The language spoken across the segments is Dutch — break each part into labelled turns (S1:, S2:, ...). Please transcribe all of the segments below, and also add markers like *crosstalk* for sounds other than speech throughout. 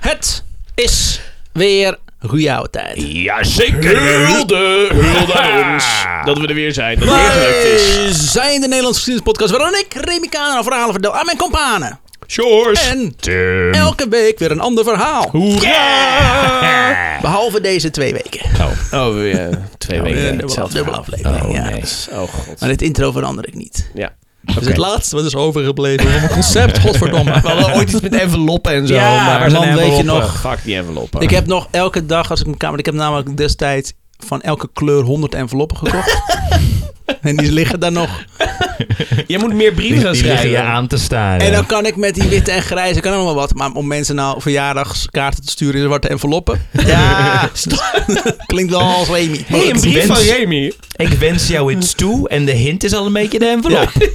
S1: Het is weer goeie oude tijd.
S2: Jazeker! Hulde! Hulde aan ons. Dat we er weer zijn. Dat het weer gelukt is.
S1: Wij zijn de Nederlandse geschiedenispodcast waarin ik, Remy Kaner, verhalen vertel aan mijn kompanen.
S2: Sjors!
S1: En
S2: Tim.
S1: elke week weer een ander verhaal.
S2: Hoera!
S1: Behalve deze twee weken.
S2: Oh, weer twee
S1: Weer
S2: weken.
S1: een dubbele, dubbele aflevering. ja.
S2: Oh, god.
S1: Maar dit intro verander ik niet.
S2: Ja.
S1: Dus het laatste wat is overgebleven van mijn
S2: *laughs*
S1: concept, godverdomme.
S2: ooit iets met enveloppen en zo.
S1: Ja, maar
S2: maar
S1: dan weet je nog-
S2: eh, Fuck die enveloppen.
S1: Ik heb nog elke dag, als ik mijn kamer... Ik heb namelijk destijds van elke kleur 100 enveloppen
S2: *laughs*
S1: gekocht. en die liggen daar nog.
S2: Jij moet meer
S1: *laughs*
S2: brieven gaan
S3: Die liggen
S2: schrijven.
S3: je aan te staren.
S1: En dan kan ik met die witte en grijze, kan allemaal wat. Maar om mensen nou verjaardagskaarten te sturen in zwarte enveloppen. *laughs* Ja, klinkt wel als Remy.
S2: Hey, een brief
S3: Wens.
S2: van Remy.
S3: Ik wens jou iets toe en de hint is al een beetje de envelop. *laughs*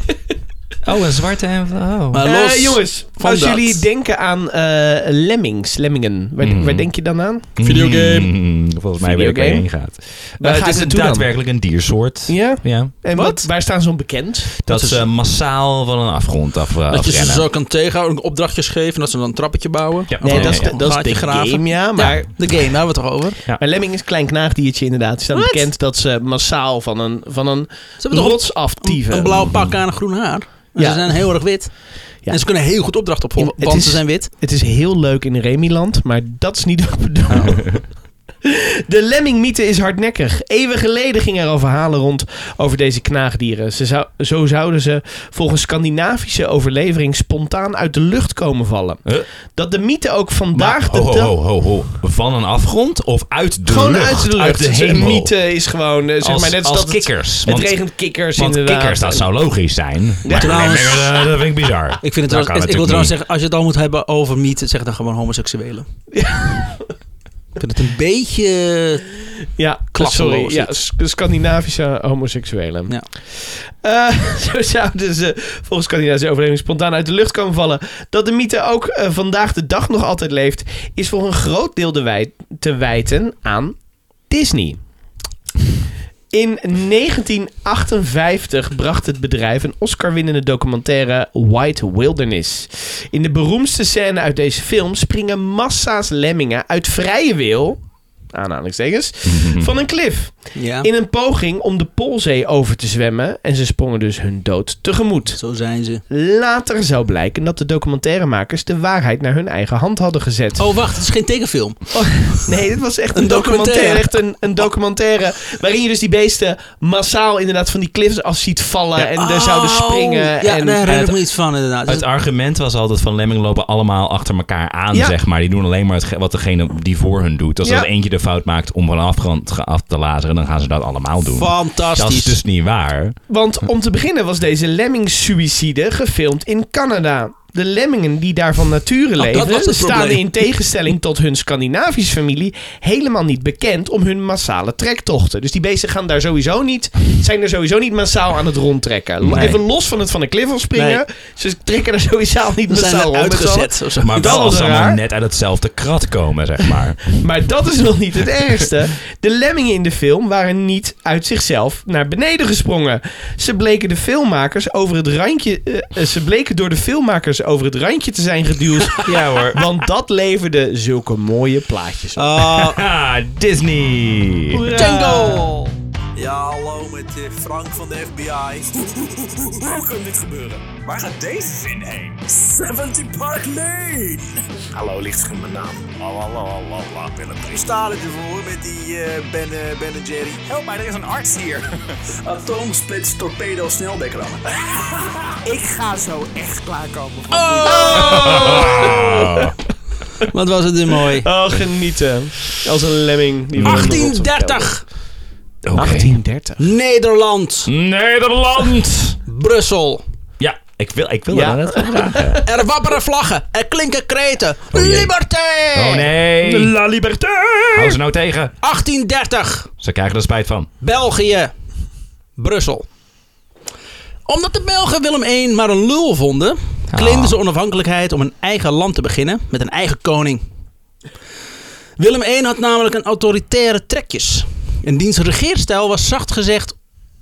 S3: Oh, een zwarte envelop. Oh.
S1: Maar
S2: Eh,
S1: los.
S2: jongens,
S1: van
S2: als
S1: dat. Mhm.
S2: jullie denken aan eh, lemmings, lemmingen, waar,
S3: Mm.
S2: waar denk je dan aan?
S3: Mm, volgens mij weet ik waar je
S2: Videogame.
S3: heen gaat.
S2: Waar
S3: Maar
S2: gaat
S3: het is
S2: het
S3: een
S2: toe dan?
S3: daadwerkelijk een diersoort.
S2: Ja?
S3: Ja.
S2: En
S1: Wat?
S2: wat? waar staan ze onbekend?
S3: Dat ze massaal van een afgrond af, eh,
S1: Dat je ze
S3: afrennen.
S1: zo kan tegenhouden, opdrachtjes geven, dat ze dan een trappetje bouwen.
S3: Ja.
S1: Of
S2: Nee,
S1: een-
S2: dat is de,
S1: een
S2: Oh, dat is
S1: gaatje
S2: de game, ja.
S1: Ja,
S2: Maar,
S1: de game, daar hebben we het toch over? Ze
S2: maar lemming is een klein knaagdiertje inderdaad. Ze staan
S1: Wat?
S2: bekend dat ze massaal van een, van een
S1: hebben toch
S2: rots aftieven.
S1: een, een blauw pak aan een groen haar. En
S2: Ja.
S1: Ze zijn heel erg wit.
S2: Ja.
S1: En ze kunnen heel goed opdracht opvolgen,
S2: Ja, het
S1: want
S2: is-
S1: ze zijn wit.
S2: Het is heel leuk in Remiland, maar dat is niet wat we doen.
S3: Oh.
S2: *laughs* De lemmingmythe is hardnekkig. Eeuwen geleden gingen er al verhalen rond over deze knaagdieren. Ze zou, zo zouden ze volgens Scandinavische overlevering spontaan uit de lucht komen vallen.
S3: Huh?
S2: Dat de mythe ook vandaag
S3: Maar,
S2: de
S3: ho,
S2: tel-
S3: ho, ho, ho. Van een afgrond of uit de
S2: Gewoon
S3: lucht?
S2: uit de lucht.
S3: Uit de
S2: Dus een
S3: hemel.
S2: mythe is gewoon, eh, zeg
S3: als
S2: maar net als
S3: als
S2: dat het-
S3: kikkers.
S2: Het,
S3: want
S2: regent kikkers
S3: want
S2: inderdaad.
S3: kikkers, dat zou logisch zijn. Maar
S1: Trouwens-
S3: eh, dat vind ik bizar.
S1: Ik, vind het trouwens, ik
S3: Dat kan
S1: wil
S3: natuurlijk
S1: trouwens
S3: niet.
S1: zeggen, als je het al moet hebben over mythe, zeg dan gewoon homoseksuelen. *laughs* Ik vind het een beetje...
S2: Ja,
S1: Klasseloos
S2: sorry. Ja,
S1: iets.
S2: S- Scandinavische homoseksuelen.
S1: Ja.
S2: Eh, *laughs* zo zouden ze volgens Scandinavische overleving spontaan uit de lucht komen vallen. Dat de mythe ook eh, vandaag de dag nog altijd leeft, is voor een groot deel de wij- te wijten aan Disney. In 1958 bracht het bedrijf een Oscar-winnende documentaire White Wilderness. In de beroemdste scène uit deze film springen massa's lemmingen uit vrije wil, aanhalingstekens, *laughs* van een klif.
S1: Hm. Ja,
S2: In een poging om de Poolzee over te zwemmen en ze sprongen dus hun dood tegemoet.
S1: zo zijn ze.
S2: Later zou blijken dat de documentairemakers de waarheid naar hun eigen hand hadden gezet. Oh,
S1: Oh, wacht, het is geen tekenfilm.
S2: Nee, dit was echt
S1: Een
S2: een documentaire.
S1: documentaire.
S2: Echt een, een documentaire waarin je dus die beesten massaal inderdaad van die cliffs af ziet vallen en
S1: Oh.
S2: er zouden springen.
S1: Ja,
S2: en,
S1: daar herinner ik
S3: het-
S1: me iets van inderdaad. Dus
S3: Het argument was altijd van lemming lopen allemaal achter elkaar aan,
S2: Ja.
S3: zeg maar. Die doen alleen maar hetge- wat degene die voor hun doet. Als
S2: Ja.
S3: er eentje de fout maakt om van een afgrond ge- af te lazeren, dan gaan ze dat allemaal doen.
S1: Fantastisch.
S3: Dat is dus niet waar.
S2: Want om te beginnen was deze lemmingsuïcide gefilmd in Canada. De lemmingen die daar van nature
S1: Oh, dat
S2: leven,
S1: was het
S2: staan
S1: probleem.
S2: in tegenstelling tot hun Scandinavische familie helemaal niet bekend om hun massale trektochten. Dus die beesten gaan daar sowieso niet, zijn er sowieso niet massaal aan het rondtrekken.
S3: Nee.
S2: Even los van het van de klif afspringen,
S1: Nee.
S2: ze trekken er sowieso al niet
S1: Dan zijn
S2: massaal
S1: ze
S2: rond. met z'n allen.
S1: uitgezet. of zo.
S3: Maar
S2: Dat
S3: wel
S2: was
S3: als ze allemaal
S2: raar.
S3: net uit hetzelfde krat komen, zeg maar.
S2: Maar dat is nog niet het ergste. De lemmingen in de film waren niet uit zichzelf naar beneden gesprongen. Ze bleken de filmmakers over het randje. eh, eh, ze bleken door de filmmakers over het randje te zijn *laughs* geduwd.
S3: ja hoor.
S2: want dat leverde zulke mooie plaatjes op.
S1: Oh,
S3: Ah, Disney.
S1: Django!
S4: Ja, hallo met eh, Frank van de FBI. *laughs* Hoe kan dit gebeuren? Waar gaat deze zin heen? 70 Park Lane! Hallo, ligt geen mijn naam. Lalalala, Willem. Ik sta er voor met die eh, ben, eh, ben en Jerry. Help mij, er is een arts *laughs* hier. Atoomsplits torpedo sneldekker *laughs* Ik ga zo echt *laughs* klaarkomen. Van
S3: Oh! Ah.
S1: Wat was het er mooi.
S2: Oh, genieten. Als een lemming. die we onder de rots op
S1: 1830.
S3: Oké.
S2: 1830.
S1: Nederland.
S3: Nederland.
S1: Brussel.
S3: Ja, ik wil, ik wil
S2: Ja.
S3: dat net vragen.
S1: Er wapperen vlaggen. Er klinken kreten.
S3: jee.
S1: Liberté!
S3: Oh nee.
S2: La Liberté!
S3: Hou ze nou tegen.
S1: 1830.
S3: Ze krijgen er spijt van.
S1: België. Brussel. Omdat de Belgen Willem I maar een lul vonden, claimden
S3: Ah.
S1: ze onafhankelijkheid om een eigen land te beginnen met een eigen koning. Willem I had namelijk een autoritaire trekjes. En diens regeerstijl was zacht gezegd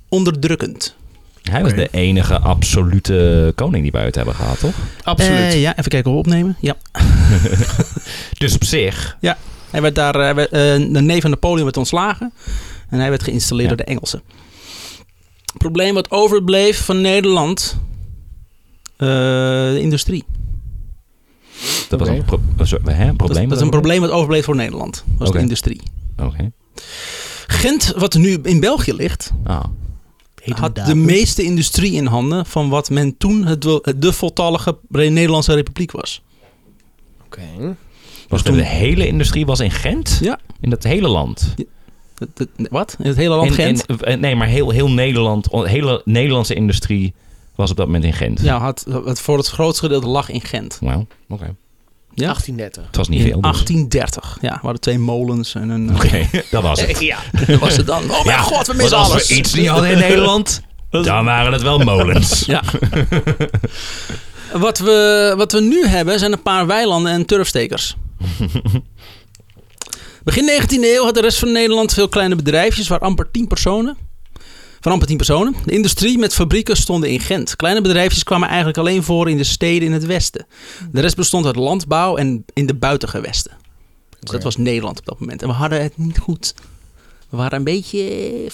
S1: onderdrukkend.
S3: Hij was de enige absolute koning die we uit hebben gehad, toch?
S2: Absoluut.
S1: Eh, ja, even kijken hoe we opnemen. Ja.
S3: Dus op zich.
S1: Hij werd daar, hij werd, eh, de neef van Napoleon werd ontslagen. En hij werd geïnstalleerd door de Engelsen. Het probleem wat overbleef van Nederland. eh, de industrie.
S3: Dat was een pro- een soort- hè, een
S1: Dat,
S3: probleem.
S1: dat is een probleem wat overbleef voor Nederland. Was
S3: Oké.
S1: de industrie.
S3: Oké.
S1: Gent, wat nu in België ligt,
S3: Ah.
S1: had de meeste industrie in handen van wat men toen het, wel- de voltallige Nederlandse Republiek was.
S2: Oké.
S3: Was
S1: Dus toen-
S3: toen de hele industrie was in Gent?
S1: Ja.
S3: In dat hele land?
S1: Dat- dat- Wat? In het hele land
S3: In-
S1: Gent?
S3: in- eh, nee, maar heel, heel Nederland, de hele Nederlandse industrie was op dat moment in Gent.
S1: Ja, had, het voor het grootste gedeelte lag in Gent.
S3: Wauw, oké.
S1: Ja.
S2: 1830.
S3: Het was niet
S1: In
S3: veel. dus-
S1: 1830. Ja, we hadden twee molens en een...
S3: Oké, dat was het.
S2: Ja.
S1: Dat *laughs* was het dan. Oh mijn god, we
S3: want
S1: missen
S3: als
S1: alles.
S3: we iets niet hadden in
S1: *laughs*
S3: Nederland, dan waren het wel molens.
S1: Ja. wat, we, wat we nu hebben zijn een paar weilanden en
S3: *laughs*
S1: turfstekers. Begin 19e eeuw had de rest van Nederland veel kleine bedrijfjes waar amper 10 personen. Van amper 10 personen. De industrie met fabrieken stonden in Gent. Kleine bedrijfjes kwamen eigenlijk alleen voor in de steden in het westen. De rest bestond uit landbouw en in de buitengewesten. Dus dat was Nederland op dat moment. En we hadden het niet goed. We waren een beetje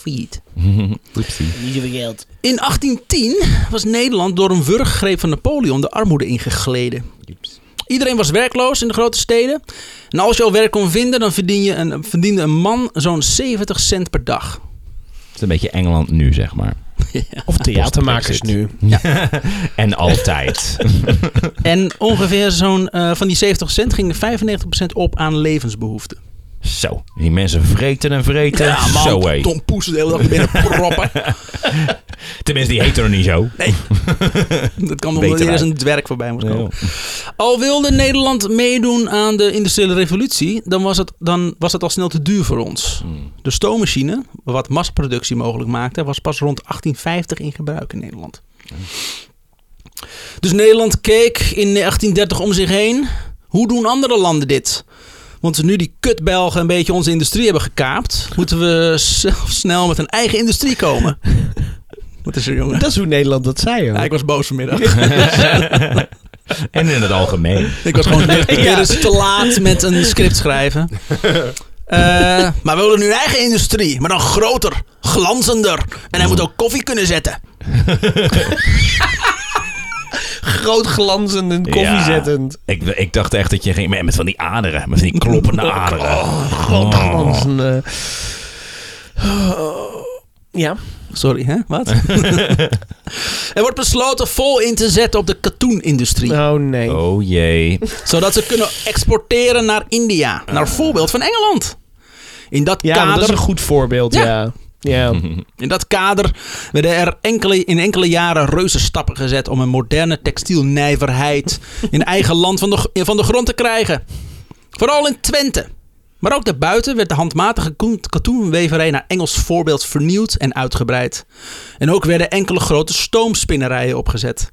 S1: failliet.
S3: *laughs* Oepsie.
S2: Niet zoveel geld.
S1: In 1810 was Nederland door een wurggreep van Napoleon de armoede ingegleden. Iedereen was werkloos in de grote steden. En als je al werk kon vinden, dan verdien je een, verdiende een man zo'n 70 cent per dag.
S3: Het is een beetje Engeland nu, zeg maar.
S2: Of theatermakers nu.
S3: En altijd. *laughs*
S1: En ongeveer zo'n, eh, van die 70 cent ging er 95% op aan levensbehoeften.
S3: Zo, die mensen vreten en vreten. zo hé.
S1: Tom Poes de hele dag binnen
S3: *laughs*
S1: proppen.
S3: Tenminste, die heten er niet zo.
S1: Dat kan
S3: Beter
S1: omdat er
S3: uit.
S1: eens een dwerg voorbij moet komen. Al wilde Nederland meedoen aan de industriële revolutie, dan was, het, dan was het al snel te duur voor ons. De stoommachine, wat massaproductie mogelijk maakte, was pas rond 1850 in gebruik in Nederland. Dus Nederland keek in 1830 om zich heen. Hoe doen andere landen dit? Want nu die kutbelgen een beetje onze industrie hebben gekaapt, moeten we *laughs* zelf snel met een eigen industrie komen. Wat is er, jongen?
S2: Dat is hoe Nederland dat zei, hoor.
S1: Ja, ik was boos vanmiddag.
S3: En in het algemeen.
S1: Ik was gewoon net weer eens te laat met een script
S2: *laughs*
S1: schrijven. Eh, maar we willen nu een eigen industrie, maar dan groter, glanzender. En hij moet ook koffie kunnen zetten.
S2: Groot glanzend en koffiezettend.
S3: Ik, ik dacht echt dat je ging met, met van die aderen. Met van die kloppende aderen.
S2: Groot
S3: Oh.
S2: glanzend. eh. Ja.
S1: Sorry, hè?
S2: *laughs*
S1: Wat? er wordt besloten vol in te zetten op de katoenindustrie.
S2: Oh, nee.
S3: Oh jee.
S1: Zodat ze kunnen exporteren naar India. Naar voorbeeld van Engeland. In dat
S2: Ah. Ja, maar
S1: kader
S2: dat is een goed voorbeeld,
S1: Ja.
S2: ja. Ja.
S3: *laughs*
S1: In dat kader werden er enkele, in enkele jaren reuze stappen gezet om een moderne textielnijverheid in eigen land van de, gr- van de grond te krijgen. Vooral in Twente. Maar ook daarbuiten werd de handmatige koen- katoenweverij naar Engels voorbeeld vernieuwd en uitgebreid. En ook werden enkele grote stoomspinnerijen opgezet.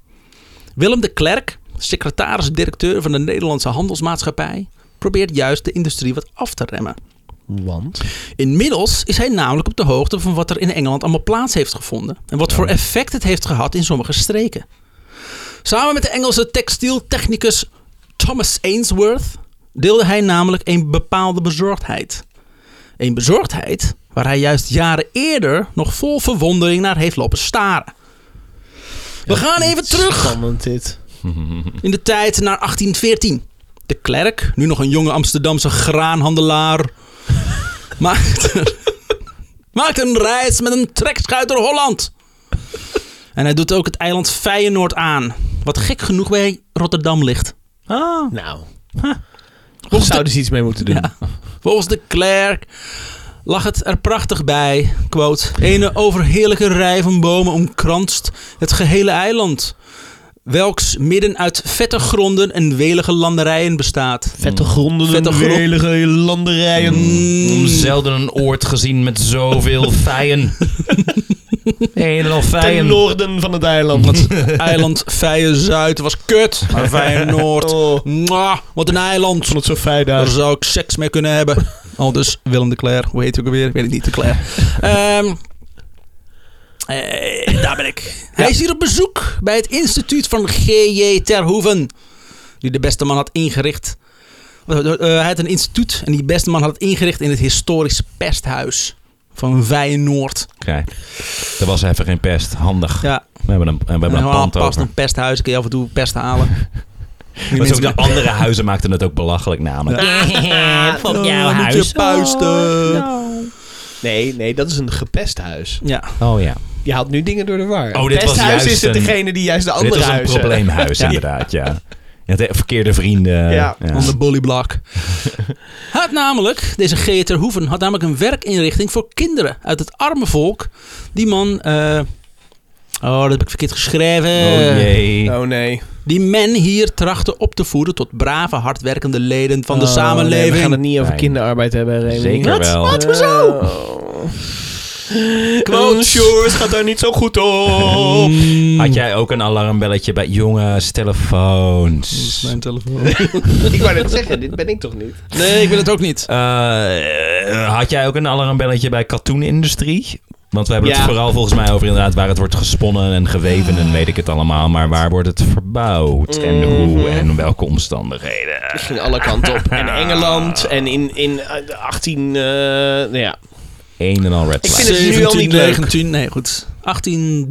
S1: Willem de Klerk, secretaris-directeur van de Nederlandse Handelsmaatschappij, probeert juist de industrie wat af te remmen.
S2: Want?
S1: Inmiddels is hij namelijk op de hoogte van wat er in Engeland allemaal plaats heeft gevonden en wat voor effect het heeft gehad in sommige streken. Samen met de Engelse textieltechnicus Thomas Ainsworth deelde hij namelijk een bepaalde bezorgdheid. Een bezorgdheid waar hij juist jaren eerder nog vol verwondering naar heeft lopen staren. We gaan even terug
S2: Spannend dit.
S1: in de tijd naar 1814. De klerk, nu nog een jonge Amsterdamse graanhandelaar, *laughs* maakt, maakt een reis met een trekschuit door Holland. En hij doet ook het eiland Feyenoord aan, wat gek genoeg bij Rotterdam ligt.
S3: Ah.
S2: Nou. Huh.
S1: Mocht
S2: Zouden ze iets mee moeten doen?
S1: Ja. Volgens de klerk lag het er prachtig bij. Quote, Ene overheerlijke rij van bomen omkranst het gehele eiland. Welks midden uit vette gronden en welige landerijen bestaat.
S2: Vette
S3: Mm.
S2: gronden,
S1: Vette
S2: Vette
S1: grond-
S2: landerijen.
S1: Mm.
S3: Zelden een oord gezien met zoveel feien. *laughs* Een en al
S2: Ten
S3: feien.
S2: noorden van het eiland.
S1: Eiland Vijen Zuid was kut. Maar *laughs* Vijen Noord.
S2: Oh,
S1: Mwah, wat een
S2: ik
S1: eiland.
S2: vond het zo fijn
S1: Daar
S2: daar.
S1: zou ik seks mee kunnen hebben. Al dus Willem de Cler. Hoe heet hij ook alweer? Ik weet het niet, de Cler. Ehm, eh, daar ben ik. Hij is hier op bezoek bij het instituut van G.J. Terhoeven. Die de beste man had ingericht. eh, hij had een instituut en die beste man had het ingericht in het historisch pesthuis van Feyenoord.
S3: Kijk, er was even geen pest. Handig.
S1: Ja,
S3: We hebben een, we hebben een
S1: normaal
S3: pand
S1: past
S3: over.
S1: een pesthuis, dan kun je af en toe pesten halen. Die
S3: Maar ook
S1: mensen-
S3: de andere huizen maakten het ook belachelijk namelijk. *laughs*
S5: Op
S1: Oh,
S5: jouw
S1: moet je
S5: huis.
S1: puisten.
S2: Nee, nee, dat is een gepest huis.
S1: Ja,
S3: Oh ja.
S2: Je haalt nu dingen door de war.
S3: Oh, dit was
S2: Pesthuis
S3: juist
S2: is het
S3: een-
S2: degene die juist de andere
S3: Dit was een
S2: huizen...
S3: probleemhuis inderdaad, ja. Je had verkeerde vrienden.
S2: Ja.
S1: on the bully block. Hij had namelijk, deze G. Ter Hoeven, had namelijk een werkinrichting voor kinderen uit het arme volk. Die man, eh, oh dat heb ik verkeerd geschreven.
S3: Oh jee.
S2: Oh nee.
S1: Die men hier trachtte op te voeren tot brave, hardwerkende leden van de
S2: Oh,
S1: samenleving.
S2: nee, we gaan het niet over
S3: Nee.
S2: kinderarbeid hebben, Remy.
S3: Zeker wel.
S2: Wat? Hoezo? *laughs* Conscious gaat daar niet zo goed
S1: Oh.
S2: op.
S1: Hmm.
S3: Had jij ook een alarmbelletje bij jongens, telefoons?
S1: Mijn telefoon.
S2: *laughs* ik wou net zeggen, dit ben ik toch niet?
S1: Nee, ik wil het ook niet.
S3: Eh, had jij ook een alarmbelletje bij katoenindustrie? Want we hebben
S2: Ja.
S3: het vooral volgens mij over inderdaad waar het wordt gesponnen en geweven en weet ik het allemaal. Maar waar wordt het verbouwd
S2: Mhm.
S3: en hoe en welke omstandigheden?
S2: Het ging alle kanten op. En Engeland en in, in eh, 18... eh, nou ja.
S3: Eén en al red
S2: Ik
S3: flag.
S2: vind het nu al niet leuk.
S1: 19, nee goed. 18,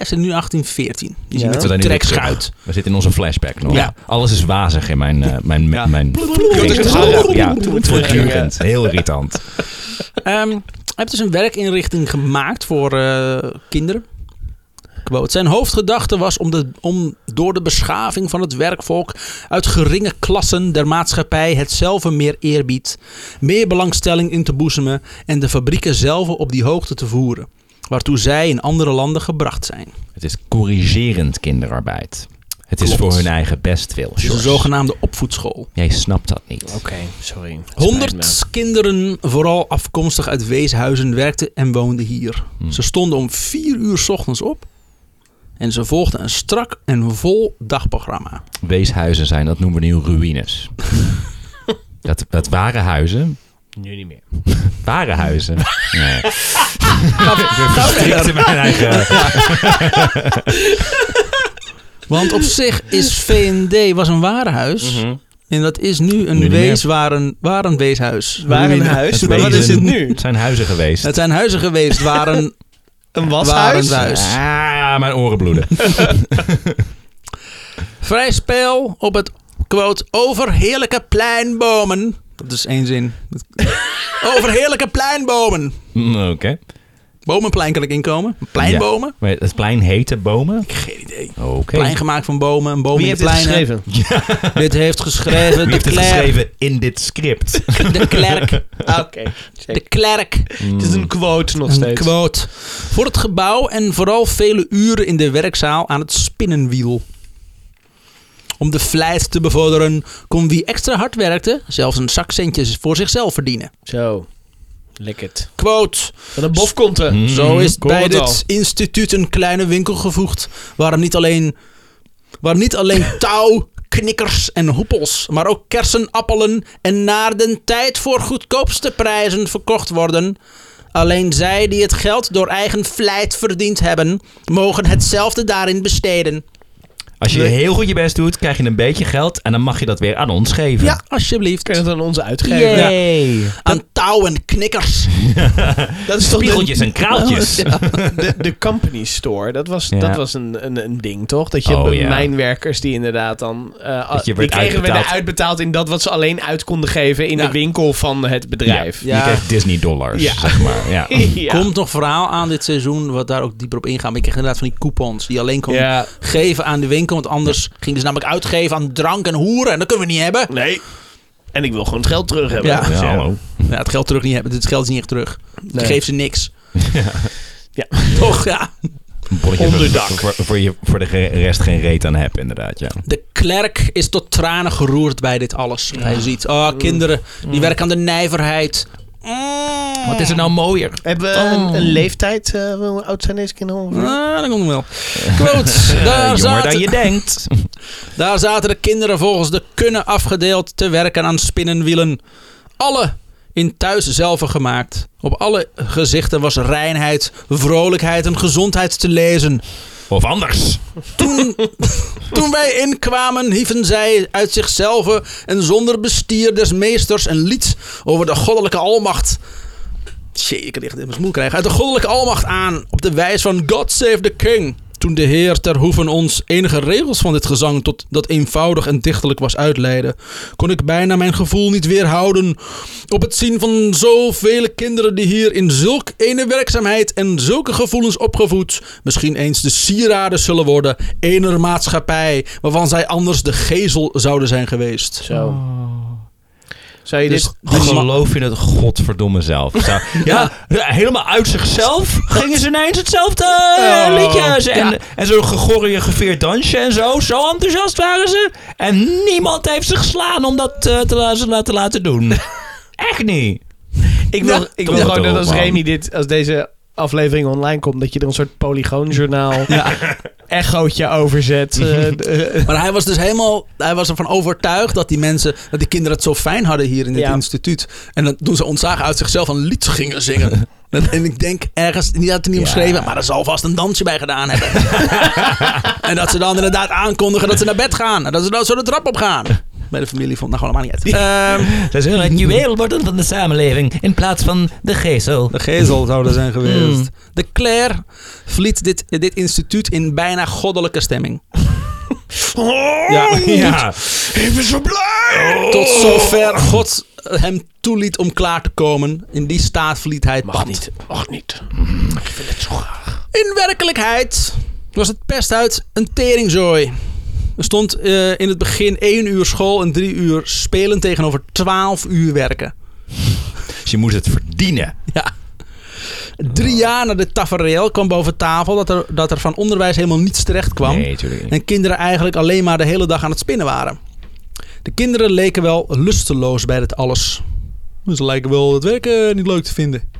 S1: is nu 1814. Die zien
S2: Ja.
S1: met
S3: We zijn
S1: een
S3: nu weer
S1: trekschuit.
S3: terug. We zitten in onze flashback nog.
S1: Ja.
S3: Alles is wazig in mijn... eh mijn,
S1: Ja.
S3: mijn
S2: Toen het
S3: ja,
S2: terug-
S3: ja,
S2: toen het terug-
S3: voortdurend. Heel irritant.
S1: Ehm, hij heeft dus een werkinrichting gemaakt voor eh, kinderen. Quote. Zijn hoofdgedachte was om, de, om door de beschaving van het werkvolk uit geringe klassen der maatschappij hetzelfde meer eerbied, meer belangstelling in te boezemen en de fabrieken zelf op die hoogte te voeren, waartoe zij in andere landen gebracht zijn.
S3: Het is corrigerend kinderarbeid. Het is
S1: Klopt.
S3: voor hun eigen bestwil.
S1: Dus een
S3: George.
S1: zogenaamde opvoedschool.
S3: Jij snapt dat niet.
S2: Oké, sorry. Het spijt me.
S1: 100 kinderen, vooral afkomstig uit weeshuizen, werkten en woonden hier.
S3: Hmm.
S1: Ze stonden om 4 uur 's ochtends op en ze volgden een strak en vol dagprogramma.
S3: Weeshuizen zijn, dat noemen we nu ruïnes. dat, dat waren huizen.
S2: Nu niet meer.
S3: Waren huizen. Nee. Ik
S1: Ah,
S3: verstrikte mijn eigen...
S1: Want op zich is VND was een warenhuis
S2: Mhm.
S1: en dat is nu een
S3: Mhm. niet meer.
S1: wees waren, waren weeshuis.
S2: Waar een
S1: Ruïne.
S2: huis,
S3: Het
S2: maar wat is het
S3: wezen-
S2: nu?
S3: Het zijn huizen geweest.
S1: Het zijn huizen geweest,
S3: *laughs*
S1: waren,
S2: Een
S1: waren
S2: washuis?
S1: huis.
S3: Ah, mijn oren bloeden.
S1: Vrij spel op het, quote, overheerlijke pleinbomen. Dat is één
S3: *laughs*
S1: zin. overheerlijke pleinbomen.
S3: Mm, Oké.
S1: Bomen pleintelijk inkomen. Pleinbomen?
S3: Maar Het plein heette bomen?
S1: Geen idee.
S3: Oké.
S1: Plein gemaakt van bomen, een boom
S2: Wie
S1: in
S2: heeft
S1: de
S2: dit
S1: pleinen.
S2: geschreven?
S1: Dit heeft *laughs* geschreven
S3: Wie
S1: de
S3: heeft het
S1: klerk.
S3: geschreven in dit script?
S1: *laughs* De klerk.
S2: Ah, Oké.
S1: De klerk.
S2: Het is Mm. een quote nog
S1: Een
S2: steeds.
S1: quote. Voor het gebouw en vooral vele uren in de werkzaal aan het spinnenwiel. Om de vlijt te bevorderen kon wie extra hard werkte zelfs een zakcentje voor zichzelf verdienen.
S2: Zo. Lekker. het.
S1: Quote.
S2: Wat een bof komt er.
S3: Mm.
S1: Zo is
S2: Mhm, ik hoor
S1: bij
S2: het
S1: dit
S2: al.
S1: instituut een kleine winkel gevoegd. Waar niet alleen, waar niet
S2: *laughs*
S1: alleen touw, knikkers en hoepels. maar ook kersen, appelen en naar den tijd voor goedkoopste prijzen verkocht worden. Alleen zij die het geld door eigen vlijt verdiend hebben, mogen hetzelfde daarin besteden.
S3: Als je
S1: Nee.
S3: heel goed je best doet, krijg je een beetje geld en dan mag je dat weer aan ons geven.
S1: Ja, alsjeblieft.
S2: Kun je dat aan ons uitgeven?
S1: Yay.
S2: Ja.
S1: Aan touw en knikkers.
S2: Dat is toch
S3: Spiegeltjes
S2: de,
S3: en kraaltjes.
S1: Ja.
S2: de, de company store. Dat was,
S3: Ja.
S2: dat was een, een, een ding, toch? Dat je
S3: Oh,
S2: bij
S3: ja.
S2: mijnwerkers die inderdaad dan... eh,
S3: Dat je
S2: die
S3: werd
S2: kregen werden
S3: uitbetaald.
S2: uitbetaald in dat wat ze alleen uit konden geven in
S1: Ja.
S2: de winkel van het bedrijf.
S3: Ja, Je krijgt Disney dollars,
S2: Ja.
S3: zeg maar. Ja.
S2: *laughs* Ja.
S1: Komt nog verhaal aan dit seizoen, wat daar ook dieper op ingaat. Maar ik kreeg inderdaad van die coupons die je alleen kon
S2: Ja.
S1: geven aan de winkel. Want anders gingen ze namelijk uitgeven aan drank en hoeren. En dat kunnen we niet hebben.
S2: Nee. En ik wil gewoon het geld terug hebben.
S1: Ja.
S3: Ja, hallo.
S1: Ja, het geld terug niet hebben. Het geld is niet echt terug. Ik
S2: Nee.
S1: geef ze niks.
S2: Ja.
S1: *laughs* Toch, ja.
S3: Een bonnetje
S2: Onderdak.
S3: Voor, voor, voor je voor de ge- rest geen reet aan hebt, inderdaad. Ja.
S1: De klerk is tot tranen geroerd bij dit alles. Hij ziet, oh, kinderen, die
S2: Mm.
S1: werken aan de nijverheid. Mm. Wat is er nou mooier?
S2: Hebben we een, een leeftijd? eh, hoe oud zijn deze kinderen? ongeveer?
S1: Ah, dat komt
S3: *laughs*
S1: wel. Quote, daar,
S3: jonger dan
S1: zaten,
S3: je denkt.
S1: *laughs* daar zaten de kinderen volgens de kunnen afgedeeld te werken aan spinnenwielen. Alle in thuis zelf gemaakt. Op alle gezichten was reinheid, vrolijkheid en gezondheid te lezen.
S6: Of anders.
S3: *laughs*
S1: Toen, toen wij inkwamen, hieven zij uit zichzelf en zonder bestier des meesters een lied over de goddelijke almacht. Tjee, ik kan echt in mijn smoel krijgen. Uit de goddelijke almacht aan, op de wijs van God save the king. Toen de Heer ter hoeven ons enige regels van dit gezang tot dat eenvoudig en dichtelijk was uitleiden, kon ik bijna mijn gevoel niet weerhouden op het zien van zoveel kinderen die hier in zulk ene werkzaamheid en zulke gevoelens opgevoed misschien eens de sieraden zullen worden ener maatschappij waarvan zij anders de gezel zouden zijn geweest.
S2: Zo.
S3: Oh.
S2: Zou je
S1: Dus-
S2: dit...
S6: Geloof in het godverdomme zelf. Zou-
S3: *laughs*
S6: ja, helemaal uit zichzelf gingen ze ineens hetzelfde
S3: Oh.
S6: eh, liedje. En, en zo gechoreografeerd dansje en zo. Zo enthousiast waren ze. En niemand heeft ze geslagen om dat eh, te, la- ze la- te laten
S3: *laughs*
S6: doen. Echt niet.
S2: Ik wil, ik wil
S6: Toch
S2: gewoon dat
S6: wel,
S2: als
S6: man.
S2: Remy dit, als deze aflevering online komt, dat je er een soort polygoonjournaal *laughs* echootje over zet. eh, d-
S3: *laughs*
S2: eh,
S1: Maar hij was dus helemaal, hij was ervan overtuigd dat die mensen, dat die kinderen het zo fijn hadden hier in dit
S2: Ja.
S1: instituut. En dan, toen ze ontzagen uit zichzelf een lied gingen zingen. *laughs* En, en ik denk ergens, niet dat het niet omschreven, maar er zal vast een dansje bij gedaan hebben. *laughs* en dat ze dan inderdaad aankondigen dat ze naar bed gaan. En dat ze dan zo de trap op gaan. Bij de familie vond, nou gewoon helemaal niet uit. *laughs*
S6: Dat is heel
S3: Het juweel worden van de samenleving in plaats van de gezel.
S1: De gezel zouden zijn geweest.
S3: Mm.
S1: Ehm, hmm. De Claire verliet dit, dit instituut in bijna goddelijke stemming.
S6: Ja, ja. Ik ben zo blij.
S1: Tot
S2: Eh.
S1: zover God hem toeliet om klaar te komen. In die staat verliet hij het pand.
S2: Mag niet.
S1: In werkelijkheid was het pesthuis een teringzooi. Er stond eh, in het begin één uur school en drie uur spelen tegenover twaalf uur werken. *laughs*
S6: Dus je moet het verdienen.
S1: Ja. Drie jaar na de tafereel kwam boven tafel dat er, dat er van onderwijs helemaal niets terecht kwam.
S6: Nee, natuurlijk niet.
S1: En kinderen eigenlijk alleen maar de hele dag aan het spinnen waren. De kinderen leken wel lusteloos bij dit alles. Dus Ze lijken wel het werken niet leuk te vinden.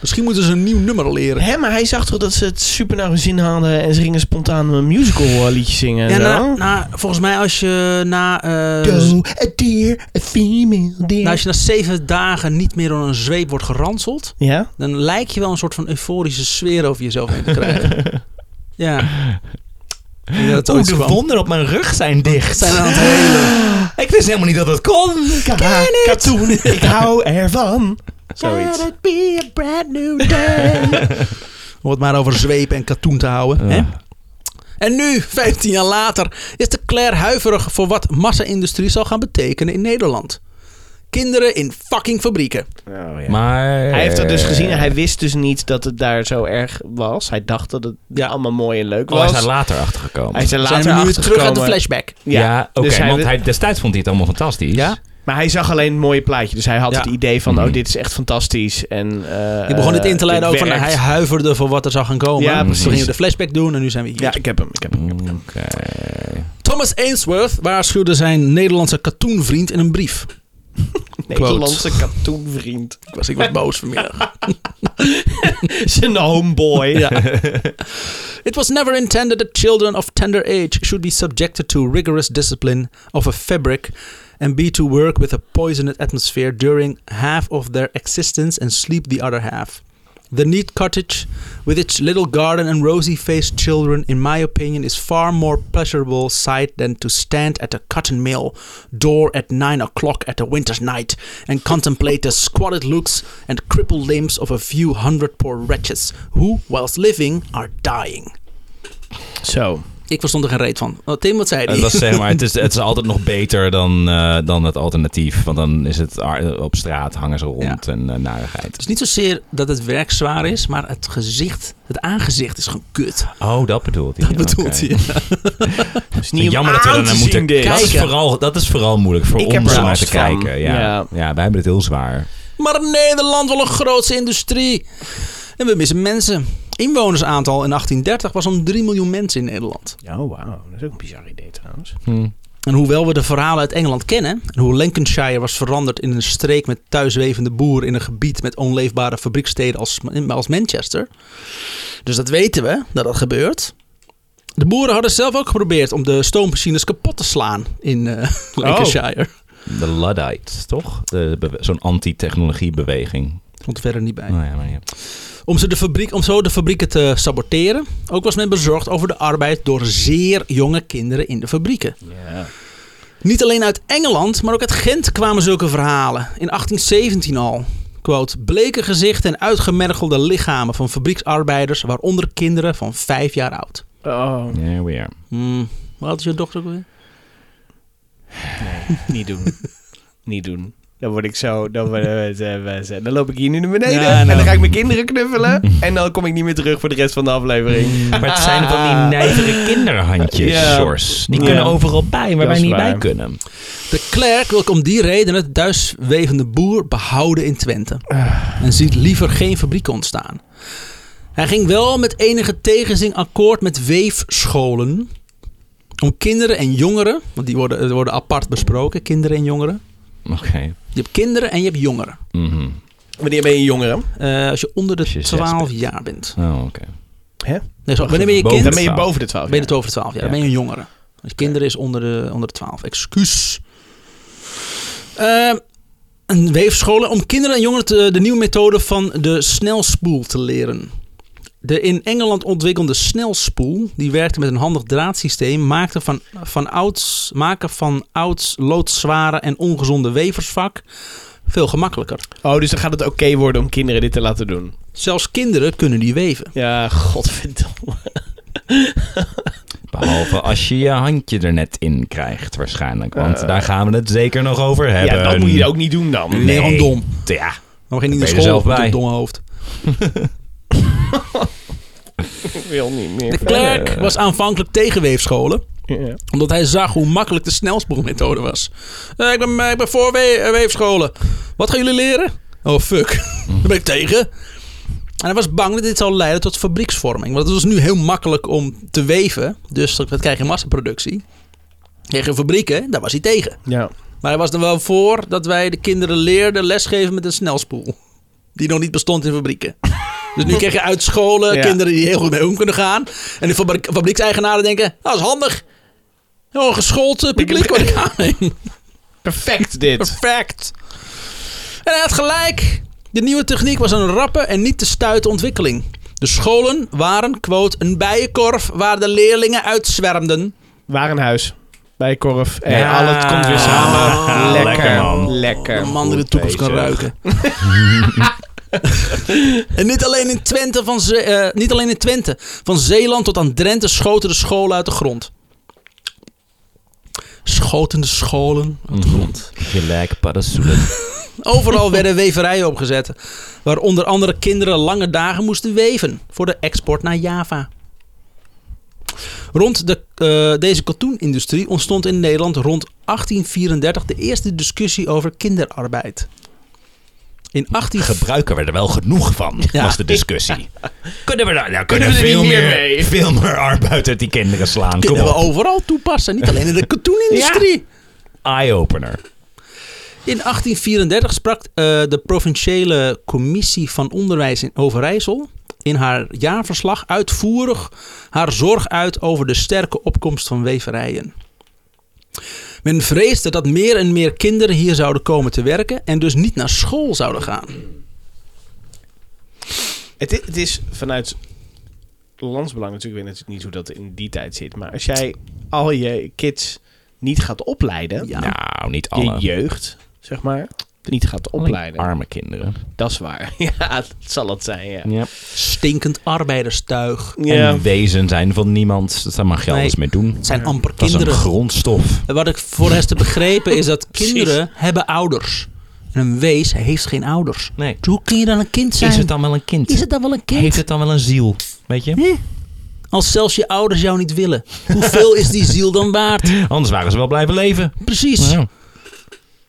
S1: Misschien moeten ze een nieuw nummer leren.
S2: Hè, maar hij zag toch dat ze het super naar hun zin hadden en ze gingen spontaan een musical eh, liedje zingen en
S1: Ja, nou,
S2: zo.
S1: na, na- volgens mij als je na, eh,
S2: Doe, a deer, a female deer.
S1: nou, als je na zeven dagen niet meer door een zweep wordt geranseld...
S2: Ja?
S1: dan lijk je wel een soort van euforische sfeer over jezelf heen te krijgen. ja. Ik denk dat het
S3: Oeh,
S1: ooit
S3: de
S1: kwam.
S3: wonden op mijn rug zijn dicht.
S1: zijn aan het hele...
S3: Ik wist helemaal niet dat dat kon.
S2: Ka- katoen, ik hou ervan. Zoiets.
S1: Let it be a brand new day. Om het maar over zweep en katoen te houden. Hè? En nu, *laughs* 15 jaar later, is de Claire huiverig voor wat massa-industrie zal gaan betekenen in Nederland. Kinderen in fucking fabrieken.
S6: Maar... eh,
S2: Hij heeft dat dus gezien en hij wist dus niet dat het daar zo erg was. Hij dacht dat het ja, allemaal mooi en leuk
S6: Oh, hij
S2: was.
S6: is daar later achtergekomen.
S2: hij is er later
S1: Zijn we nu terug uit de
S2: achtergekomen.
S1: flashback.
S6: Ja,
S2: Ja,
S6: oké,
S2: dus hij
S6: want
S2: wi-
S6: hij, destijds vond hij het allemaal fantastisch.
S1: Ja?
S2: Maar hij zag alleen het mooie plaatje. Dus hij had
S1: Ja.
S2: het idee van,
S6: Mhm.
S2: oh, dit is echt fantastisch. En, eh
S1: Je begon dit in te leiden
S2: dit
S1: over, nou,
S2: werkt.
S1: hij huiverde voor wat er zou gaan komen.
S2: Ja,
S1: Toen gingen
S6: precies.
S1: we de flashback doen en nu zijn we hier.
S2: Ja, ik heb hem, ik heb hem.
S6: Mm, Oké.
S1: Thomas Ainsworth waarschuwde zijn Nederlandse katoenvriend in een brief.
S2: Nederlandse *laughs* katoenvriend.
S1: Ik was, ik was boos vanmiddag.
S2: Zijn homeboy.
S1: It was never intended that children of tender age should be subjected to rigorous discipline of a fabric and be to work with a poisoned atmosphere during half of their existence and sleep the other half. The neat cottage with its little garden and rosy faced children, in my opinion, is far more pleasurable sight than to stand at a cotton mill door at nine o'clock at a winter's night and contemplate the squalid looks and crippled limbs of a few hundred poor wretches who, whilst living, are dying.
S2: Zo.
S1: Ik verstond er geen reet van. Oh, Tim, wat zei
S6: Het,
S1: hij?
S6: was, zeg maar, het, is, het is altijd nog beter dan, eh, dan het alternatief. Want dan is het ar- op straat, hangen ze rond en eh, narigheid.
S1: Het is niet zozeer dat het werk zwaar is, maar het gezicht, het aangezicht is gewoon kut.
S6: Oh, dat bedoelt hij.
S1: *laughs* Dat bedoelt
S6: Oké.
S1: hij. *laughs*
S2: Het is niet om
S6: Jammer dat we
S2: aan
S6: er
S2: te
S6: naar
S2: zien,
S6: moeten
S2: dit.
S6: kijken. Dat is,
S1: Kijken.
S6: vooral, dat is vooral moeilijk voor
S2: Ik heb
S6: ons
S2: er
S6: om naar te
S2: last van.
S6: kijken. Ja.
S2: Ja.
S6: Ja. wij hebben het heel zwaar.
S1: Maar Nederland wil een grootste industrie. En we missen mensen. Inwonersaantal in 1830 was om 3 miljoen mensen in Nederland.
S2: Oh, wauw. Dat is ook een bizar idee trouwens.
S6: Hm.
S1: En hoewel we de verhalen uit Engeland kennen, en hoe Lincolnshire was veranderd in een streek met thuiswevende boeren in een gebied met onleefbare fabrieksteden als, als Manchester. Dus dat weten we, dat dat gebeurt. De boeren hadden zelf ook geprobeerd om de stoommachines kapot te slaan in eh, *laughs* Lincolnshire.
S2: Ah,
S6: De Luddites, toch? De be- Zo'n anti-technologiebeweging.
S1: Stond er verder niet bij.
S6: Nou ja, maar ja.
S1: Om, ze de fabriek, om zo de fabrieken te saboteren. Ook was men bezorgd over de arbeid door zeer jonge kinderen in de fabrieken. Niet alleen uit Engeland, maar ook uit Gent kwamen zulke verhalen. In 1817 al. Quote, bleke gezichten en uitgemergelde lichamen van fabrieksarbeiders, waaronder kinderen van vijf jaar oud.
S2: Oh,
S6: There we are.
S1: Hmm, wat is je dochter ook weer?
S2: niet doen. niet doen. Dan word ik zo, dan, word- eh, dan loop ik hier nu naar beneden
S1: Ja, nou.
S2: en dan ga ik mijn kinderen *laughs* knuffelen en dan kom ik niet meer terug voor de rest van de aflevering.
S6: Maar het zijn van die
S2: *laughs*
S6: nijvere kinderhandjes,
S2: Ja.
S6: Sjors. Die
S2: Ja.
S6: kunnen overal bij,
S2: Dat
S6: waar wij
S2: is
S6: niet
S2: waar.
S6: bij kunnen.
S1: De klerk wil ik om die reden het duiswevende boer behouden in Twente. En ziet liever geen fabriek ontstaan. Hij ging wel met enige tegenzin akkoord met weefscholen. Om kinderen en jongeren, want die worden, er worden apart besproken, kinderen en jongeren.
S6: Oké.
S1: Je hebt kinderen en je hebt jongeren.
S6: Mhm.
S2: Wanneer ben je jongere?
S1: Eh, als je onder de
S6: Als je zes
S1: 12 jaar bent.
S6: Oh, oké.
S2: Hè?
S1: Nee, zo, wanneer ben je
S6: Boven
S1: kind?
S2: Dan
S1: Dan
S2: ben je
S6: twaalf.
S2: boven de 12.
S1: ben je het over de 12 jaar. Dan
S6: Oh, Ja.
S1: ben je een jongere. Dus kinderen is onder de, onder de 12. Excuus. Eh, een weefscholen om kinderen en jongeren te- de nieuwe methode van de snelspoel te leren. De in Engeland ontwikkelde snelspoel, die werkte met een handig draadsysteem, maakte van, van ouds, maken van ouds loodzware en ongezonde weversvak veel gemakkelijker.
S2: Oh, dus dan gaat het oké worden om kinderen dit te laten doen.
S1: Zelfs kinderen kunnen die weven.
S2: Ja, godverdomme.
S6: Behalve als je je handje er net in krijgt, waarschijnlijk. Want daar gaan we het zeker nog over hebben.
S2: Eh. Ja, dat moet je ook niet doen dan.
S1: Nee,
S6: Nee.
S1: gewoon dom.
S6: Ja.
S1: Maar we
S6: Ben
S1: gingen niet
S6: je
S1: naar
S6: er
S1: school
S6: zelf bij?
S1: met domme hoofd.
S2: Ik wil niet meer.
S1: De klerk was aanvankelijk tegen weefscholen
S2: Ja.
S1: omdat hij zag hoe makkelijk de snelspoelmethode was. Eh, ik, ben, eh, ik ben voor we- eh, weefscholen. Wat gaan jullie leren? Oh, fuck. *laughs* Daar ben ik tegen. En hij was bang dat dit zou leiden tot fabrieksvorming. Want het was nu heel makkelijk om te weven. Dus dat krijg je massaproductie. Tegen fabrieken, daar was hij tegen.
S2: ja.
S1: Maar hij was er wel voor dat wij de kinderen leerden lesgeven met een snelspoel. Die nog niet bestond in fabrieken. Dus nu krijg je uit scholen
S2: Ja.
S1: kinderen die heel goed mee om kunnen gaan. En de fabri- fabriekseigenaren denken, dat is handig. Oh, geschoold publiek wat ik aanneem.
S2: Perfect
S1: *laughs*
S2: dit.
S1: Perfect. En hij had gelijk. De nieuwe techniek was een rappe en niet te stuiten ontwikkeling. De scholen waren, quote, een bijenkorf waar de leerlingen uitzwermden.
S2: Warenhuis. Bij Korf. Hey,
S6: Ja.
S2: al het komt weer samen.
S6: Ah,
S2: lekker,
S6: lekker, man.
S2: Lekker.
S1: een man die de
S6: goed
S1: toekomst kan
S6: bezig. *laughs*
S1: ruiken. en niet alleen, in Twente van Ze- eh, niet alleen in Twente. Van Zeeland tot aan Drenthe schoten de scholen uit de grond. Schoten de scholen uit de
S6: Mhm.
S1: grond.
S6: Gelijk paddenstoelen.
S1: Overal werden weverijen opgezet. Waar onder andere kinderen lange dagen moesten weven. Voor de export naar Java. Rond de, eh, deze katoenindustrie ontstond in Nederland rond 1834 de eerste discussie over kinderarbeid. In 18...
S6: Gebruiken we er wel genoeg van,
S1: Ja.
S6: was de discussie. Kunnen we daar nou kunnen
S2: we er
S6: veel,
S2: niet meer
S6: meer,
S2: mee?
S6: veel meer arbeid uit die kinderen slaan? Kom
S1: kunnen we
S6: op.
S1: overal toepassen. Niet alleen in de katoenindustrie.
S6: Eye-opener.
S1: In 1834 sprak eh, de provinciale commissie van onderwijs in Overijssel in haar jaarverslag uitvoerig haar zorg uit over de sterke opkomst van weverijen. Men vreesde dat meer en meer kinderen hier zouden komen te werken en dus niet naar school zouden gaan.
S2: Het, i- het is vanuit landsbelang natuurlijk. Ik weet natuurlijk niet hoe dat in die tijd zit. Maar als jij al je kids niet gaat opleiden.
S1: Ja.
S6: Nou, niet
S2: Je
S6: alle.
S2: jeugd, zeg maar. Niet gaat opleiden.
S6: Arme kinderen.
S2: Dat is waar. *laughs* Ja, dat zal het zijn, ja.
S6: Ja.
S1: Stinkend arbeiderstuig.
S2: Ja.
S6: En wezen zijn van niemand. Dus Daar mag je
S1: Nee.
S6: alles mee doen.
S1: Het zijn amper
S6: Dat is een
S1: kinderen.
S6: grondstof.
S1: En Wat ik voor de rest heb begrepen is
S6: *laughs*
S1: dat kinderen hebben ouders. En een wees heeft geen ouders.
S6: Nee.
S1: Dus hoe kun je dan een kind zijn?
S6: Is het dan wel een kind?
S1: Is het dan wel een kind?
S6: Heeft het dan wel een ziel? Weet je?
S1: Hm? Als zelfs je ouders jou niet willen. Hoeveel is die ziel dan waard?
S6: Anders waren ze wel blijven leven.
S1: Precies.
S6: Ja.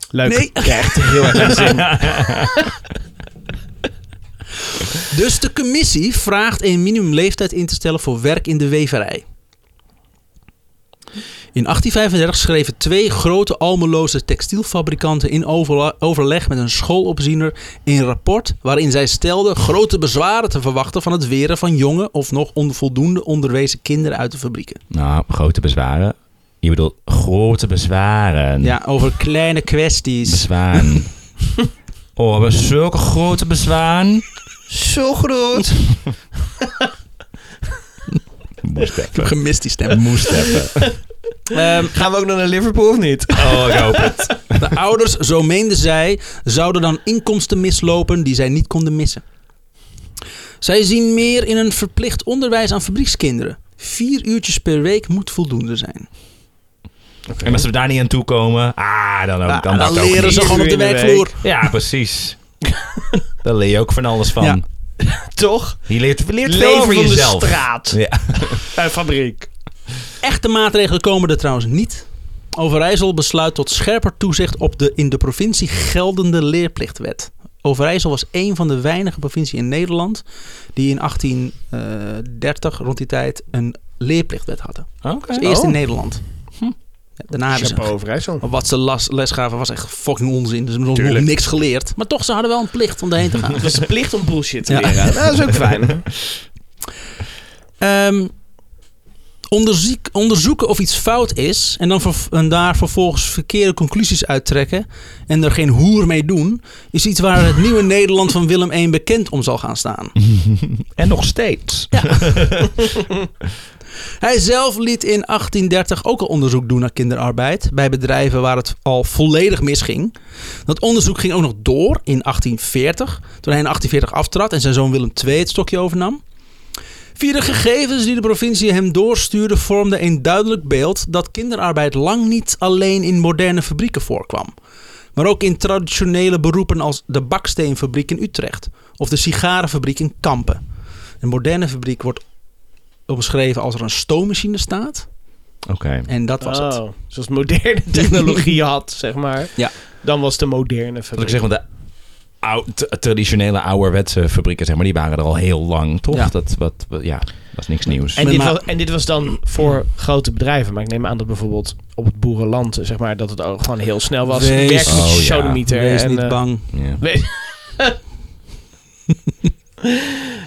S2: Leuk.
S1: Nee.
S2: Ik krijg er heel erg naar zin.
S1: Dus de commissie vraagt een minimumleeftijd in te stellen voor werk in de weverij. In 1835 schreven twee grote almeloze textielfabrikanten in overla- overleg met een schoolopziener een rapport waarin zij stelden grote bezwaren te verwachten van het weren van jonge of nog onvoldoende onderwezen kinderen uit de fabrieken.
S6: Nou, grote bezwaren. Je bedoelt grote bezwaren.
S1: Ja, over kleine kwesties.
S6: Bezwaren.
S3: Oh, we hebben zulke grote bezwaren.
S2: Zo groot.
S7: Moest
S1: Ik
S3: *laughs*
S1: heb
S7: even.
S1: gemist die stem.
S7: Moest even.
S1: Ehm,
S2: Gaan we ook nog naar Liverpool of niet?
S3: *laughs*
S7: Oh, ik hoop het.
S1: de ouders, zo meende zij, zouden dan inkomsten mislopen die zij niet konden missen. Zij zien meer in een verplicht onderwijs aan fabriekskinderen. Vier uurtjes per week moet voldoende zijn.
S3: En als we daar niet aan toe komen, ah, dan ook.
S1: Nou, dan,
S3: dan dat ook
S1: leren
S3: niet.
S1: ze gewoon op de
S2: Vier uur in de
S1: werkvloer.
S3: Ja, precies. Daar leer je ook van alles van.
S1: Ja.
S2: Toch?
S3: Je leert, je leert veel
S2: Leven
S3: over
S2: van
S3: jezelf.
S2: de straat.
S3: Ja.
S2: Bij fabriek.
S1: Echte maatregelen komen er trouwens niet. Overijssel besluit tot scherper toezicht op de in de provincie geldende leerplichtwet. Overijssel was een van de weinige provincies in Nederland die in 1830 rond die tijd een leerplichtwet hadden.
S3: Oké.
S1: Dus eerst in
S2: Oh.
S1: Nederland. Ja, Daarna hebben ze
S2: Chapeau Overijssel.
S1: maar wat ze las, les gaven was echt fucking onzin. Dus ze hebben nog
S2: Tuurlijk.
S1: niks geleerd. Maar toch, ze hadden wel een plicht om daarheen te *laughs* gaan.
S2: Het was de plicht om bullshit te
S1: Ja.
S2: leren. Nou, dat is ook fijn.
S1: Ehm, onderziek- onderzoeken of iets fout is en, dan ver- en daar vervolgens verkeerde conclusies uittrekken en er geen hoer mee doen, is iets waar het nieuwe Nederland van Willem I bekend om zal gaan staan.
S3: *laughs* En nog
S1: *laughs*
S3: steeds.
S1: Hij zelf liet in 1830 ook al onderzoek doen naar kinderarbeid bij bedrijven waar het al volledig misging. Dat onderzoek ging ook nog door in 1840, toen hij in 1840 aftrad en zijn zoon Willem II het stokje overnam. Via de gegevens die de provincie hem doorstuurde vormde een duidelijk beeld dat kinderarbeid lang niet alleen in moderne fabrieken voorkwam. Maar ook in traditionele beroepen als de baksteenfabriek in Utrecht of de sigarenfabriek in Kampen. Een moderne fabriek wordt omschreven als er een stoommachine staat.
S3: Oké.
S1: En dat was het.
S2: Oh, zoals *laughs* moderne technologie had, zeg maar.
S1: Ja.
S2: Dan was de moderne
S3: Wat ik
S2: fabriek.
S3: zeg, want de ou- t- traditionele ouderwetse fabrieken, zeg maar, die waren er al heel lang, toch?
S1: Ja.
S3: Dat, wat, wat- ja, dat is niks nieuws.
S2: en,
S1: Maar-
S2: dit was, en dit was dan voor grote bedrijven. Maar ik neem aan dat bijvoorbeeld op het boerenland, zeg maar, dat het ook gewoon heel snel was.
S1: Wees-
S2: Werk met
S3: Oh,
S2: je
S3: ja.
S2: sodomieter
S1: Wees
S2: en,
S1: niet
S2: eh,
S1: bang.
S3: ja.
S2: we-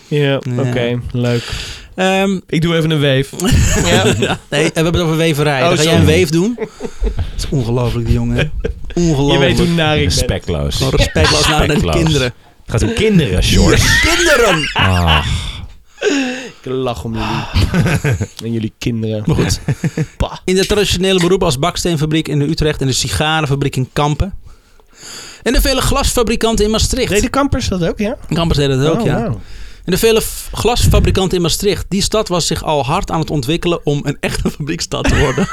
S2: ja, oké, leuk.
S1: Ehm,
S2: Ik doe even een *laughs* wave.
S1: nee, we hebben het over weverij.
S2: Oh,
S1: Dan ga jij
S2: sorry.
S1: een weef doen. *laughs* Het is ongelooflijk, die jongen.
S2: Je
S1: Ongelooflijk.
S2: weet *laughs* hoe naar ik ben.
S3: Respectloos.
S1: Gewoon
S3: Het
S1: respectloos naar de
S3: Respectloos.
S1: kinderen.
S3: gaat om kinderen, George.
S1: Kinderen!
S3: Ah,
S2: Ik lach om
S3: *laughs*
S2: jullie. en jullie kinderen.
S1: Maar goed.
S2: Pa.
S1: In de traditionele beroepen als baksteenfabriek in Utrecht en de sigarenfabriek in Kampen. En de vele glasfabrikanten in Maastricht.
S2: Deed de kampers dat ook, ja?
S1: Kampers deden dat ook,
S2: Oh,
S1: ja.
S2: wauw.
S1: En de vele f- glasfabrikanten in Maastricht. Die stad was zich al hard aan het ontwikkelen om een echte *laughs* fabriekstad te worden.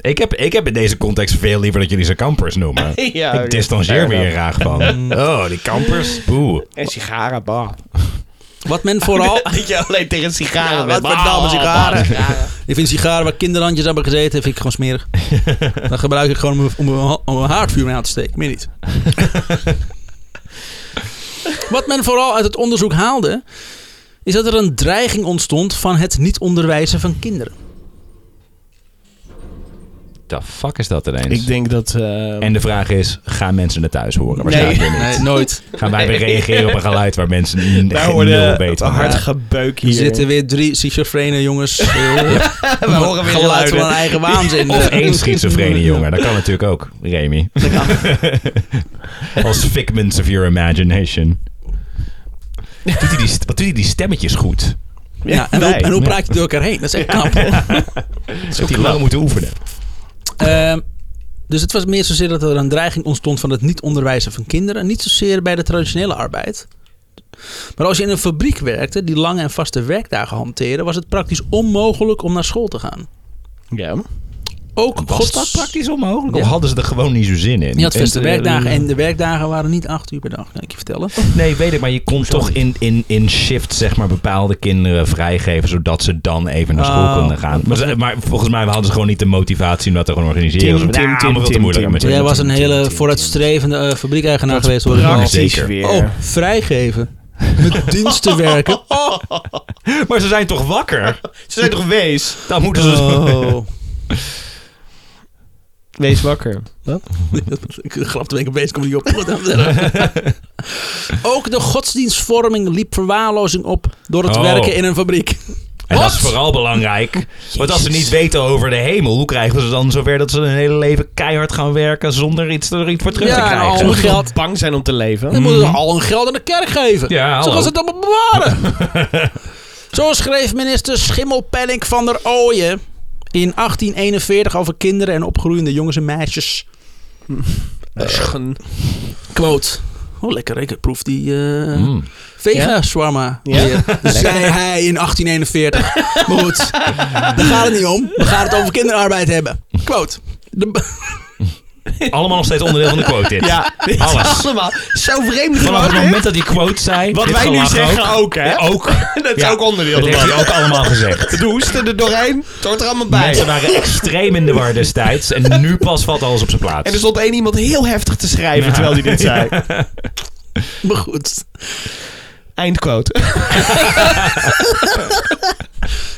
S3: ik, heb, ik heb in deze context veel liever dat jullie ze kampers noemen.
S2: *laughs* Oh, ja oké.
S3: Ik distancieer me hier graag van. Oh, die kampers. Boe.
S2: En sigaren, bah.
S1: Wat men vooral...
S2: Dat je alleen tegen sigaren
S1: Ja,
S2: bent. oh,
S1: wat verdamme
S2: Bah,
S1: sigaren.
S2: bah, sigaren.
S1: Ik vind sigaren waar kinderhandjes aan hebben gezeten, vind ik gewoon smerig. Dan gebruik ik gewoon om, om, om, een haardvuur mee aan te steken. Meer niet. Wat men vooral uit het onderzoek haalde, is dat er een dreiging ontstond van het niet onderwijzen van kinderen.
S3: The fuck is dat ineens?
S2: Ik denk dat... eh,
S3: en de vraag is, gaan mensen het thuis horen? Waarschijnlijk
S2: Nee.
S3: weer niet.
S1: nooit.
S3: Gaan wij weer reageren op een geluid waar mensen geen
S2: Wij
S3: nul
S2: worden
S3: weten
S2: een
S3: van
S2: hard
S3: hebben?
S2: gebeuk
S1: Er
S2: hier.
S1: zitten weer drie schizofrene
S3: *laughs*
S1: jongens. We
S2: *laughs* we horen weer
S1: geluid van
S2: geluiden.
S1: hun eigen waanzin. eh.
S3: Of
S1: *laughs*
S3: één schizofrene jongen. Dat kan natuurlijk ook, Remy. Als figments of your imagination. Doet hij die, st- wat doet hij die stemmetjes goed?
S1: Ja, en, hoe,
S2: wij.
S1: en hoe praat je door elkaar heen? Dat is echt knap.
S3: Dat hij lang moeten oefenen.
S1: Ehm, dus het was meer zozeer dat er een dreiging ontstond van het niet onderwijzen van kinderen. Niet zozeer bij de traditionele arbeid. Maar als je in een fabriek werkte die lange en vaste werkdagen hanteerde, was het praktisch onmogelijk om naar school te gaan.
S2: Ja.
S1: Ook
S3: Was dat
S1: gods-
S3: praktisch onmogelijk?
S1: Ja.
S3: Of hadden ze er gewoon niet zo zin in?
S1: Je had vaste
S3: En- eh,
S1: werkdagen en de werkdagen waren niet acht uur per dag, kan ik je vertellen.
S3: Nee, weet ik, maar je kon toch in, in, in shift zeg maar, bepaalde kinderen vrijgeven... zodat ze dan even naar school
S1: Oh.
S3: konden gaan. Maar, ze- maar volgens mij hadden ze gewoon niet de motivatie om dat te gaan organiseren.
S2: Tim,
S3: Ze-
S2: Tim, Tim,
S3: Ja, allemaal veel te
S2: Tim,
S3: moeilijk
S2: Tim.
S3: met
S1: Jij
S3: hun-
S1: was een
S3: Tim, Tim,
S1: hele
S3: Tim,
S1: vooruitstrevende eh, fabriekeigenaar geweest. Hoor ik al.
S2: Praktisch
S3: Zeker.
S2: weer.
S1: Oh, vrijgeven.
S3: *laughs*
S1: Met diensten werken. Oh.
S3: Tim. *laughs* Maar ze zijn toch wakker?
S2: Ze zijn toch wees? Oh.
S3: Dan moeten ze... Oh.
S2: Wees wakker.
S1: Grap, ben *laughs* ik opeens, kom ik niet op. Wat dan? nou?
S3: *laughs*
S1: Ook de godsdienstvorming liep verwaarlozing op door het
S3: Oh.
S1: werken in een fabriek.
S3: En dat is
S1: Wat?
S3: vooral belangrijk. Want als ze niet weten over de hemel, hoe krijgen ze dan zover dat ze hun hele leven keihard gaan werken zonder iets er iets voor terug te
S1: Ja, en
S3: krijgen?
S1: al hun
S2: Moet je wel
S1: geld.
S2: bang zijn om te leven? Mm.
S1: Dan moeten ze al hun geld aan de kerk geven.
S3: Mhm. Ja,
S1: Zo
S3: hallo.
S1: gaan ze het allemaal bewaren.
S3: *laughs*
S1: Zo schreef minister Schimmelpenninck van der Ooyen in 1841 over kinderen en opgroeiende jongens en meisjes.
S2: Schen.
S1: Quote. Oh, lekker. Ik proef die eh
S3: Mm.
S1: vega shawarma
S2: Ja?
S1: weer. Dus Zei hij in *laughs* 1841. maar goed, daar gaat het niet om. We gaan het over kinderarbeid hebben. Quote. De,
S3: Allemaal nog steeds onderdeel van de quote dit.
S2: Ja, *laughs* dit is
S3: Alles.
S2: allemaal zo vreemd.
S3: Vanaf het
S2: gewoon, hè?
S3: moment dat die quote zei...
S2: Wat
S3: dit
S2: wij nu
S3: gelach
S2: zeggen ook, hè?
S3: Ja, ook.
S2: *laughs* Dat is
S3: Ja.
S2: ook onderdeel
S3: Dat heeft
S2: ervan.
S3: hij ook allemaal gezegd.
S2: De hoesten er doorheen, het hoort er allemaal *laughs* bij.
S3: Mensen waren extreem in de war destijds. En nu pas valt alles op zijn plaats.
S2: En er stond één iemand heel heftig te schrijven terwijl hij dit zei.
S1: maar goed.
S2: Eindquote.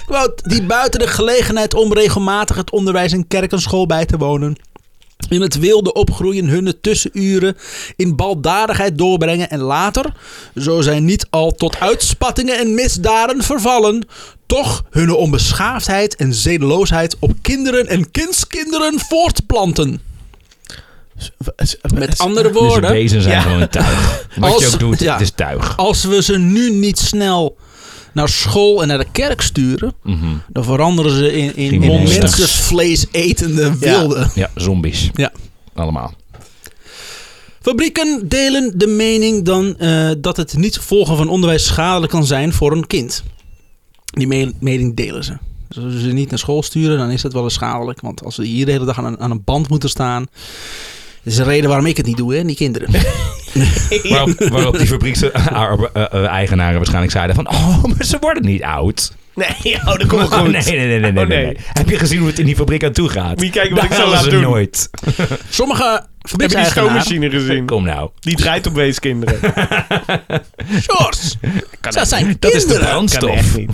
S1: Quote, die buiten de gelegenheid om regelmatig het onderwijs in kerk en school bij te wonen. In het wilde opgroeien, hun tussenuren in baldadigheid doorbrengen en later, zo zij niet al tot uitspattingen en misdaden vervallen, toch hun onbeschaafdheid en zedeloosheid op kinderen en kindskinderen voortplanten. Met andere
S3: Dus de
S1: woorden,
S3: bezen zijn
S2: Ja.
S3: gewoon tuig. Wat
S1: Als-
S3: je ook doet,
S1: ja.
S3: het is tuig.
S1: als we ze nu niet snel naar school en naar de kerk sturen,
S3: Mhm.
S1: dan veranderen ze in, in,
S3: Die
S1: in
S3: monsters.
S1: mensenvlees etende wilden.
S3: Ja, zombies.
S1: Ja.
S3: Allemaal.
S1: Fabrieken delen de mening dan eh, dat het niet volgen van onderwijs schadelijk kan zijn voor een kind. Die me- mening delen ze. Dus als we ze niet naar school sturen, dan is dat wel eens schadelijk. Want als ze hier de hele dag aan een, aan een band moeten staan. Dat is de reden waarom ik het niet doe, hè, die kinderen.
S3: Waarop, waarop die *laughs* ah, fabriekseigenaren eh, waarschijnlijk zeiden van... Oh, *laughs* maar ze worden niet oud.
S2: Nee, oh, dat komt ook
S3: Oh,
S2: goed.
S3: nee, nee, nee, nee, nee,
S2: Oh, nee.
S3: nee. Heb je gezien hoe het in die fabriek aan toe gaat?
S2: Moet je kijken wat
S3: Daar
S2: ik zo
S3: hadden
S2: laat
S3: ze
S2: doen.
S3: nooit.
S1: Sommige
S2: Heb je die
S1: fabriekseigenaren...
S2: stoommachine gezien?
S3: Kom nou.
S2: Die draait op *laughs* weeskinderen.
S1: George, dat zijn kinderen.
S3: Dat is de
S2: Kan
S3: brandstof.
S2: echt niet.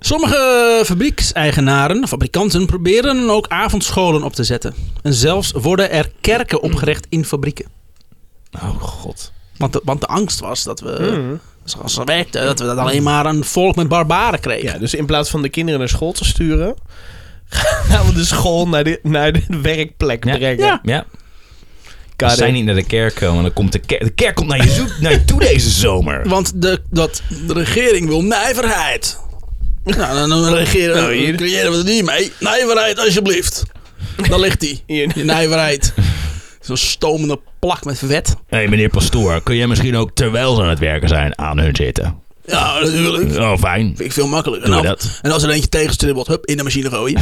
S1: Sommige fabriekseigenaren, fabrikanten, proberen ook avondscholen op te zetten. En zelfs worden er kerken opgericht in fabrieken.
S3: Oh god.
S1: Want de, want de angst was dat
S2: Hmm.
S1: we,
S2: Mm.
S1: zoals ze werkten, dat we dat alleen maar een volk met barbaren kregen.
S2: Ja, dus in plaats van de kinderen naar school te sturen... *laughs* gaan we de school naar de, naar de werkplek
S3: Ja.
S2: brengen.
S1: Ja.
S3: Ja,
S2: Got
S3: als zij
S2: it.
S3: niet naar de kerk komen, dan komt de kerk... De kerk komt naar je, zoek, naar je toe deze
S1: *laughs*
S3: zomer.
S1: Want de, dat, de regering wil nijverheid. Nou, dan, dan regeren,
S2: Nou, hier.
S1: dan creëren we er niet mee. Nijverheid, alsjeblieft. Daar ligt die.
S2: Hier.
S1: Je nijverheid. Zo'n stomende plak met vet.
S3: Hé hey, meneer pastoor, kun jij misschien ook terwijl ze aan het werken zijn aan hun zitten?
S1: Ja, natuurlijk.
S3: Oh, fijn.
S1: Vind ik veel makkelijker.
S3: Doe
S1: en, als-
S3: dat.
S1: en als er eentje tegenstribbelt, hup, in de machine gooien.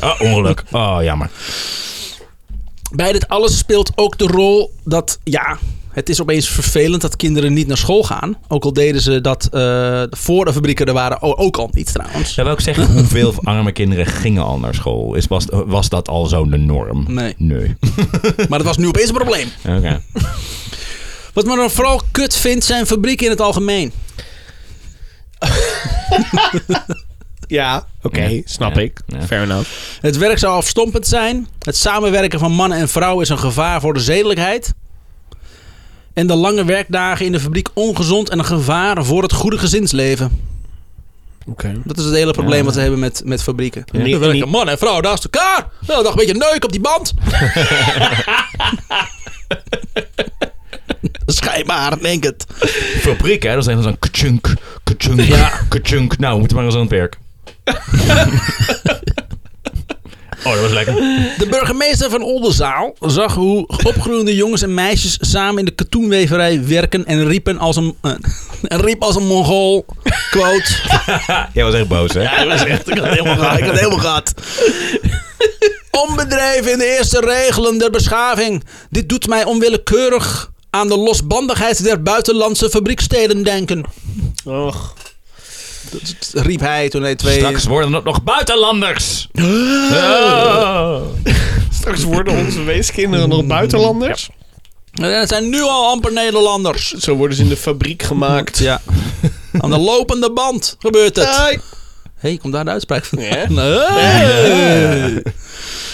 S3: Oh, ongeluk. Oh, jammer.
S1: Bij dit alles speelt ook de rol dat, ja, het is opeens vervelend dat kinderen niet naar school gaan. Ook al deden ze dat eh, voor de fabrieken er waren, o- ook al niet trouwens.
S3: Zou wel ook zeggen *laughs* hoeveel arme kinderen gingen al naar school? Is, was, was dat al zo de norm?
S1: Nee.
S3: Nee.
S1: Maar dat was nu opeens een probleem.
S3: Oké.
S1: *laughs* Wat men dan vooral kut vindt, zijn fabrieken in het algemeen.
S2: Ja, oké,
S3: Ja.
S2: snap
S3: Ja.
S2: ik.
S3: Ja.
S2: Fair enough.
S1: Het werk zou afstompend zijn. Het samenwerken van mannen en vrouwen is een gevaar voor de zedelijkheid. En de lange werkdagen in de fabriek ongezond en een gevaar voor het goede gezinsleven.
S2: Oké.
S1: Dat is het hele probleem wat ze hebben met, met fabrieken.
S2: Niet-
S1: Dan werken
S2: niet-
S1: man en vrouw naast elkaar. Nou, nog een beetje neuk op die band. *laughs* Schijnbaar, denk het.
S3: Fabriek, hè? Dat is even zo'n kachunk, kachunk, kachunk. Nou, we moeten maar eens aan het
S1: *laughs*
S3: werk. oh, dat was lekker.
S1: De burgemeester van Oldenzaal zag hoe opgroeiende jongens en meisjes samen in de katoenweverij werken en riepen als een, eh, *laughs* en riep als een mongool. Quote.
S3: Jij was echt boos, hè?
S1: Ja, dat was echt, ik had het *laughs* helemaal gehad. Ik had het helemaal gehad. Onbedreven in de eerste regelen der beschaving. Dit doet mij onwillekeurig aan de losbandigheid der buitenlandse fabrieksteden denken.
S2: Och.
S1: Dat riep hij toen hij twee...
S3: Straks worden het nog buitenlanders. Oh.
S2: Straks worden onze *laughs* weeskinderen nog buitenlanders.
S1: Eh, Het zijn nu al amper Nederlanders.
S2: Zo worden ze in de fabriek gemaakt.
S1: Ja. Aan de lopende band gebeurt het.
S2: Ai.
S1: Hé, hey, komt daar de uitspraak van?
S2: Ja.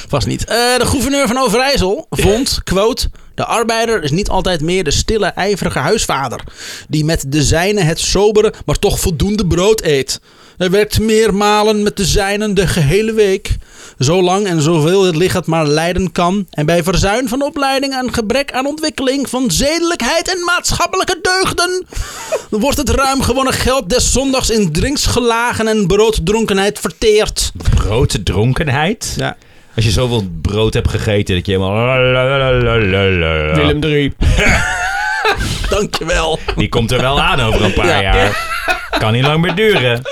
S1: Vast niet. Eh, de gouverneur van Overijssel vond, quote... De arbeider is niet altijd meer de stille, ijverige huisvader... die met de zijne het sobere, maar toch voldoende brood eet. Hij werkt meermalen met de zijnen de gehele week. Zolang en zoveel het lichaam maar lijden kan. En bij verzuim van opleiding en gebrek aan ontwikkeling van zedelijkheid en maatschappelijke deugden. wordt het ruim gewonnen geld des zondags in drinks gelagen en brooddronkenheid verteerd.
S3: Brooddronkenheid.
S1: Ja.
S3: Als je zoveel brood hebt gegeten dat je helemaal...
S2: Willem 3.
S1: Dankjewel.
S3: Die komt er wel aan over een paar jaar. Kan niet lang meer duren.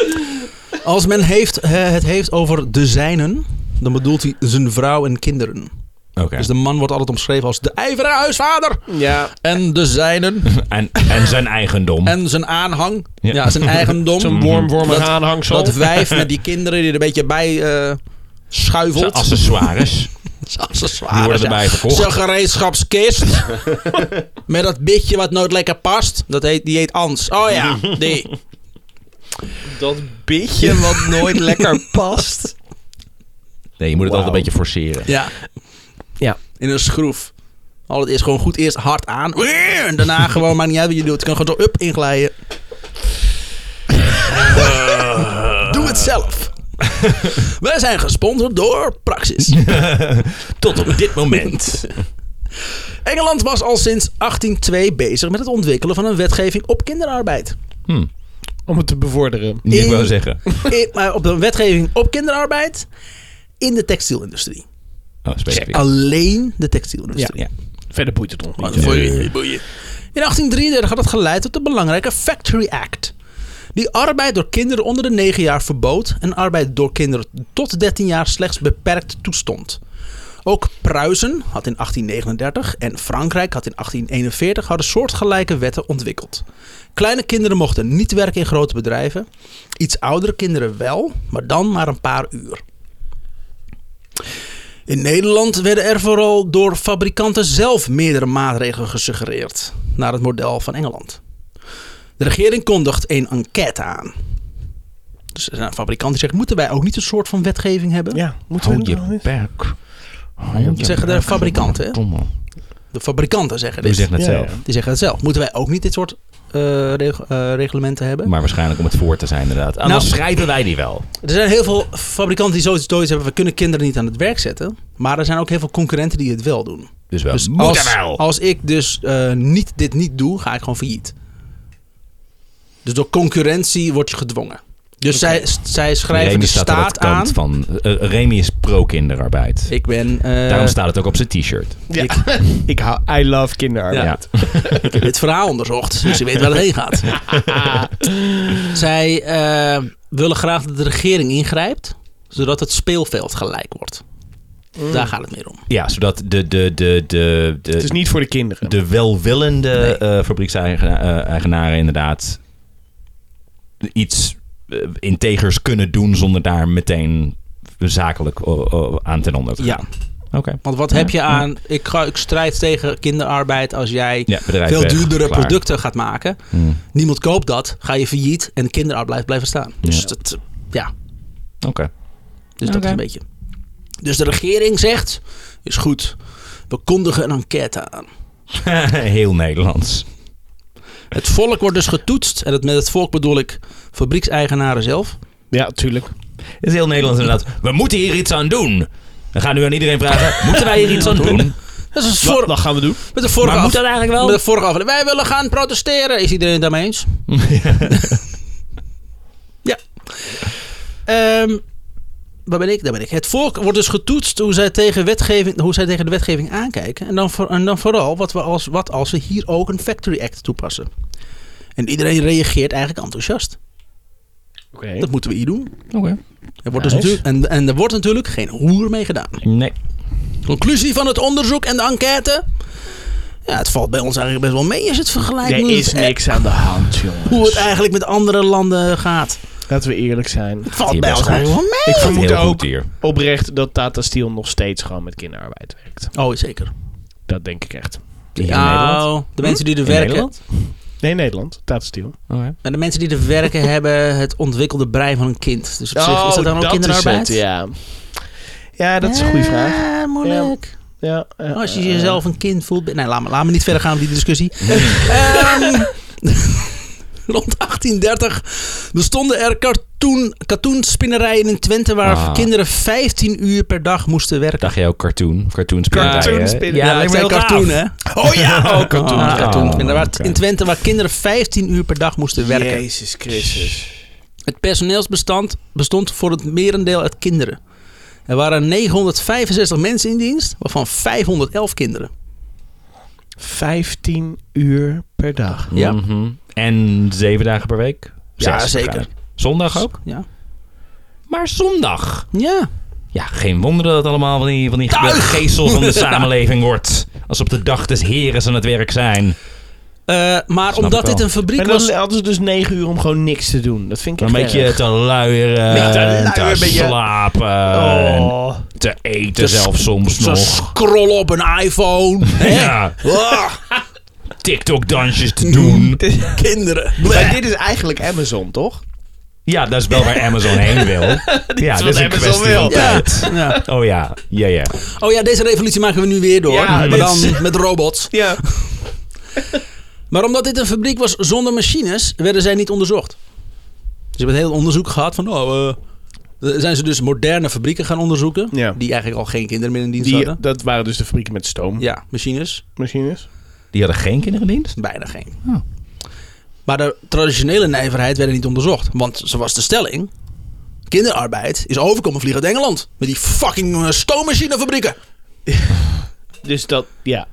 S1: Als men heeft, eh, het heeft over de zijnen, dan bedoelt hij zijn vrouw en kinderen.
S3: Oké.
S1: Dus de man wordt altijd omschreven als de ijverige huisvader.
S2: Ja.
S1: En de zijnen.
S3: En, en zijn eigendom.
S1: En zijn aanhang. Ja,
S3: Ja.
S1: zijn eigendom.
S2: Zo'n wormwormig
S1: Dat-
S2: aanhangsel.
S1: dat wijf met die kinderen die er een beetje bij eh,
S3: zijn
S1: schuivelt.
S3: accessoires.
S1: Zijn accessoires,
S3: Die worden erbij verkocht.
S1: Zijn
S3: *laughs*
S1: gereedschapskist. met dat bitje wat nooit lekker past. Dat heet, die heet Ans. Oh ja, die.
S8: Dat beetje wat nooit lekker past.
S3: Nee, je moet het altijd een beetje forceren.
S1: Ja.
S2: Ja.
S1: In een schroef. Al het is gewoon goed eerst hard aan. En daarna gewoon, maakt niet uit wat je doet. Je kan gewoon zo up
S3: *laughs*
S1: inglijden. Doe het zelf. Wij zijn gesponsord door
S3: *laughs*
S1: Praxis.
S3: Tot op dit *laughs* moment.
S1: Engeland was al sinds 1802 bezig met het ontwikkelen van een wetgeving op kinderarbeid.
S2: Om het te bevorderen.
S3: Ik wou zeggen.
S1: In- maar op een wetgeving op kinderarbeid in de textielindustrie. Dus
S3: Oh, specifiek.
S1: Alleen de textielindustrie.
S2: Ja. Oh, Verder boeit het ons niet.
S1: Boeien, boeien, boeien. In 1833 had het geleid tot de belangrijke Factory Act. Die arbeid door kinderen onder de 9 jaar verbood en arbeid door kinderen tot 13 jaar slechts beperkt toestond. Ook Pruisen had in 1839 en Frankrijk had in 1841 hadden soortgelijke wetten ontwikkeld. Kleine kinderen mochten niet werken in grote bedrijven. Iets oudere kinderen wel, maar dan maar een paar uur. In Nederland werden er vooral door fabrikanten zelf meerdere maatregelen gesuggereerd, naar het model van Engeland. De regering kondigt een enquête aan. Dus er zijn fabrikanten die zeggen, moeten wij ook niet een soort van wetgeving hebben?
S2: Ja, moeten
S3: Hou
S2: we
S3: je
S2: niet?
S3: bek.
S1: dat zeggen de fabrikanten, hè? De fabrikanten zeggen
S3: Doe
S1: dit.
S3: zegt het
S2: Ja,
S3: zelf.
S2: ja.
S1: Die zeggen het zelf. Moeten wij ook niet dit soort eh, reg- eh, reglementen hebben?
S3: Maar waarschijnlijk om het voor te zijn inderdaad. En dan
S1: Nou.
S3: schrijven wij die wel.
S1: Er zijn heel veel fabrikanten die zoiets zoiets hebben. We kunnen kinderen niet aan het werk zetten. Maar er zijn ook heel veel concurrenten die het wel doen.
S3: Dus wel.
S1: Dus
S3: Moet er
S1: als,
S3: wel.
S1: als ik dus eh, niet, dit niet doe, ga ik gewoon failliet. Dus door concurrentie word je gedwongen. Dus zij, zij schrijven
S3: Remy
S1: de
S3: staat aan
S1: staat
S3: de kant
S1: aan.
S3: van... eh, Remy is pro-kinderarbeid.
S1: Ik ben... eh,
S3: Daarom staat het ook op zijn t-shirt.
S2: Ja. Ik hou I love kinderarbeid.
S3: Ja.
S1: Ik heb *laughs* dit verhaal onderzocht, dus je weet waar het heen
S3: *laughs*
S1: gaat. Zij eh, willen graag dat de regering ingrijpt, zodat het speelveld gelijk wordt. Daar gaat het meer om.
S3: Ja, zodat de, de, de, de,
S2: Het is
S3: de,
S2: niet voor de kinderen.
S3: de welwillende eh, fabriekseigenaren eigenaren inderdaad iets eh, integers kunnen doen zonder daar meteen zakelijk o- o- aan ten onder te gaan.
S1: Ja,
S3: Oké.
S1: want wat heb je aan... Ik, ga, ik strijd tegen kinderarbeid als jij
S3: Ja, bedrijf
S1: veel
S3: weg,
S1: duurdere
S3: klaar.
S1: producten gaat maken.
S3: Hmm.
S1: Niemand koopt dat, ga je failliet en kinderarbeid blijft blijven staan. Dus,
S3: Ja.
S1: dat, ja,
S3: Oké. *laughs*
S1: dus dat is een beetje... Dus de regering zegt, is goed, we kondigen een enquête aan.
S3: Heel Nederlands.
S1: Het volk wordt dus getoetst. En het, met het volk bedoel ik fabriekseigenaren zelf.
S2: Ja, tuurlijk.
S3: Het is heel Nederlands inderdaad. We moeten hier iets aan doen. We gaan nu aan iedereen vragen, moeten wij hier iets aan doen?
S1: Dat is
S2: Wat,
S1: voor,
S2: wat gaan we doen?
S1: met de vorige
S3: Maar
S1: af-
S3: moet dat eigenlijk wel?
S1: Met de vorige aflevering. Wij willen gaan protesteren. Is iedereen het daarmee eens? ja. Ehm, waar ben ik? Daar ben ik. Het volk wordt dus getoetst hoe zij tegen, wetgeving, hoe zij tegen de wetgeving aankijken. En dan, voor, en dan vooral wat, we als, wat als we hier ook een Factory Act toepassen. En iedereen reageert eigenlijk enthousiast.
S2: Oké.
S1: Dat moeten we hier doen.
S3: Oké.
S1: Er wordt dus
S3: Nice.
S1: natuurlijk, en, en er wordt natuurlijk geen hoer mee gedaan.
S3: Nee.
S1: Conclusie van het onderzoek en de enquête? Ja, het valt bij ons eigenlijk best wel mee als je het vergelijkt
S2: Er
S1: met
S2: is
S1: het-
S2: niks aan de hand, jongens.
S1: hoe het eigenlijk met andere landen gaat.
S2: Laten we eerlijk zijn.
S1: Het valt
S3: Hier
S1: bij
S3: best
S1: ons
S3: goed.
S1: eigenlijk wel
S2: Ik vermoed
S3: Heel goed
S2: ook
S3: hier.
S2: oprecht dat Tata Steel nog steeds gewoon met kinderarbeid werkt.
S1: mee. Oh, zeker.
S2: Dat denk ik echt.
S3: Hier in Nederland. Hm?
S1: Nou, de mensen die er
S3: In
S1: werken,
S3: Nederland?
S2: Nee, Nederland. Tata Steel.
S3: Oké.
S1: maar de mensen die er werken
S3: *laughs*
S1: hebben het ontwikkelde brein van een kind. Dus op
S2: Oh,
S1: zich is dat dan ook kinderarbeid?
S2: ja. ja, dat is een goede vraag.
S1: Ja, moeilijk.
S2: Ja, ja,
S1: Als je
S2: ja,
S3: *laughs*
S1: jezelf een kind voelt... Nee, laat me, laat me niet verder gaan met die discussie. Ehm, *laughs* Rond 1830 bestonden er cartoon, katoenspinnerijen in Twente waar
S3: Ah.
S1: kinderen 15 uur per dag moesten werken.
S3: Dacht je ook cartoon? Cartoon
S2: Cartoon
S3: spelen.
S2: spinnen.
S1: Ja, ik
S2: lijkt me
S1: zei
S2: heel gaaf.
S1: cartoon, hè?
S2: Oh ja, oh, cartoon.
S1: Ah, cartoon.
S3: Oh,
S1: En daar waren-
S3: oké.
S1: In Twente waar kinderen 15 uur per dag moesten werken.
S2: Jezus Christus.
S1: Het personeelsbestand bestond voor het merendeel uit kinderen. Er waren 965 mensen in dienst, waarvan 511 kinderen.
S2: 15 uur per dag.
S1: Ja.
S3: Mhm. En zeven dagen per week?
S1: Ja,
S3: Zes
S1: zeker.
S3: waarschijnlijk. Zondag ook?
S1: Ja.
S3: Maar zondag.
S1: Ja.
S3: Ja, geen wonder dat het allemaal van die, van die geestel van de samenleving wordt. Als op de dag des heren ze aan het werk zijn.
S1: Eh, maar
S3: Snap ik
S1: omdat
S3: wel.
S1: dit een fabriek
S2: En dan
S1: was...
S2: hadden ze dus 9 uur om gewoon niks te doen. Dat vind ik
S3: Een
S2: echt
S3: beetje
S2: erg.
S3: te luieren,
S2: Beetje te
S3: te,
S2: luieren, beetje-
S3: slapen,
S2: Oh.
S3: te eten zelfs soms
S1: Zo
S3: nog.
S1: scrollen op een
S2: *laughs*
S1: iPhone. hè?
S3: Ja,
S1: Ah,
S3: TikTok-dansjes
S2: *laughs*
S3: te doen.
S1: kinderen.
S2: Maar dit is eigenlijk Amazon, toch?
S3: Ja, dat is wel waar Amazon
S2: *laughs*
S3: heen wil. ja, dat is een
S2: Amazon
S3: kwestie
S2: wil.
S3: van tijd.
S1: Ja.
S3: Oh ja, ja, ja.
S1: Oh ja, deze revolutie maken we nu weer door.
S2: Ja,
S1: maar
S2: dit
S1: dan
S2: is-
S1: met robots.
S2: Ja.
S1: Maar omdat dit een fabriek was zonder machines, werden zij niet onderzocht. Ze hebben een heel onderzoek gehad van... Oh, eh, dan zijn ze dus moderne fabrieken gaan onderzoeken.
S2: Ja.
S1: Die eigenlijk al geen kinderen meer in dienst
S2: Die,
S1: hadden.
S2: dat waren dus de fabrieken met stoommachines.
S1: Ja, machines.
S3: Die hadden geen kinderdienst?
S1: Bijna geen. Maar de traditionele nijverheid werd er niet onderzocht. Want zoals de stelling... Kinderarbeid is overkomen vliegen uit Engeland. Met die fucking eh, stoommachinefabrieken.
S2: Dus dat, ja.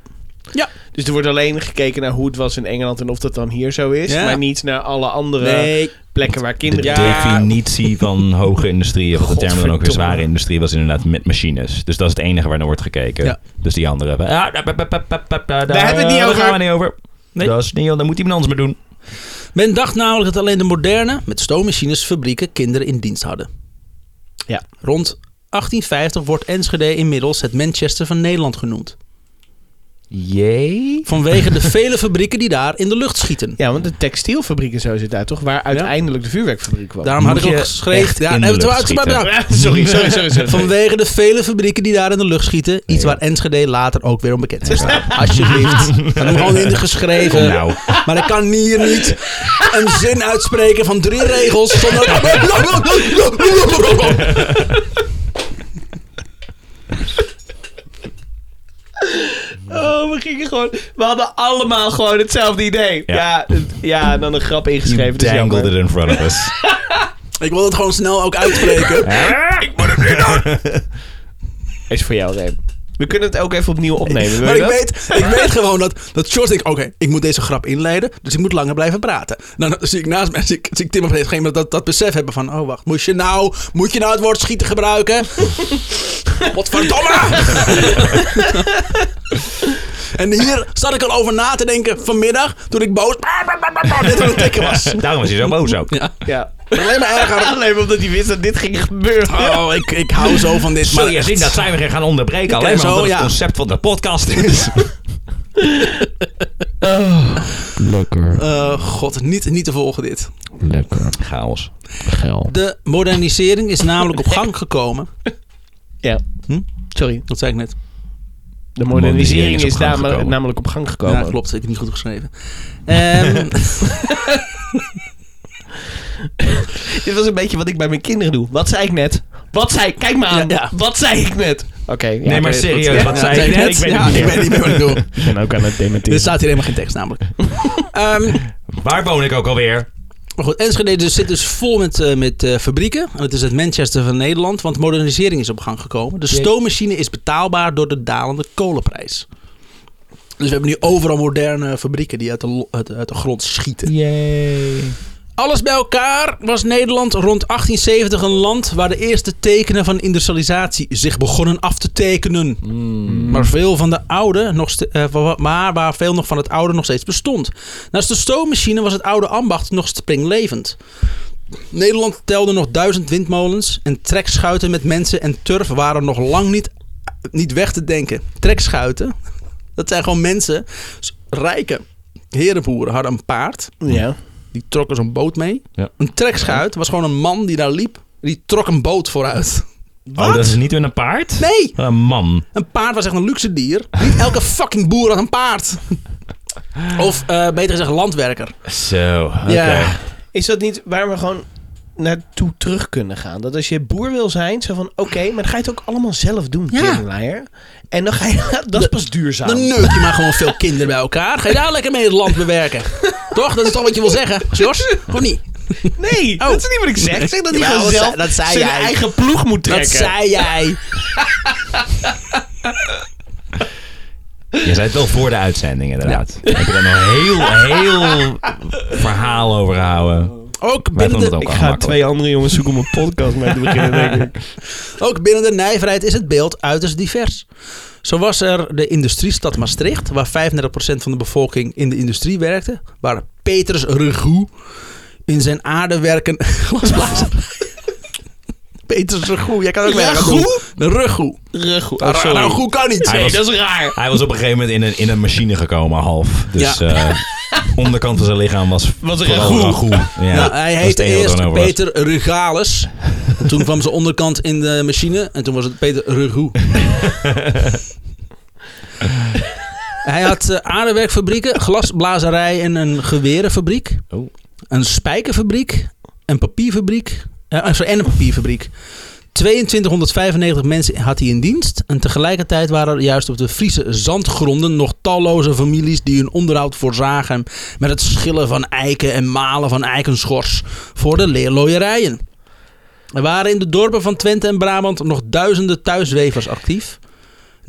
S1: Ja.
S2: Dus er wordt alleen gekeken naar hoe het was in Engeland en of dat dan hier zo is.
S1: Ja.
S2: Maar niet naar alle andere plekken waar
S3: De
S2: kinderen...
S3: definitie van hoge industrie, of wat de term dan ook weer
S2: Godverdomme.
S3: zware industrie, was inderdaad met machines. Dus dat is het enige waar naar wordt gekeken.
S1: Ja.
S3: Dus die andere hebben... Ah, da- da- da- da- da- da- daar
S2: hebben we het niet
S3: daar
S2: over.
S3: gaan we niet over. Dat is niet, dan moet iemand anders maar doen.
S1: Men dacht namelijk dat alleen de moderne, met stoommachines, fabrieken kinderen in dienst hadden.
S2: Ja.
S1: Rond 1850 wordt Enschede inmiddels het Manchester van Nederland genoemd.
S2: *laughs*
S3: Jee.
S1: Vanwege de
S3: *laughs*
S1: vele fabrieken die daar in de lucht schieten.
S2: Ja, want de textielfabriek en zo zit daar toch? Waar uiteindelijk de vuurwerkfabriek was.
S1: Daarom had
S3: Moet
S1: ik ook
S3: je echt
S1: geschreven. Ja,
S3: in de
S1: hebben we
S3: lucht
S1: het wel
S3: schieten.
S1: uitgebreid bedacht.
S2: *laughs* sorry, sorry, sorry. sorry.
S1: Vanwege de vele fabrieken die daar in de lucht schieten. Iets waar Enschede later ook weer onbekend is.
S3: *laughs*
S1: Alsjeblieft. Ik heb hem gewoon ingeschreven.
S3: Kom nou.
S1: Maar ik kan hier niet een zin uitspreken van drie regels
S3: *laughs*
S1: zonder...
S2: Oh, we gingen gewoon... We hadden allemaal gewoon hetzelfde idee. Ja,
S3: Ja.
S2: ja, het- ja, en dan een grap
S3: You
S2: ingeschreven. Dus
S3: dangled it in front of
S2: *laughs*
S3: us.
S1: Ik wil het gewoon snel ook uitspreken.
S2: *laughs* is voor jou, Reem. We kunnen het ook even opnieuw opnemen. Wil
S1: Maar
S2: je
S1: ik
S2: dat?
S1: weet, ik weet gewoon dat, dat George denkt, oké, ik moet deze grap inleiden, dus ik moet langer blijven praten. Nou, dan zie ik naast mij, zie ik, zie ik Tim op een gegeven moment dat, dat besef hebben van, oh wacht, moet je nou, moet je nou het woord schieten gebruiken? Wat verdomme! en hier zat ik al over na te denken vanmiddag, toen ik boos dit aan het tikken
S3: *laughs*
S1: was.
S3: Daarom is hij zo boos ook.
S2: Ja.
S1: Alleen maar erger.
S2: *laughs* Alleen omdat hij wist dat dit ging gebeuren.
S1: Oh, ik, ik hou zo van dit.
S3: Zul je
S1: echt.
S3: zien dat zij weer gaan onderbreken, alleen maar
S1: zo,
S3: omdat
S1: ja.
S3: het concept van de podcast
S1: *laughs*
S3: is.
S9: Lekker,
S1: Eh, God, niet, niet te volgen dit.
S9: lekker,
S3: Chaos.
S9: geil.
S1: De modernisering is namelijk op gang gekomen.
S2: Ja.
S1: Hm?
S2: Sorry.
S1: Dat zei ik net.
S2: De modernisering is,
S3: is op gang
S2: namelijk-
S3: gekomen.
S2: namelijk op gang gekomen.
S1: Ja, klopt. Ik heb het niet goed geschreven. Ehm,
S2: Dit was een beetje wat ik bij mijn kinderen doe. Wat zei ik net? Wat zei ik? Kijk me aan.
S1: Ja, ja.
S2: Wat zei ik net? Oké. ja,
S3: nee, maar
S2: oké,
S3: serieus,
S2: goed.
S3: wat
S1: ja,
S3: zei
S1: dat
S3: ik net?
S1: Ik weet, ja, ik weet niet meer wat ik doe.
S2: Ik ben ook aan het
S1: Er
S2: dementeren.
S1: staat hier helemaal geen tekst namelijk. Ehm,
S3: Waar woon ik ook alweer?
S1: maar goed, Enschede dus zit dus vol met, eh, met eh, fabrieken. En het is het Manchester van Nederland, want modernisering is op gang gekomen. De stoommachine is betaalbaar door de dalende kolenprijs. Dus we hebben nu overal moderne fabrieken die uit de, lo- uit, uit de grond schieten. Alles bij elkaar was Nederland rond 1870 een land waar de eerste tekenen van industrialisatie zich begonnen af te tekenen. Maar, veel van de oude nog ste- eh, wa- wa- maar waar veel nog van het oude nog steeds bestond. Naast de stoommachine was het oude ambacht nog springlevend. Nederland telde nog duizend windmolens en trekschuiten met mensen en turf waren nog lang niet, niet weg te denken. Trekschuiten, *laughs* dat zijn gewoon mensen, s- rijke herenboeren hadden een paard.
S2: Ja.
S1: Die trokken zo'n boot mee.
S3: Ja.
S1: Een trekschuit was gewoon een man die daar liep. Die trok een boot vooruit. *laughs*
S3: Oh, dat is niet hun een paard?
S1: Nee,
S3: Een man.
S1: een paard was echt een luxe dier. Niet elke fucking boer had een paard. Of eh, beter gezegd, landwerker.
S3: Zo, oké.
S1: Ja.
S2: Is dat niet waar we gewoon naartoe terug kunnen gaan? Dat als je boer wil zijn, zo van oké, maar dan ga je het ook allemaal zelf doen,
S1: Ja.
S2: kinderleier. En dan ga je, *laughs* dat is pas duurzaam.
S1: Dan neuk je maar gewoon veel kinderen bij elkaar. Ga je daar lekker mee het land bewerken. toch? Dat is toch wat je wil zeggen, Jos? Of niet?
S2: nee,
S1: Oh.
S2: dat is niet wat ik zeg. Ik Zeg dat hij
S1: Ja,
S2: gewoon
S1: dat
S2: zelf
S1: zei- dat zei
S2: zijn
S1: jij.
S2: eigen ploeg moet
S1: Dat
S2: trekken.
S1: zei jij.
S3: Je zei het wel voor de uitzending, inderdaad. Heb je daar nog heel, heel verhaal over gehouden.
S1: Ook
S3: Wij
S1: binnen,
S3: vonden het ook
S1: de,
S2: Ik ga
S3: gemakkelijk.
S2: twee andere jongens zoeken om een podcast mee te beginnen, denk ik.
S1: ook binnen de nijverheid is het beeld uiterst divers. Zo was er de industriestad Maastricht, waar 35% van de bevolking in de industrie werkte. Waar Petrus Regoe in zijn aardewerken *laughs* glasblazer... Petrus Regoe, jij kan ook werken.
S2: Regoe?
S1: Regoe.
S2: Ruggoed.
S1: Nou,
S2: oh, sorry.
S1: Regoe kan niet.
S3: Hij was,
S2: dat is raar.
S3: hij was op een gegeven moment in een, in een machine gekomen, half. Dus
S1: Ja.
S3: eh, onderkant van zijn lichaam was,
S2: Was
S3: vooral
S2: ragout.
S3: ragout. Ja,
S1: Nou, hij
S3: was
S1: heette
S3: het enige wat
S1: eerst
S3: er aan over was.
S1: Peter
S3: *laughs*
S1: Rugalis. En toen kwam zijn onderkant in de machine. En toen was het Peter
S3: *laughs*
S1: Rugoe. hij had eh, aardewerkfabrieken, glasblazerij en een gewerenfabriek.
S3: Oh.
S1: Een spijkerfabriek. Een papierfabriek. eh, ah, sorry, en een papierfabriek. 2295 mensen had hij in dienst. En tegelijkertijd waren er juist op de Friese zandgronden nog talloze families die hun onderhoud voorzagen met het schillen van eiken en malen van eikenschors voor de leerlooierijen. Er waren in de dorpen van Twente en Brabant nog duizenden thuiswevers actief.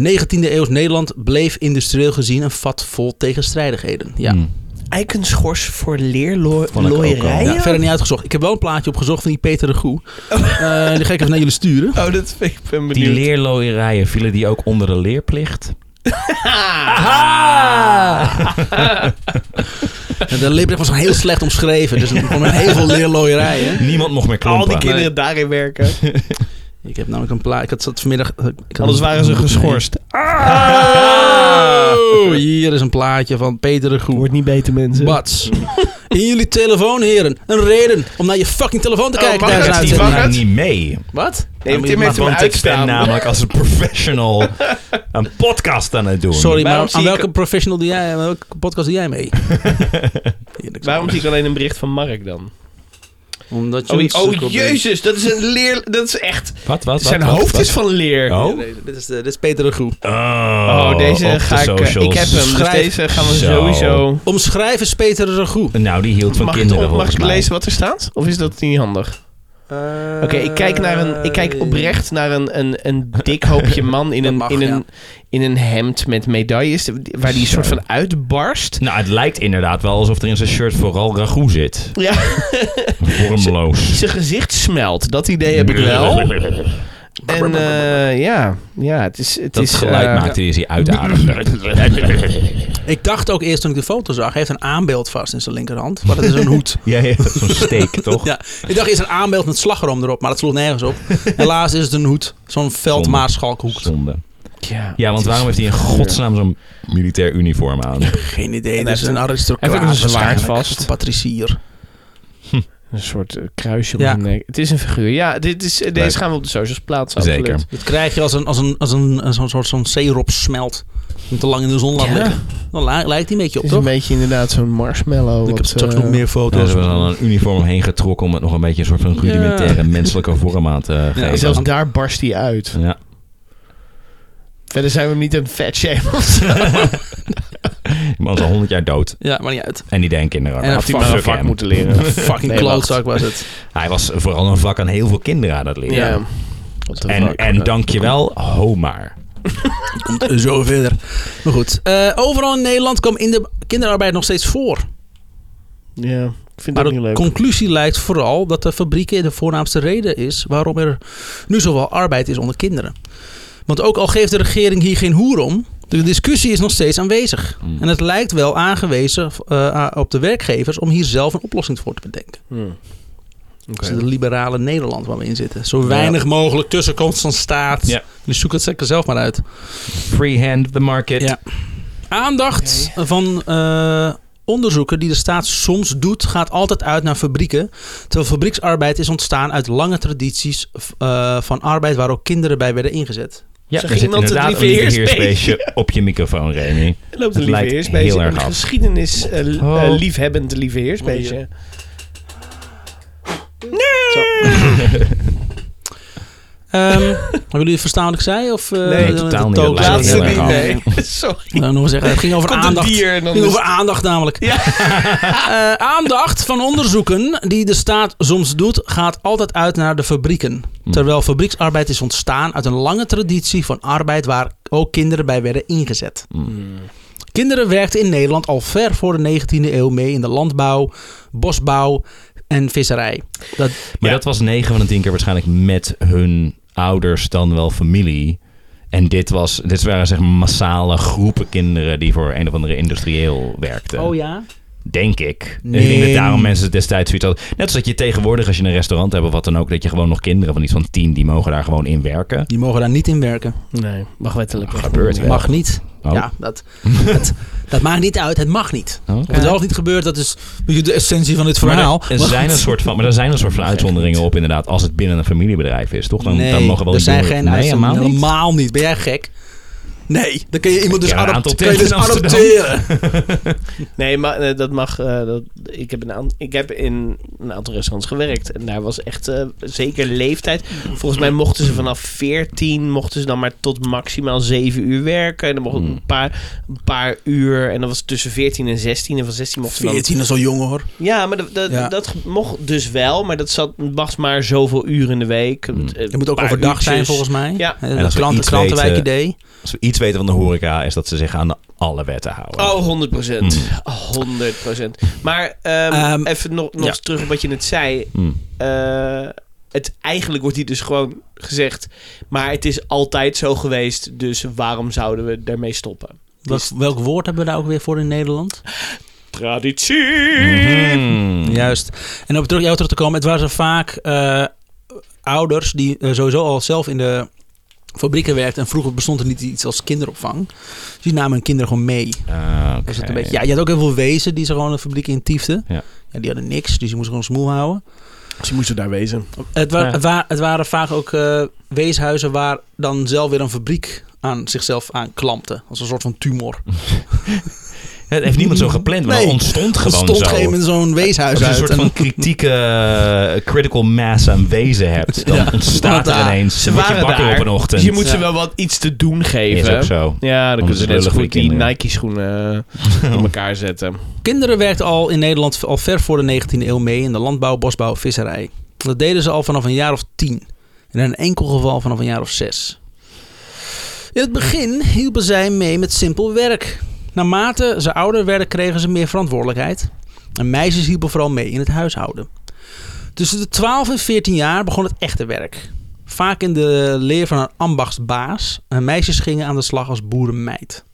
S1: 19e eeuws Nederland bleef industrieel gezien een vat vol tegenstrijdigheden. Ja.
S3: Hmm.
S2: Eikenschors voor
S3: Vond ik ook al.
S2: leerlooierijen?
S1: Ja, verder niet uitgezocht. Ik heb wel een plaatje opgezocht van die Peter de Goe. Eh, die ga ik even naar jullie sturen.
S2: Oh, dat vind ik ben
S3: Die
S2: benieuwd.
S3: leerlooierijen, vielen die ook onder de leerplicht?
S1: De leerplicht was heel slecht omschreven. Dus er kwamen heel veel leerlooierijen.
S3: Niemand mocht meer klompen.
S2: Al die kinderen daarin
S3: *laughs*
S2: werken.
S1: Ik heb namelijk een plaat. Ik had zat vanmiddag. eh, ik had
S2: Anders
S1: een-
S2: waren ze geschorst.
S1: Oh, hier is een plaatje van Peter de Goe.
S2: Wordt niet beter, mensen.
S1: Bats. In jullie telefoon, heren. Een reden om naar je fucking telefoon te
S2: Oh,
S1: kijken
S2: mag
S1: tijdens een
S2: het?
S3: Die
S2: Mag
S1: uitzending.
S3: waren
S2: het?
S3: niet mee.
S1: Wat?
S2: Nee,
S1: Ja, maar
S2: Tim
S1: je
S2: heeft
S1: mag-
S2: hem
S3: Want ik ben
S2: uitstaan.
S3: namelijk als een
S2: *laughs*
S3: professional een podcast aan het doen.
S1: Sorry,
S2: Waarom
S1: maar
S2: zie
S1: aan
S2: ik-
S1: welke professional doe jij, aan welke podcast doe jij mee? Eerlijk
S2: Waarom zie
S1: gezegd.
S2: ik alleen een bericht van Mark dan?
S1: Omdat je
S2: Oh,
S1: ons
S2: oh,
S1: zoekt op-
S2: jezus, dat is een leer... Dat is echt...
S3: Wat, wat, wat?
S2: Zijn
S3: wat,
S2: hoofd
S3: wat?
S2: is van leer.
S3: Oh?
S1: Nee, nee, dit, is, de- dit is Peter de Groe.
S3: Oh,
S2: Oh, deze
S3: op
S2: ga
S3: de
S2: ik... eh,
S3: socials.
S2: Ik heb hem, dus
S1: Schrijf-
S2: deze gaan we
S3: Zo.
S2: sowieso...
S1: Omschrijf eens Peter de Groe.
S3: Nou, die hield van
S2: Mag ik,
S3: kinderen
S2: het op, mag
S3: volgens
S2: ik
S3: mij.
S2: lezen wat er staat? Of is dat niet handig? Eh, Oké, ik kijk, naar een, ik kijk oprecht naar een, een, een dik hoopje man in
S1: Eh. *laughs* Dat
S2: een,
S1: mag,
S2: in, een,
S1: ja.
S2: in een hemd met medailles. Waar die een soort van uitbarst.
S3: Nou, het lijkt inderdaad wel alsof er in zijn shirt vooral ragout zit.
S2: Ja, *laughs*
S3: Vormloos.
S2: zijn gezicht smelt. Dat idee heb ik
S3: *laughs*
S2: wel. En eh, ja, ja, het is... Het
S3: Dat
S2: is,
S3: geluid
S2: eh,
S3: maakte hij
S2: *laughs*
S3: hij uitademde.
S1: Ik dacht ook eerst toen ik de foto zag, hij heeft een aanbeeld vast in zijn linkerhand. Maar dat is een hoed.
S3: Ja, ja, zo'n steek, toch?
S1: Ja, *laughs* ik dacht eerst een aanbeeld met slagroom erop, maar dat sloeg nergens op. Helaas is het een hoed. Zo'n veldmaarschalkhoed.
S3: Zonde.
S2: Ja,
S3: Ja, want waarom heeft hij in godsnaam zo'n militair uniform aan?
S1: Geen idee,
S2: En
S1: dat is
S2: hij
S1: een aristocraat.
S2: heeft ook een zwaard
S1: waarschijnlijk.
S2: vast.
S1: Of een patricier.
S2: Een soort eh, kruisje om
S1: Ja.
S2: zijn nek. Het is een figuur. Ja, dit is, eh,
S3: Leuk.
S2: deze gaan we op de socials plaatsen.
S3: Zeker.
S2: absoluut.
S1: Dit krijg je als een, als een, als een, als een soort zo'n zeerop smelt. Om te lang in de zon laat
S2: Ja.
S1: liggen. Dan li- lijkt hij een beetje op,
S2: Het is een
S1: toch?
S2: beetje inderdaad zo'n marshmallow.
S1: Ik heb
S2: wat,
S1: straks
S2: eh,
S1: nog meer
S3: Daar
S1: foto's.
S3: hebben we dan een uniform heen getrokken om het nog een beetje een soort van rudimentaire menselijke vorm aan te eh,
S1: Ja,
S3: geven.
S2: Zelfs daar barst hij uit.
S3: Ja. *laughs*
S2: Verder zijn we hem niet een fat shame.
S3: *laughs* Die man is al honderd jaar dood.
S1: Ja, maar niet uit.
S3: En die denken kinderen.
S1: En
S3: Had
S1: een
S3: hij
S1: vak-
S3: maar
S1: een
S3: fuck hem. *laughs*
S2: leren.
S1: Fucking
S2: *laughs* Nee, wacht.
S1: klootzak was het.
S3: Hij was vooral een vak aan heel veel kinderen aan het leren.
S2: Ja. What the
S3: En,
S2: fuck.
S3: en dankjewel, Homer.
S1: Komt *laughs* zo verder. Maar goed. eh, overal in Nederland kwam in de kinderarbeid nog steeds voor.
S2: Ja, ik vind
S1: Maar
S2: dat
S1: de
S2: niet leuk.
S1: conclusie lijkt vooral dat de fabrieken de voornaamste reden is waarom er nu zoveel arbeid is onder kinderen. Want ook al geeft de regering hier geen hoer om, de discussie is nog steeds aanwezig.
S3: Mm.
S1: En het lijkt wel aangewezen eh, op de werkgevers om hier zelf een oplossing voor te bedenken.
S2: Hmm.
S1: Dat is het liberale Nederland waar we in zitten. Zo weinig mogelijk tussenkomst van staat.
S3: Ja.
S1: Dus zoek het zeker zelf maar uit.
S3: Freehand the market.
S1: Ja. Aandacht van eh, onderzoeken die de staat soms doet, gaat altijd uit naar fabrieken. Terwijl fabrieksarbeid is ontstaan uit lange tradities eh, van arbeid waar ook kinderen bij werden ingezet.
S3: Ja,
S2: Zag
S3: er zit
S2: iemand het
S3: inderdaad
S2: lieve
S3: een lieve
S2: heersbeestje?
S3: heersbeestje op je microfoon, Remy.
S2: Er *laughs* loopt een
S3: Het
S2: lieve
S3: lijkt
S2: heersbeestje.
S3: heel
S2: Een
S3: erg af.
S2: geschiedenis eh, l-
S3: Oh.
S2: eh, liefhebbend lieve heersbeestje. *laughs*
S1: Ehm, hebben jullie het verstaan wat ik zei? Of, eh,
S2: Nee,
S1: de- de
S3: totaal niet.
S1: toon?
S3: Het lijkt
S2: Laatste
S3: heel erg
S2: niet,
S3: af.
S2: nee. *laughs* Sorry.
S1: Nou, nog eens zeggen, het ging over
S2: Komt een
S1: aandacht.
S2: dier en dan
S1: het ging
S2: is-
S1: over aandacht namelijk. *laughs* Eh, aandacht van onderzoeken die de staat soms doet, gaat altijd uit naar de fabrieken. Terwijl fabrieksarbeid is ontstaan uit een lange traditie van arbeid waar ook kinderen bij werden ingezet. Kinderen werkten in Nederland al ver voor de 19e eeuw mee in de landbouw, bosbouw en visserij. Dat,
S3: Maar
S2: Ja.
S3: dat was 9 van de 10 keer waarschijnlijk met hun ouders dan wel familie. En dit, was, dit waren zeg maar massale groepen kinderen die voor een of andere industrieel werkten.
S1: oh ja?
S3: Denk ik.
S1: Nee.
S3: Ik denk dat daarom mensen destijds zoiets hadden. Net zoals dat je tegenwoordig als je een restaurant hebt of wat dan ook, dat je gewoon nog kinderen van iets van 10 die mogen daar gewoon in werken.
S1: Die mogen daar niet in werken.
S2: Nee, mag wettelijk.
S3: Gebeurt ja.
S1: Mag niet.
S3: Oh.
S1: Ja, dat,
S3: *laughs*
S1: dat, dat maakt niet uit. Het mag niet.
S3: Oh,
S1: Of het wel of niet gebeurt, dat is een beetje de essentie van dit verhaal.
S3: Maar er, er
S1: Maar
S3: zijn
S1: goed.
S3: een soort van, maar er zijn een soort van uitzonderingen op inderdaad als het binnen een familiebedrijf is, toch? Dan,
S1: nee,
S3: dan mogen wel
S1: er
S3: die
S1: zijn
S3: boeren-
S1: geen
S3: nee,
S1: uitzonderingen.
S3: helemaal niet.
S1: Helemaal niet. Ben jij gek? Nee, dan kun je iemand dus,
S3: ken een
S1: adopt-
S3: aantal
S1: kun je dus
S3: tenten in Amsterdam. *laughs*
S1: adopteren.
S2: Nee, maar eh, dat mag. eh, dat, ik, heb een aan- ik heb in een aantal restaurants gewerkt. En daar was echt eh, zeker leeftijd. Volgens mij mochten ze vanaf 14, mochten ze dan maar tot maximaal 7 uur werken. En dan mochten
S3: Hmm.
S2: een, paar, een paar uur. En dat was tussen 14 en 16. En van 16 mochten ze dan
S1: 14 is al jong hoor.
S2: Ja, maar dat, dat,
S1: Ja.
S2: dat mocht dus wel, maar dat zat, was maar zoveel uren in de week.
S3: Mm.
S2: Eh,
S1: Hmm. Je moet ook
S2: paar
S1: overdag zijn
S2: uurtjes.
S1: volgens mij.
S2: Ja.
S1: Eh,
S3: En
S1: dat
S3: als we
S1: klanten,
S3: iets
S1: klantenwijk
S3: weten-
S1: idee.
S3: Als we iets weten van de horeca is dat ze zich aan alle wetten houden.
S2: Oh, 100 procent. 100 Maar ehm,
S1: Hmm. Ehm,
S2: even nog, nog
S1: ja.
S2: eens terug op wat je net zei.
S3: Hmm.
S2: Eh, het, eigenlijk wordt hier dus gewoon gezegd, maar het is altijd zo geweest, dus waarom zouden we daarmee stoppen?
S1: Welk, welk woord hebben we daar ook weer voor in Nederland?
S2: Traditie! Hmm.
S3: Mhm.
S1: Juist. En om op terug, jou terug te komen, het waren vaak eh, ouders die eh, sowieso al zelf in de fabrieken werkten. En vroeger bestond er niet iets als kinderopvang. Dus die namen hun kinderen gewoon mee.
S3: Ah, oké.
S1: Was het een beetje, ja, je had ook heel veel wezen die ze gewoon een fabriek in tiefden.
S3: Ja.
S1: Ja, die hadden niks, dus die moesten gewoon smoel houden.
S2: Ze moesten daar wezen.
S1: Het, wa-
S3: Ja.
S1: het, wa- het waren vaak ook eh, weeshuizen waar dan zelf weer een fabriek aan zichzelf aan klampte. Als een soort van tumor.
S3: Het heeft niemand zo gepland, maar
S1: Nee.
S3: het ontstond
S1: Er
S3: gewoon
S1: stond
S3: zo.
S1: geen in zo'n weeshuis
S3: Als je een
S1: uit.
S3: soort
S1: En-
S3: van kritieke eh, critical mass aan wezen hebt, dan ontstaat er
S1: Want, ah,
S3: ineens.
S2: Ze
S3: word je
S2: waren
S3: wakker
S2: daar.
S3: op een ochtend.
S2: Dus je moet
S1: Ja.
S2: ze wel wat iets te doen
S3: is
S2: geven.
S3: ook zo.
S2: Ja, dan
S3: Anders
S2: kunnen ze net
S3: lullen
S2: zo
S3: voor je
S2: goed die
S3: kinderen.
S2: Nike-schoenen eh, op elkaar zetten.
S1: Kinderen werkten al in Nederland al ver voor de 19e eeuw mee in de landbouw, bosbouw, visserij. Dat deden ze al vanaf een jaar of tien. En in een enkel geval vanaf een jaar of zes. In het begin hielpen zij mee met simpel werk. Naarmate ze ouder werden kregen ze meer verantwoordelijkheid. En meisjes hielpen vooral mee in het huishouden. Tussen de 12 en 14 jaar begon het echte werk. Vaak in de leer van een ambachtsbaas. En meisjes gingen aan de slag als boerenmeid.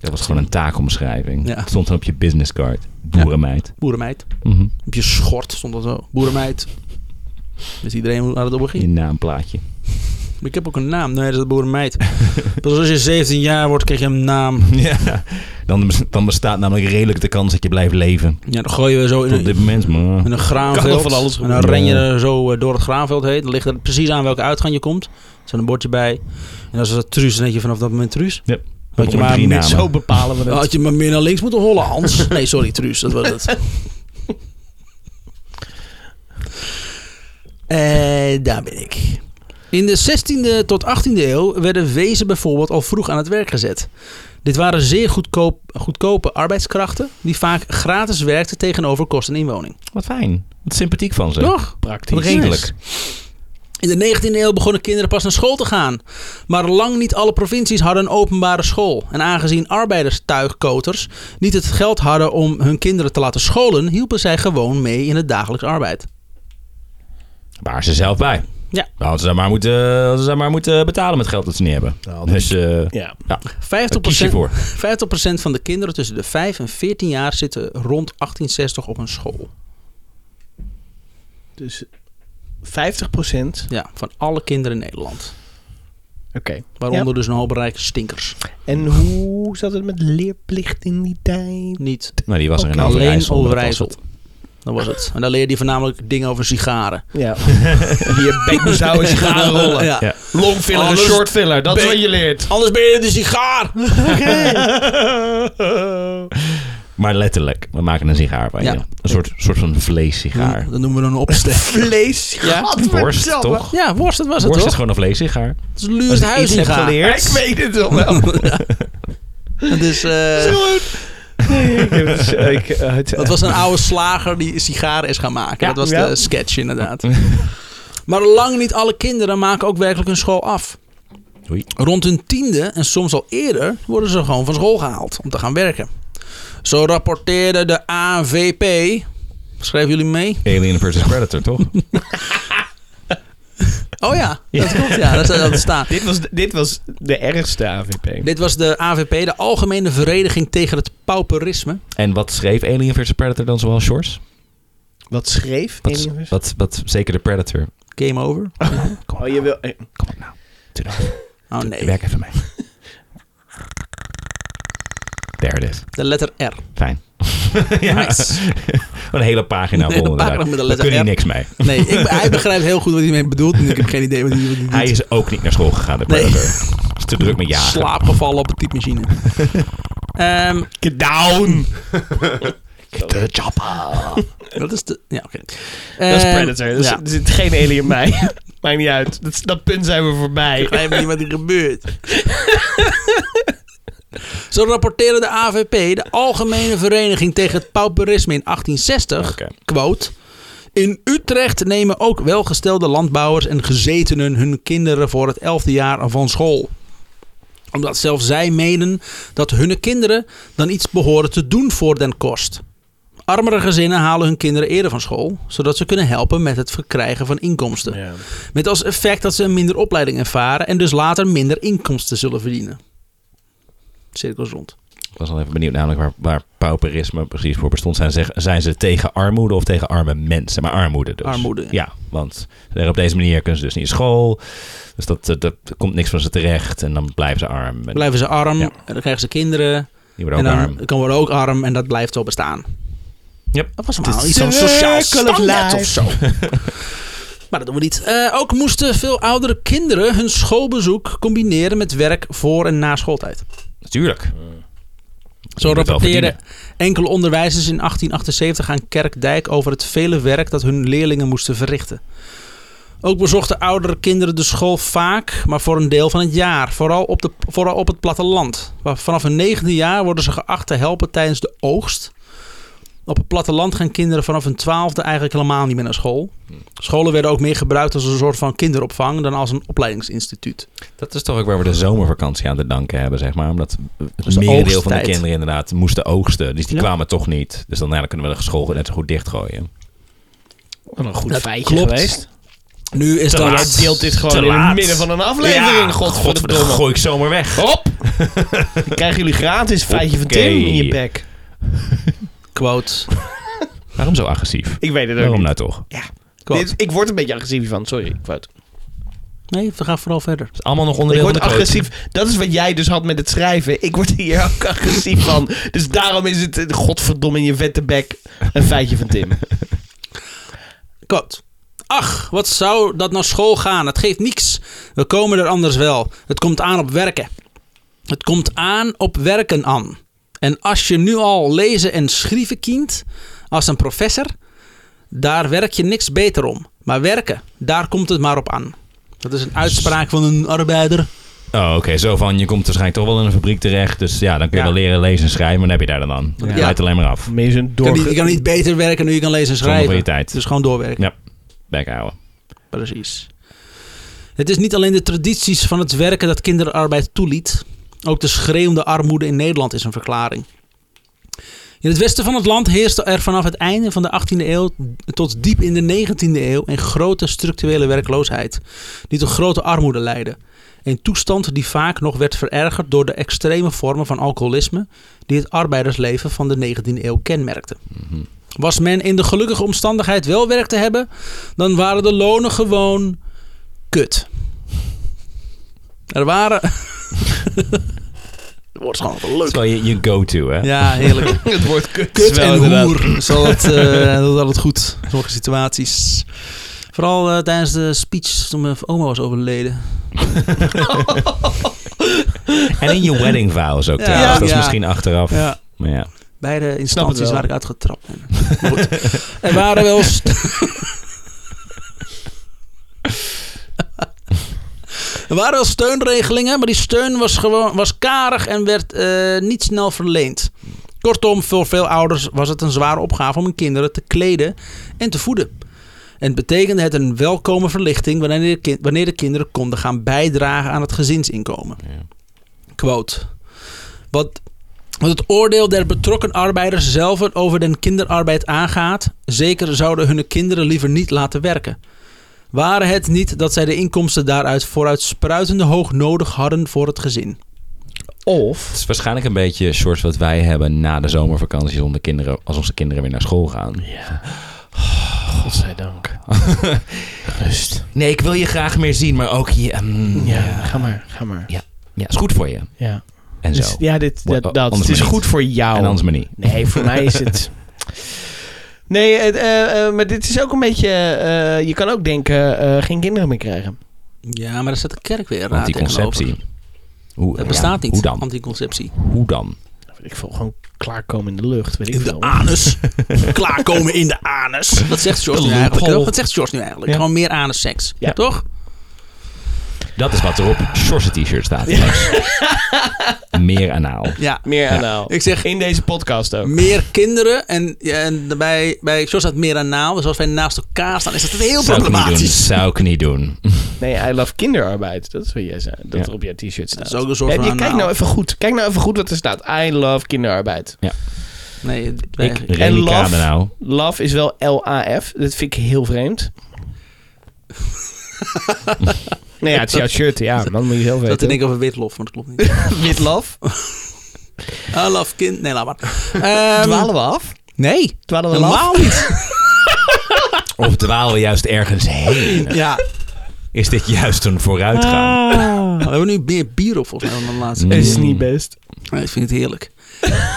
S3: Dat was gewoon een taakomschrijving.
S1: Ja.
S3: Het stond dan op je businesscard. Boerenmeid.
S1: Boerenmeid.
S3: Mhm.
S1: Op je schort stond dat zo. Boerenmeid. Wist iedereen hoe waar het over
S3: Je
S1: ging? *laughs*
S3: naamplaatje.
S1: Maar Ik heb ook een naam. Nee, dat is boerenmeid. *laughs* Pas als je 17 jaar wordt, krijg je een naam.
S3: Ja. Dan, dan bestaat namelijk redelijk de kans dat je blijft leven.
S1: Ja, dan gooi je weer zo in
S3: Tot
S1: een,
S3: dit moment, maar...
S1: in een
S2: Kan
S1: graanveld.
S2: nog van alles
S1: en dan ren
S3: gebeuren.
S1: je er zo eh, door het graanveld heen. Dan ligt er precies aan welke uitgang je komt. Er staat een bordje bij. En als dat truus, dan heet je vanaf dat moment truus.
S3: Yep.
S1: Had je,
S3: Op
S1: maar
S3: drie
S1: meer,
S3: namen.
S2: Zo bepalen we dat.
S1: had je maar meer naar links moeten hollen, Hans. Nee, sorry, truus. Dat was het. Eh, daar ben ik. In de 16e tot 18e eeuw werden wezen bijvoorbeeld al vroeg aan het werk gezet. Dit waren zeer goedkoop, goedkope arbeidskrachten die vaak gratis werkten tegenover kost en inwoning.
S3: Wat fijn. Wat sympathiek van ze.
S1: Toch?
S2: Praktisch.
S3: Redelijk.
S1: In de 19e eeuw begonnen kinderen pas naar school te gaan. Maar lang niet alle provincies hadden een openbare school. En aangezien arbeiderstuigkoters niet het geld hadden om hun kinderen te laten scholen, hielpen zij gewoon mee in het dagelijks arbeid.
S3: Waar ze zelf bij.
S1: Ja.
S3: Nou, Hadden ze daar maar moeten, hadden ze daar maar moeten betalen met geld dat ze niet hebben. dus eh
S2: Ja.
S3: daar
S1: 50%,
S3: kies je
S1: *laughs*
S3: voor.
S1: 50% van de kinderen tussen de 5 en 14 jaar zitten rond 1860 op een school.
S2: Dus 50 procent.
S1: Ja, van alle kinderen in Nederland.
S2: Oké.
S1: Waaronder dus een hoop rijke stinkers.
S2: En hoe zat het met leerplicht in die tijd?
S1: Niet
S3: Nou, die was er in
S1: alleen
S3: Overijssel.
S1: Overijssel.
S3: dat was het.
S1: Dat, was het.
S2: *laughs*
S1: En daar leerde je voornamelijk dingen over sigaren.
S2: Ja. je bek moest houden als je gaat nou rollen.
S1: Ja.
S3: Ja.
S2: Longfiller en
S1: Alles-
S2: shortfiller, dat is
S1: Ben-
S2: wat je leert.
S1: Anders ben je de sigaar.
S3: Maar letterlijk, we maken een sigaar van je.
S1: Ja.
S3: Een soort, soort van vleessigaar.
S1: Dat noemen we dan een opsteek.
S2: Vlees. Ja.
S3: Worst, toch?
S1: Ja, worst, dat was het
S3: Worst is
S1: toch?
S3: gewoon een vleessigaar.
S1: Het is Luus
S3: Als ik iets heb
S1: Huizinga. *laughs*
S3: geleerd.
S2: Ik weet het *laughs* al wel.
S1: Het is, eh,
S2: Ik heb *laughs* het- ik, eh, het-
S1: dat was een oude slager die sigaren is gaan maken. dat was
S2: ja.
S1: de sketch inderdaad.
S3: *laughs*
S1: maar lang niet alle kinderen maken ook werkelijk hun school af.
S3: Oei.
S1: Rond hun tiende en soms al eerder worden ze gewoon van school gehaald om te gaan werken. Zo rapporteerde de AVP. Schrijven jullie mee?
S3: Alien versus Predator,
S1: *laughs*
S3: toch?
S1: Oh ja, dat klopt. Ja, dat, dat staat.
S2: dit, was, dit was de ergste AVP.
S1: Dit was de AVP, de Algemene Vereniging tegen het Pauperisme.
S3: En wat schreef Alien versus Predator dan zoal, Shores?
S2: Wat schreef
S3: Wat,
S2: Alien vs.
S3: wat, wat, zeker de Predator.
S1: Game over.
S2: Oh, je wil... eh,
S3: Kom op nou. Doe nou.
S1: Oh nee,
S3: Werk even mee. There it is.
S1: de letter R.
S3: Fijn. *laughs* ja. Een hele pagina
S1: Nee,
S3: vol.
S1: een pagina
S3: inderdaad.
S1: met een
S3: Daar kun
S1: letter
S3: je niks mee.
S1: Nee, ik, hij begrijpt heel goed wat hij mee bedoelt. En ik heb geen idee wat hij, wat hij doet.
S3: Hij is ook niet naar school gegaan, de
S1: Nee.
S3: Predator.
S1: *laughs*
S3: Is te druk met jagen.
S1: slaapgevallen op een typemachine. Ehm
S2: Get
S1: *laughs*
S2: down!
S3: De chopper.
S1: dat is de... Ja, oké.
S2: Dat is
S1: Ehm,
S2: Predator. Er
S1: ja.
S2: zit- er zit geen alien bij. *laughs* Maakt niet uit. Dat, dat punt zijn we voorbij.
S1: Ik begrijp niet wat er gebeurt. Zo rapporteerde de AVP, de Algemene Vereniging tegen het Pauperisme in 1860,
S3: Oké.
S1: quote... In Utrecht nemen ook welgestelde landbouwers en gezetenen hun kinderen voor het elfde jaar van school. Omdat zelfs zij menen dat hun kinderen dan iets behoren te doen voor den kost. Armere gezinnen halen hun kinderen eerder van school, zodat ze kunnen helpen met het verkrijgen van inkomsten. Met als effect dat ze een minder opleiding ervaren en dus later minder inkomsten zullen verdienen. Cirkels rond.
S3: Ik was al even benieuwd namelijk waar, waar pauperisme precies voor bestond. Zijn ze, zijn ze tegen armoede of tegen arme mensen? Maar armoede dus.
S1: Armoede, ja.
S3: Ja, want er op deze manier kunnen ze dus niet naar school. Dus dat, dat, dat komt niks van ze terecht. En dan blijven ze arm. En
S1: Blijven ze arm,
S3: Ja.
S1: en dan krijgen ze kinderen.
S3: die worden ook
S1: en dan
S3: arm.
S1: kan worden ook arm en dat blijft zo bestaan.
S3: Yep.
S1: Dat was allemaal
S2: de
S1: iets van sociaal
S2: circle of
S1: standaard
S2: life.
S1: of zo. maar dat doen we niet. Eh, ook moesten veel oudere kinderen hun schoolbezoek combineren met werk voor en na schooltijd.
S3: Natuurlijk.
S1: Zo
S3: Je moet wel
S1: rapporteerden enkele onderwijzers in 1878 aan Kerkdijk over het vele werk dat hun leerlingen moesten verrichten. Ook bezochten oudere kinderen de school vaak, maar voor een deel van het jaar. Vooral op, de, vooral op het platteland. Waar vanaf hun negende jaar worden ze geacht te helpen tijdens de oogst. Op het platteland gaan kinderen vanaf hun twaalfde eigenlijk helemaal niet meer naar school. Scholen werden ook meer gebruikt als een soort van kinderopvang dan als een opleidingsinstituut.
S3: Dat is toch ook waar we de zomervakantie aan te danken hebben, zeg maar. Omdat het
S1: de
S3: merendeel van de
S1: oogsttijd.
S3: kinderen inderdaad moesten oogsten. Dus die
S1: Ja.
S3: kwamen toch niet. Dus dan ja, dan kunnen we de school net zo goed dichtgooien.
S2: Wat een goed
S1: Dat
S2: feitje
S1: klopt.
S2: geweest.
S1: Nu is
S2: Dan
S1: dat...
S2: jij deelt dit
S3: Te
S2: gewoon in
S3: laat.
S2: het midden van een aflevering.
S3: godverdomme,
S2: godverdomme.
S3: gooi ik zomaar
S2: *laughs*
S3: weg.
S2: Hop! Dan krijgen jullie gratis feitje van
S3: Oké.
S2: Tim in je bek.
S1: Quote.
S3: Waarom zo agressief?
S2: Ik weet het ook
S3: Waarom
S2: niet.
S3: nou toch? Het
S1: quote.
S2: Dit- ik word een beetje agressief van. Sorry, fout.
S1: Nee, we gaan vooral verder.
S3: is allemaal nog
S2: Ik
S3: onderdeel
S2: word
S3: van de quote.
S2: agressief. Dat is wat jij dus had met het schrijven. Ik word hier ook *laughs* agressief van. Dus daarom is het, eh, godverdomme, in je vette bek een feitje van Tim.
S1: Quote. Ach, wat zou dat naar school gaan? Het geeft niks. We komen er anders wel. Het komt aan op werken. Het komt aan op werken aan. En als je nu al lezen en schrijven kent, als een professor, daar werk je niks beter om. Maar werken, daar komt het maar op aan. Dat is een uitspraak van een arbeider.
S3: Oh, oké. Zo van, je komt waarschijnlijk toch wel in een fabriek terecht. Dus ja, dan kun je
S1: Ja.
S3: wel leren lezen en schrijven. Maar dan heb je daar dan aan.
S1: Ja.
S3: Het leidt alleen maar af.
S2: Meer zo'n
S1: Je kan,
S2: door.
S1: niet, je kan niet beter werken nu je kan lezen en
S3: Zonder van je
S1: schrijven.
S3: tijd.
S1: Dus gewoon doorwerken.
S3: Ja, bek houden.
S1: Precies. Het is niet alleen de tradities van het werken dat kinderarbeid toeliet. Ook de schreeuwende armoede in Nederland is een verklaring. In het westen van het land heerste er vanaf het einde van de 18e eeuw tot diep in de 19e eeuw een grote structurele werkloosheid, die tot grote armoede leidde. Een toestand die vaak nog werd verergerd door de extreme vormen van alcoholisme die het arbeidersleven van de 19e eeuw kenmerkten. Was men in de gelukkige omstandigheid wel werk te hebben, dan waren de lonen gewoon kut. Er *laughs* waren. Het wordt gewoon wel
S3: Het is wel je, je go-to, hè?
S1: Ja, heerlijk.
S2: *laughs* Het wordt kut.
S1: Kut
S2: Wel,
S1: en
S2: inderdaad.
S1: hoer. *laughs* Is altijd, eh, dat is altijd goed. Sommige situaties. Vooral eh, tijdens de speech toen mijn oma was overleden.
S3: En in je weddingvows ook
S1: *laughs* Ja.
S3: trouwens.
S1: Ja.
S3: Dat is
S1: Ja.
S3: misschien achteraf.
S1: Ja.
S3: Maar ja.
S1: Beide
S2: snap het
S1: instanties
S2: wel.
S1: waar ik uitgetrapt ben.
S2: *laughs*
S1: Maar Goed. Er waren wel... st- er waren wel steunregelingen, maar die steun was, gewoon, was karig en werd eh, niet snel verleend. Kortom, voor veel ouders was het een zware opgave om hun kinderen te kleden en te voeden. En het betekende het een welkome verlichting wanneer de, kin- wanneer de kinderen konden gaan bijdragen aan het gezinsinkomen. Quote. Wat wat het oordeel der betrokken arbeiders zelf over den kinderarbeid aangaat, zeker zouden hun kinderen liever niet laten werken. Waren het niet dat zij de inkomsten daaruit vooruit spruitende hoog nodig hadden voor het gezin.
S2: Of...
S3: Het is waarschijnlijk een beetje soort wat wij hebben na de zomervakanties om de kinderen, als onze kinderen weer naar school gaan.
S2: Ja.
S1: *laughs*
S2: Godzijdank. Rust.
S3: Nee, ik wil je graag meer zien, maar ook je. mm,
S2: Ja,
S3: ja.
S2: ga maar, ga maar.
S3: ja, is goed voor je.
S2: Ja,
S3: En
S2: Dus-
S3: zo.
S2: ja dit,
S3: Wa-
S2: dat, dat.
S3: anders
S2: Het is
S3: maar niet.
S2: goed voor jou.
S3: En anders maar niet.
S2: Nee, voor mij is *laughs* het. Nee, het, eh, eh, maar dit is ook een beetje. eh, je kan ook denken: eh, geen kinderen meer krijgen.
S1: Ja, maar daar zit de kerk weer raar
S3: Want die conceptie. Hoe,
S1: Dat
S3: ja,
S1: bestaat niet,
S3: Hoe dan?
S1: anticonceptie.
S3: Hoe dan?
S2: Weet ik veel, gewoon klaarkomen in de lucht. Weet ik veel.
S1: anus. Klaarkomen in de anus. Wat zegt George nu eigenlijk?
S2: loophole.
S1: hè? Wat zegt George nu eigenlijk?
S2: Ja.
S1: Gewoon meer anusseks.
S2: Ja.
S1: Toch?
S3: Dat is wat er op Sjors' t-shirt staat. Meer anaal.
S1: Ja.
S2: Meer aan nou.
S1: Ik zeg
S2: In deze podcast ook.
S1: meer kinderen. En, ja, en bij, bij George staat meer anaal. Dus als wij naast elkaar staan, is dat heel
S3: Zou ik niet doen.
S1: problematisch.
S3: Zou ik niet doen.
S2: Nee, I love kinderarbeid. Dat is wat jij zei. Dat
S3: Ja.
S2: er op jouw t-shirt staat.
S1: Dat is ook een soort
S2: Ja,
S1: van
S2: je- Kijk
S1: anaal.
S2: nou even goed. Kijk nou even goed wat er staat. I love kinderarbeid. nou-
S1: Nee, wij-
S3: Ik, Remy
S2: love.
S3: Kadenau.
S2: Love is wel L-A-F. Dat vind ik heel
S1: *laughs*
S2: vreemd. nee, ja, het is jouw shirt. Ja, man, moet je zelf
S1: dat
S2: weten.
S1: te denken over witlof, maar dat klopt
S2: *laughs*
S1: niet.
S2: Wit love.
S1: I love kind. Nee, laat
S2: *laughs*
S1: maar. Ehm,
S2: Dwalen we af?
S1: nee,
S2: Dwalen we af?
S1: helemaal
S2: *laughs*
S1: niet.
S3: Of dwalen we juist ergens heen?
S1: Ja.
S3: Is dit juist een vooruitgang?
S1: We hebben nu meer bier op volgens mij dan de laatste.
S3: Nee.
S2: Is niet best.
S1: Nee, ik vind het heerlijk.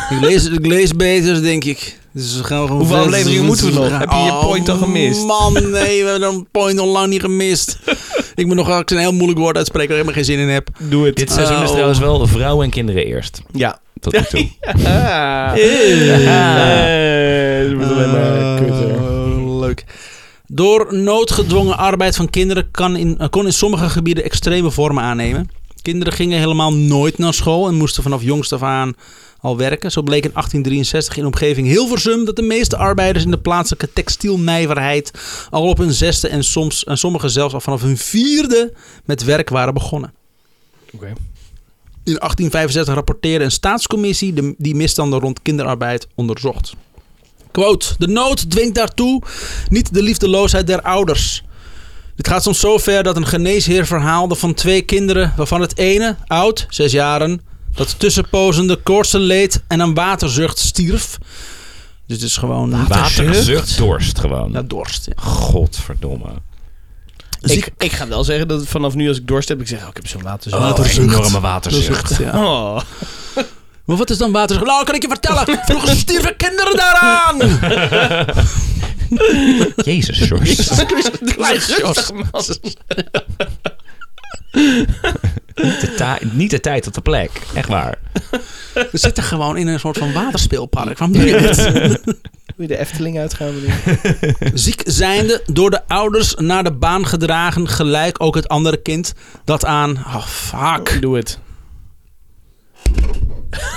S1: Ik lees, ik lees beter, denk ik. Dus we gaan gewoon
S2: Hoeveel
S1: verder.
S2: afleveringen moeten we nog? Heb je je
S1: Oh,
S2: point al gemist?
S1: Man, nee, we hebben een point al lang niet gemist. ik moet nog ik een heel moeilijk woord uitspreken waar ik helemaal geen zin in heb.
S2: Doe het.
S3: Dit seizoen is
S1: Oh.
S3: trouwens wel vrouwen en kinderen eerst.
S1: *laughs*
S2: Ja. *laughs*
S3: Tot nu toe.
S2: Ah. Eh, dat wordt alleen maar kutter.
S1: Eh, leuk. Door noodgedwongen arbeid van kinderen kan in, eh, kon in sommige gebieden extreme vormen aannemen. Kinderen gingen helemaal nooit naar school en moesten vanaf jongst af aan al werken. Zo bleek in 1863 in omgeving Hilversum dat de meeste arbeiders in de plaatselijke textielnijverheid al op hun zesde en, soms, en sommigen zelfs al vanaf hun vierde met werk waren begonnen.
S2: Oké.
S1: In 1865 rapporteerde een staatscommissie de, die misstanden rond kinderarbeid onderzocht. Quote, de nood dwingt daartoe, niet de liefdeloosheid der ouders. Dit gaat soms zo ver dat een geneesheer verhaalde van twee kinderen, waarvan het ene, oud, zes jaren, dat tussenpozende koortsen leed en aan waterzucht stierf. Dus het is gewoon
S3: Waterzucht, dorst gewoon.
S1: Ja, dorst. Ja.
S3: Godverdomme.
S2: Dus Ik, ik ga wel zeggen dat vanaf nu als ik dorst heb, ik zeg, oh, ik heb zo'n waterzoen.
S3: een enorme waterzucht.
S1: Ja.
S2: *laughs* Oh.
S1: Maar wat is dan waterzucht? Nou, kan ik je vertellen. Vroeger stierven kinderen
S3: *laughs*
S1: daaraan.
S3: Jezus, Sjors.
S2: Klein rustig, man.
S3: Niet de ta- Niet de tijd op de plek. Echt waar.
S1: We zitten gewoon in een soort van waterspeelpark. Waarom doe je dit?
S2: Moet je de Efteling uitgaan, meneer?
S1: Ziek zijnde, door de ouders naar de baan gedragen, gelijk ook het andere kind. Dat aan. Oh, fuck.
S2: Doe het.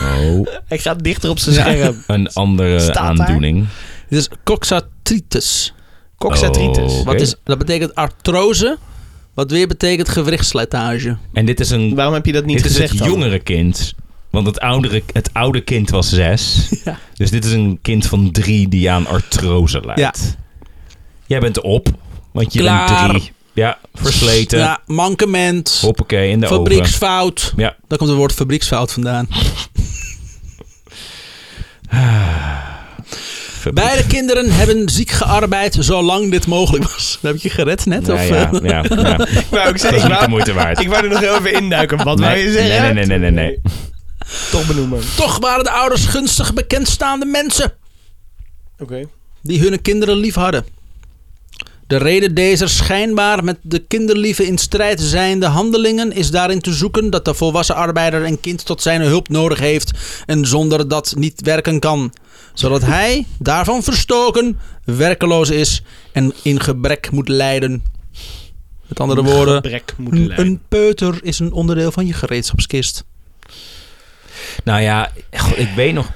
S3: Oh,
S2: Hij gaat dichter op zijn scherm.
S3: een andere
S2: Staat daar?
S3: aandoening.
S1: Dit is coxatritis.
S2: Coxatritis.
S3: Oh.
S1: Wat
S3: Oké.
S1: is, dat betekent artrose, wat weer betekent gewrichtsslijtage.
S3: En dit is een
S2: Waarom heb je dat niet
S3: dit is
S2: gezegd
S3: het
S2: dan?
S3: jongere kind. Want het, oudere, het oude kind was zes.
S2: *laughs*
S1: Ja.
S3: Dus dit is een kind van drie die aan artrose lijdt. Jij bent op, want je
S1: Klaar.
S3: bent drie. Ja, versleten.
S1: Ja, mankement,
S3: Hoppakee, in de oven.
S1: fabrieksfout.
S3: Ja.
S1: Daar komt het woord fabrieksfout vandaan. Beide kinderen hebben ziek gearbeid zolang dit mogelijk was. *laughs* Heb ik je gered net?
S3: Ja,
S1: of,
S3: ja,
S1: eh?
S3: ja,
S2: *laughs*
S3: ja.
S2: Wou ik
S3: Dat
S2: zeggen,
S3: is niet de
S2: wou-
S3: moeite waard.
S2: ik wou er nog heel even induiken. Wat wou je
S3: nee,
S2: zeggen?
S3: nee, nee, nee, nee, nee.
S2: Toch benoemen. Oké.
S1: Toch waren de ouders gunstig bekendstaande mensen. die hun kinderen lief hadden. De reden deze schijnbaar met de kinderlieven in strijd zijnde handelingen is daarin te zoeken dat de volwassen arbeider een kind tot zijn hulp nodig heeft en zonder dat niet werken kan. Zodat hij, daarvan verstoken, werkeloos is en in gebrek moet lijden. Met andere woorden,
S2: Brek moet
S1: een,
S2: leiden.
S1: een peuter is een onderdeel van je gereedschapskist.
S3: Nou ja, goh, ik weet nog.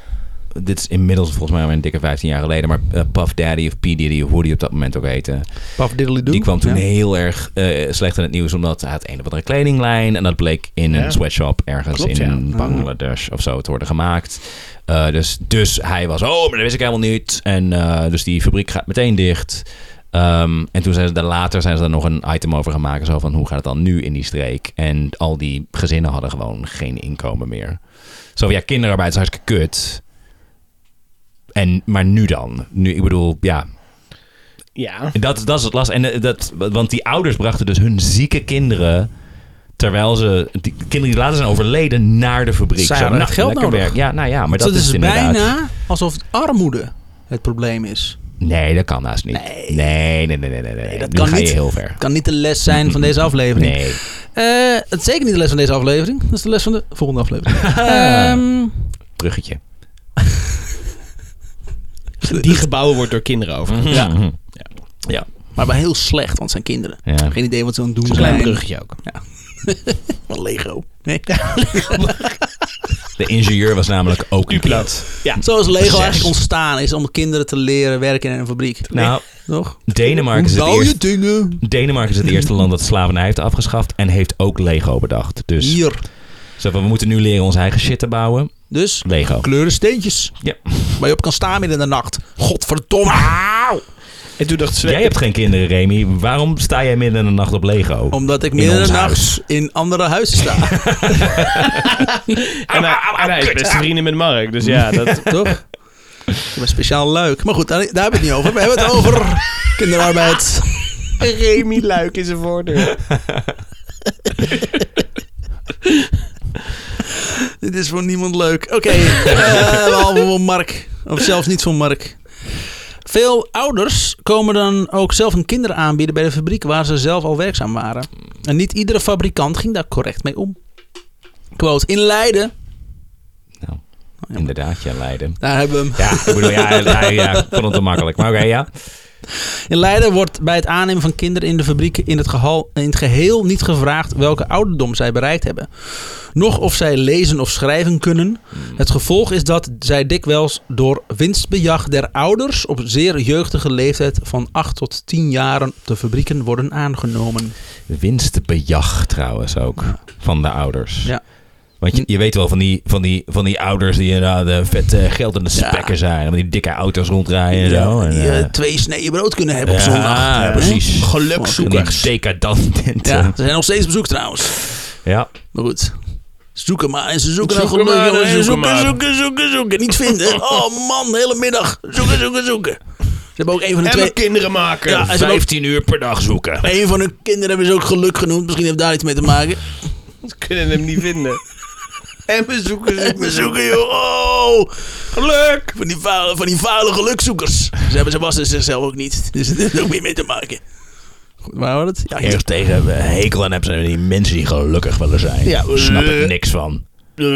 S3: Dit is inmiddels volgens mij alweer een dikke 15 jaar geleden. Maar eh, Puff Daddy of P. Diddy of hoe die op dat moment ook heette.
S1: Paf diddelidoe.
S3: Die kwam toen
S1: Ja.
S3: heel erg eh, slecht in het nieuws. Omdat hij had een of andere kledinglijn. En dat bleek in
S2: Ja.
S3: een sweatshop ergens
S2: Klopt,
S3: in
S1: ja.
S3: Bangladesh of zo te worden gemaakt. Eh, dus, dus hij was, oh, maar dat wist ik helemaal niet. En eh, dus die fabriek gaat meteen dicht. Ehm, en toen zijn ze daar later zijn ze daar nog een item over gaan maken. Zo van, hoe gaat het dan nu in die streek? En al die gezinnen hadden gewoon geen inkomen meer. Zo van, ja, kinderarbeid is hartstikke kut. En, maar nu dan? Nu, ik bedoel, ja,
S2: Ja.
S3: dat, dat is het last. En eh, dat, want die ouders brachten dus hun zieke kinderen. Terwijl ze die kinderen die later zijn overleden naar de fabriek.
S1: Zij
S3: Zo,
S1: hadden
S3: nou,
S1: het geld
S3: lekker
S1: nodig.
S3: werk. Ja, nou ja, maar dat,
S1: Dus
S3: is,
S1: het is
S3: inderdaad.
S1: bijna alsof armoede het probleem is.
S3: Nee, dat kan naast niet.
S1: Nee.
S3: Nee, nee, nee, nee, nee. nee.
S1: dat
S3: Nu
S1: kan
S3: ga
S1: niet.
S3: je heel ver.
S1: Het kan niet de les zijn van deze aflevering.
S3: Nee.
S1: Eh, het is zeker niet de les van deze aflevering. Dat is de les van de volgende aflevering.
S3: *laughs*
S1: Ehm,
S3: Bruggetje.
S2: Die gebouwen wordt door kinderen over.
S1: Mhm.
S3: Ja.
S1: maar wel heel slecht, want het zijn kinderen.
S3: Ja.
S1: Geen idee wat ze aan het doen
S2: Een
S1: zijn.
S2: klein bruggetje ook.
S1: *laughs* Van Lego. Nee.
S3: De ingenieur was namelijk ook een kind.
S2: Ja.
S1: Zo is Lego
S2: Zes.
S1: eigenlijk ontstaan. Is om kinderen te leren werken in een fabriek.
S3: Nou,
S1: Toch?
S3: Denemarken is, het
S1: Bouw je
S3: eerste,
S1: dingen.
S3: Denemarken is het eerste land dat slavernij heeft afgeschaft. En heeft ook Lego bedacht. Dus
S1: Hier.
S3: zo van, we moeten nu leren onze eigen shit te bouwen.
S1: Dus
S3: Lego.
S1: kleuren steentjes.
S3: Ja. Ah.
S1: Waar je op kan staan midden in de nacht. Godverdomme.
S2: En toen dacht
S3: Jij
S2: Sven...
S3: hebt geen kinderen, Remy. Waarom sta jij midden in de nacht op Lego?
S1: Omdat ik
S3: In
S1: midden in
S3: ons
S1: de
S3: huis.
S1: nacht in andere huizen sta.
S2: En hij, en hij is beste vrienden met Mark. Dus ja, dat...
S1: Toch? Ik ben speciaal leuk. Maar goed, daar, daar hebben we het niet over. We hebben het over kinderarbeid.
S2: *laughs* Remy Luik is een voordeur.
S1: Dit is voor niemand leuk. Oké, eh, behalve voor Mark. Of zelfs niet voor Mark. Veel ouders komen dan ook zelf hun kinderen aanbieden bij de fabriek waar ze zelf al werkzaam waren. En niet iedere fabrikant ging daar correct mee om. Quote, in Leiden,
S3: Nou, inderdaad, ja, Leiden.
S1: daar hebben we hem.
S3: Ja, ik bedoel, ja, ja, ja, ja, ik vond het te makkelijk. Maar oké, ja.
S1: In Leiden wordt bij het aannemen van kinderen in de fabrieken in het, gehal, in het geheel niet gevraagd welke ouderdom zij bereikt hebben. Nog of zij lezen of schrijven kunnen.
S3: Hmm.
S1: Het gevolg is dat zij dikwijls door winstbejag der ouders op zeer jeugdige leeftijd van 8 tot 10 jaren op de fabrieken worden aangenomen.
S3: Winstbejag trouwens ook van de ouders.
S1: Ja.
S3: Want je, je weet wel van die, van die, van die ouders die inderdaad eh, vet eh, geld in de
S1: Ja.
S3: spekken zijn. En met die dikke auto's rondrijden en zo. En,
S1: die
S3: eh,
S1: eh, twee sneeën brood kunnen hebben op
S3: Ja,
S1: zondag.
S3: ja, precies. en die
S1: Gelukzoekers.
S3: decadenten.
S1: Ja,
S3: Ja.
S1: ze zijn nog steeds op zoek trouwens.
S3: ja.
S1: Maar goed. Zoeken maar. En ze zoeken naar
S2: Zoeken
S1: geluk,
S2: maar,
S1: jongens.
S2: hè,
S1: Zoeken, zoeken,
S2: zoeken maar.
S1: zoeken, zoeken, Niet vinden.
S2: *laughs*
S1: Oh man, de hele middag. Zoeken, zoeken, zoeken. Ze hebben ook een van hun,
S2: En
S1: twee,
S2: we kinderen maken.
S1: Ja, en ze hebben ook-
S3: 15 uur per dag zoeken.
S1: een van hun kinderen hebben ze ook geluk genoemd. Misschien heeft daar iets mee te maken.
S2: Ze kunnen hem niet vinden. En we zoeken
S1: En we
S2: zoeken.
S1: zoeken, joh. Oh,
S2: Geluk!
S1: van die vuile, van die vuile gelukzoekers. Ze hebben Sebastian zichzelf ook niet. Dus het heeft ook meer mee te maken. Goed, waar had het? Ja, hier.
S3: Eerst tegen hebben we hekel aan hebben zijn die mensen die gelukkig willen zijn.
S1: Ja.
S3: Daar snap ik niks van.
S1: Eh,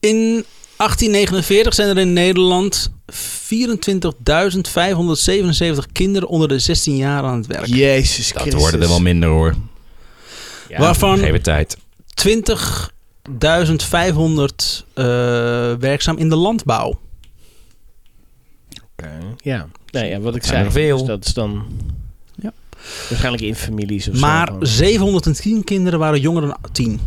S1: In 1849 zijn er in Nederland 24.577 kinderen onder de 16 jaar aan het werk.
S2: Jezus
S3: Dat
S2: Christus.
S3: worden er wel minder hoor.
S1: Waarvan
S3: Geef het tijd.
S1: 20.500 eh, werkzaam in de landbouw.
S2: Ja. Nou ja, wat ik
S3: Zijn
S2: zei.
S3: er veel.
S2: Dus dat is dan...
S1: Ja.
S2: Waarschijnlijk in families of zo
S1: maar
S2: gewoon.
S1: 710 kinderen waren jonger dan 10.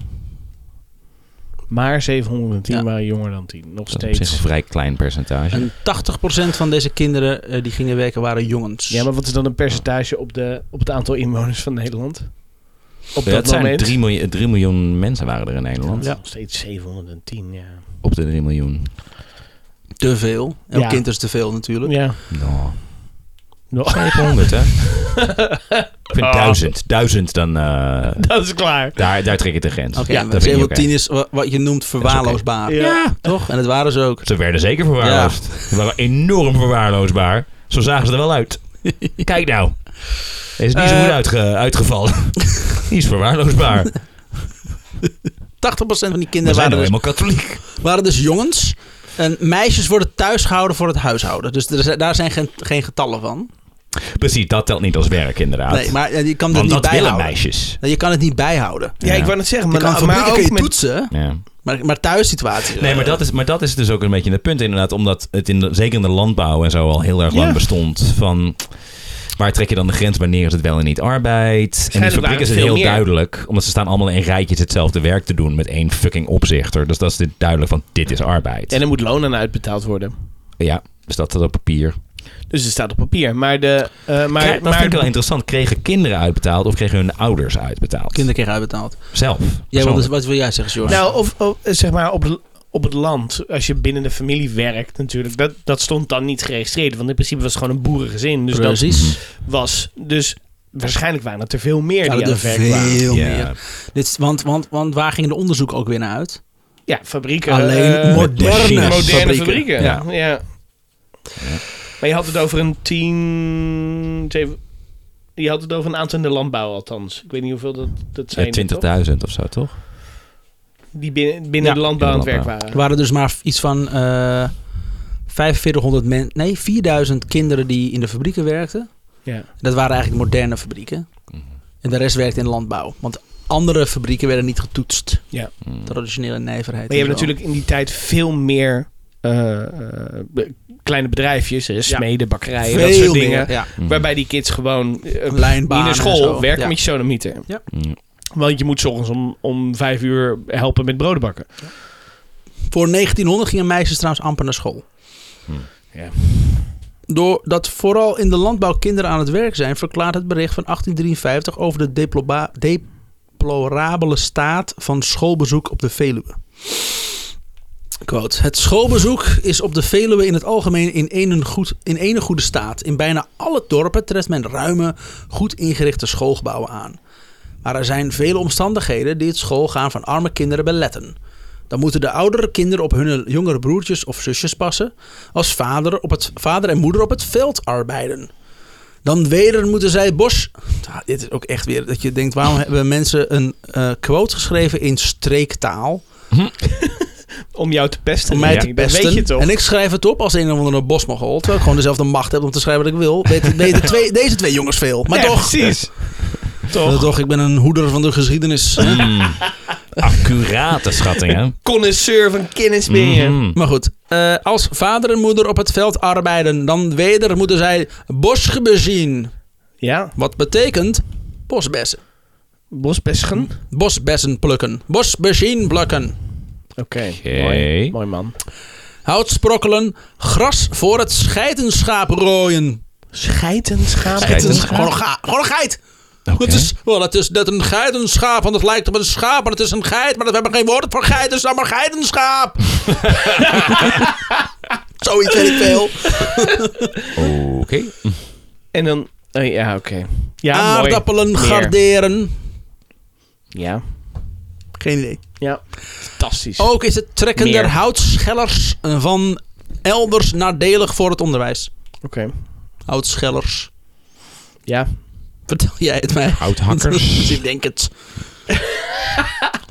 S2: Maar 710
S1: Ja.
S2: waren jonger dan 10. Nog
S3: Dat is op zich een
S2: steeds.
S3: vrij klein percentage.
S1: En 80% van deze kinderen eh, die gingen werken waren jongens.
S2: Ja, maar wat is dan een percentage op, de, op het aantal inwoners van Nederland? Op
S3: Ja,
S2: dat
S3: het zijn
S2: moment?
S3: 3 miljoen, 3 miljoen mensen waren er in Nederland.
S2: Ja. Nog steeds 710, ja.
S3: Op de 3 miljoen.
S1: Te veel. Elk
S2: Ja.
S1: kind is te veel natuurlijk.
S2: Ja.
S3: No.
S2: Nou,
S3: 500
S1: *laughs*
S3: hè? ik
S1: Ah.
S3: vind 1000. 1000 dan... eh,
S2: *laughs* dat is klaar.
S3: daar, daar trek ik de grens.
S1: Oké,
S3: Ja,
S1: maar
S3: dat vind ik
S1: 710
S3: oké.
S1: is wa- wat je noemt verwaarloosbaar.
S2: Ja.
S1: Toch? En dat waren ze ook. *laughs*
S3: Ze werden zeker verwaarloosd. Ze waren enorm verwaarloosbaar. Zo zagen ze er wel uit. Kijk nou. Deze is niet zo
S1: Eh,
S3: goed uitge- uitgevallen.
S1: *laughs*
S3: Die is verwaarloosbaar.
S1: 80% van die
S3: We
S1: kinderen
S3: zijn
S1: waren
S3: nou
S1: dus,
S3: helemaal katholiek.
S1: waren dus jongens. En meisjes worden thuisgehouden voor het huishouden. Dus er zijn- daar zijn geen, geen getallen van.
S3: Precies, dat telt niet als werk inderdaad.
S1: Nee, maar eh, je kan dit
S3: Want
S1: niet
S3: dat willen
S1: bijhouden.
S3: meisjes.
S1: Nee, Je kan het niet bijhouden.
S2: Ja, ik wou het zeggen.
S1: Je
S2: Maar,
S1: kan,
S2: dan, maar
S1: fabrieken kun
S2: ook
S1: je
S2: met,
S1: toetsen,
S3: Ja.
S1: maar, maar thuissituatie.
S3: Nee, maar dat, is, maar dat is dus ook een beetje het punt inderdaad. Omdat het in de- zeker in de landbouw en zo al heel erg lang
S2: Ja.
S3: bestond. Van waar trek je dan de grens? Wanneer is het wel en niet arbeid? En in
S2: waren
S3: de fabriek
S2: het
S3: is het
S2: veel
S3: heel
S2: meer.
S3: duidelijk. Omdat ze staan allemaal in rijtjes hetzelfde werk te doen met één fucking opzichter. Dus dat is dit duidelijk van dit is arbeid.
S2: en er moet loon aan uitbetaald worden.
S3: ja, dus dat staat op papier.
S2: Dus het staat op papier. Maar de... eh, maar,
S3: Maar, dat
S2: maar,
S3: vind ik wel interessant. Kregen kinderen uitbetaald of kregen hun ouders uitbetaald?
S1: Kinderkeer uitbetaald.
S3: Zelf.
S1: Jij wil
S3: persoonlijk.
S1: dus, wat wil jij zeggen, George?
S2: Nou, of, of, eh, zeg maar op, de- op het land, als je binnen de familie werkt natuurlijk, dat, dat stond dan niet geregistreerd. Want in principe was het gewoon een boerengezin. Dus dat
S3: Hmm.
S1: Precies.
S2: was... Dus waarschijnlijk waren het er veel meer
S1: Ja,
S2: die aan
S1: er
S2: het werk waren.
S1: veel
S3: Ja.
S1: meer. Dit, is- want, want, want waar ging de onderzoek ook weer naar uit?
S2: Ja, fabrieken.
S1: Alleen
S2: eh,
S1: moderne
S2: moderne
S1: fabrieken.
S2: fabrieken. Ja. Ja. Maar je had het over een tien... zeven- Je had het over een aantal in de landbouw althans. Ik weet niet hoeveel dat, dat zijn. toch?
S3: Ja, 20.000 of zo, toch?
S2: Die binnen, binnen
S1: Ja,
S2: de landbouw aan
S3: in
S2: het
S3: de
S2: werk
S3: landbouw.
S1: Er
S2: waren.
S1: waren dus maar iets van eh 4500 mensen, nee, 4000 kinderen die in de fabrieken werkten.
S2: Ja.
S1: Dat waren eigenlijk moderne fabrieken. En de rest werkte in de landbouw. Want andere fabrieken werden niet getoetst.
S2: Ja.
S1: De traditionele nijverheid.
S2: Maar je
S1: en
S2: hebt
S1: zo.
S2: natuurlijk in die tijd veel meer eh, eh, be- kleine bedrijfjes. hè, smeden, bakkerijen, dat
S1: Veel
S2: soort
S1: meer, Mm.
S2: dingen.
S1: Ja.
S3: Mm-hmm.
S2: Waarbij die kids gewoon eh,
S1: Lijnbanen
S2: niet naar
S1: en zo.
S2: school werken
S1: Ja.
S2: met je sodomieter.
S3: Mm.
S2: Want je moet 's ochtends om, om vijf uur helpen met broden bakken.
S1: Voor 1900 gingen meisjes trouwens amper naar school.
S3: Hmm.
S2: Ja.
S1: Doordat vooral in de landbouw kinderen aan het werk zijn, verklaart het bericht van 1853 over de deploba- deplorabele staat van schoolbezoek op de Veluwe. Quote. Het schoolbezoek is op de Veluwe in het algemeen in ene, goed, in ene goede staat. In bijna alle dorpen treft men ruime, goed ingerichte schoolgebouwen aan. Maar er zijn vele omstandigheden die het schoolgaan van arme kinderen beletten. Dan moeten de oudere kinderen op hun jongere broertjes of zusjes passen. Als vader, op het, vader en moeder op het veld arbeiden. Dan weder moeten zij bos... Ah, dit is ook echt weer dat je denkt... waarom hebben mensen een eh, quote geschreven in streektaal?
S2: Om jou te pesten.
S1: Om mij
S2: Ja,
S1: te pesten.
S2: Dat weet je toch?
S1: En ik schrijf het op als een of andere bosmogol. Terwijl ik gewoon dezelfde macht heb om te schrijven wat ik wil. Weten, *laughs* weten twee, deze twee jongens veel. Maar
S2: Ja,
S1: toch,
S2: Precies.
S1: Eh,
S2: toch.
S1: toch, ik ben een hoeder van de geschiedenis.
S3: Mm. Accurate schatting, hè?
S2: Connoisseur van kennis ben je.
S3: Mhm.
S1: Maar goed, eh, als vader en moeder op het veld arbeiden, dan weder moeten zij bosgebezien. zien.
S2: Ja.
S1: Wat betekent bosbessen.
S2: Bosbesgen.
S1: Bosbessen plukken. Bosbezien plukken.
S2: Oké.
S3: Oké.
S2: Mooi. Mooi man.
S1: Hout sprokkelen. Gras voor het scheitenschaap rooien.
S2: Scheitenschaap.
S3: Scheitenschaap.
S1: Gewoon een, ga- gewoon een geit. Het is, wel, het is net een geitenschaap, want het lijkt op een schaap, maar het is een geit. Maar we hebben geen woord voor geit, dus dan maar geitenschaap. Zoiets weet ik veel.
S3: Oké.
S2: En dan... oh, ja, oké. Ja, mooi.
S1: Aardappelen
S2: Meer.
S1: garderen.
S2: Ja.
S1: Geen idee.
S2: Ja. Fantastisch.
S1: Ook is het trekken
S2: Meer.
S1: der houtschellers van elders nadelig voor het onderwijs.
S2: Oké.
S1: Houtschellers.
S2: Ja.
S1: Vertel jij het mij.
S3: Houthakkers.
S1: Dus *laughs* ik denk het.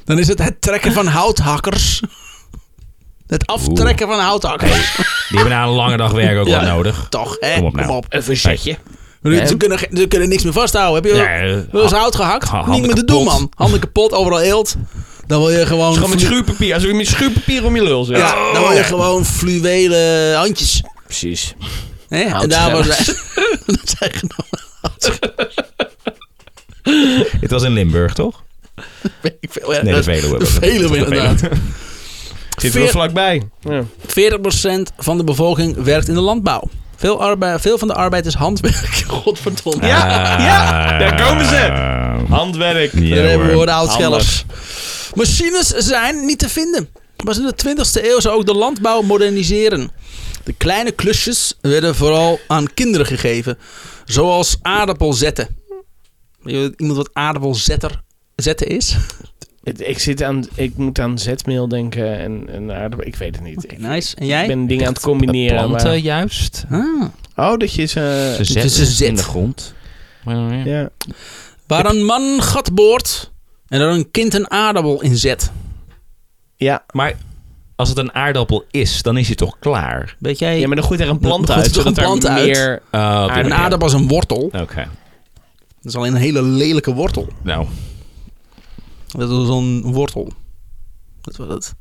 S1: Dan is het het trekken van houthakkers. Het aftrekken van houthakkers.
S3: Die hebben na een lange dag werk ook
S1: Ja.
S3: wel nodig.
S1: Toch, hè?
S3: Kom op nou.
S2: Een verzetje.
S1: Ze, kunnen, ge- ze kunnen niks meer vasthouden. Heb je
S3: Ja,
S1: wel- wel eens
S3: ha-
S1: hout gehakt?
S3: ha-
S1: Niet
S3: handen
S1: meer te doen,
S3: kapot.
S1: man. Handen kapot, overal eelt. Dan wil je gewoon...
S2: Gewoon met
S1: flu-
S2: schuurpapier. Als je met schuurpapier om je lul zet.
S3: Oh.
S1: ja, dan wil je gewoon fluwelen handjes.
S2: Precies.
S1: Hè? En daar was hij. *laughs* Dat zijn genomen.
S3: Het was in Limburg, toch?
S1: Weet ik veel. Ja,
S3: Nee, de
S1: dat-
S3: Veluwe.
S1: de Veluwe, inderdaad. *laughs*
S2: Zit er wel vlakbij. Ja.
S1: 40% van de bevolking werkt in de landbouw. Veel, arbeid, veel van de arbeid is handwerk. *laughs* Godverdomme.
S2: Ja. Ja, daar komen ze.
S3: Ah. Ja,
S2: Handwerk.
S1: Daar hebben we
S3: hoor.
S1: horen oudschellers. Machines zijn niet te vinden. Pas in de 20e eeuw zou ook de landbouw moderniseren. De kleine klusjes werden vooral aan kinderen gegeven. Zoals aardappel zetten. Weet je wat- Iemand wat aardappelzetter zetten is?
S2: Het- Ik, zit aan, ik moet aan zetmeel denken en, en aardappel. Ik weet het niet.
S1: Nice. En nou,
S2: Ik
S1: jij?
S2: ben dingen aan het combineren. maar-
S3: Planten juist.
S1: Ah.
S2: Oh, dat je ze...
S3: Ze zet,
S1: is een zet.
S3: in de grond.
S2: ja.
S1: Waar een man gat boort en er een kind een aardappel in zet.
S2: Ja.
S3: Maar als het een aardappel is, dan is hij toch klaar?
S1: Weet jij?
S2: ja, maar dan gooit er een plant
S1: Dan
S2: uit.
S1: gooit er
S2: zodat
S1: een plant
S2: er
S1: uit.
S2: meer...
S3: Eh, op die
S1: een
S3: manier.
S1: aardappel is een wortel.
S3: Oké.
S1: Dat is alleen een hele lelijke wortel.
S3: Nou,
S1: Dat was zo'n wortel. Dat was het.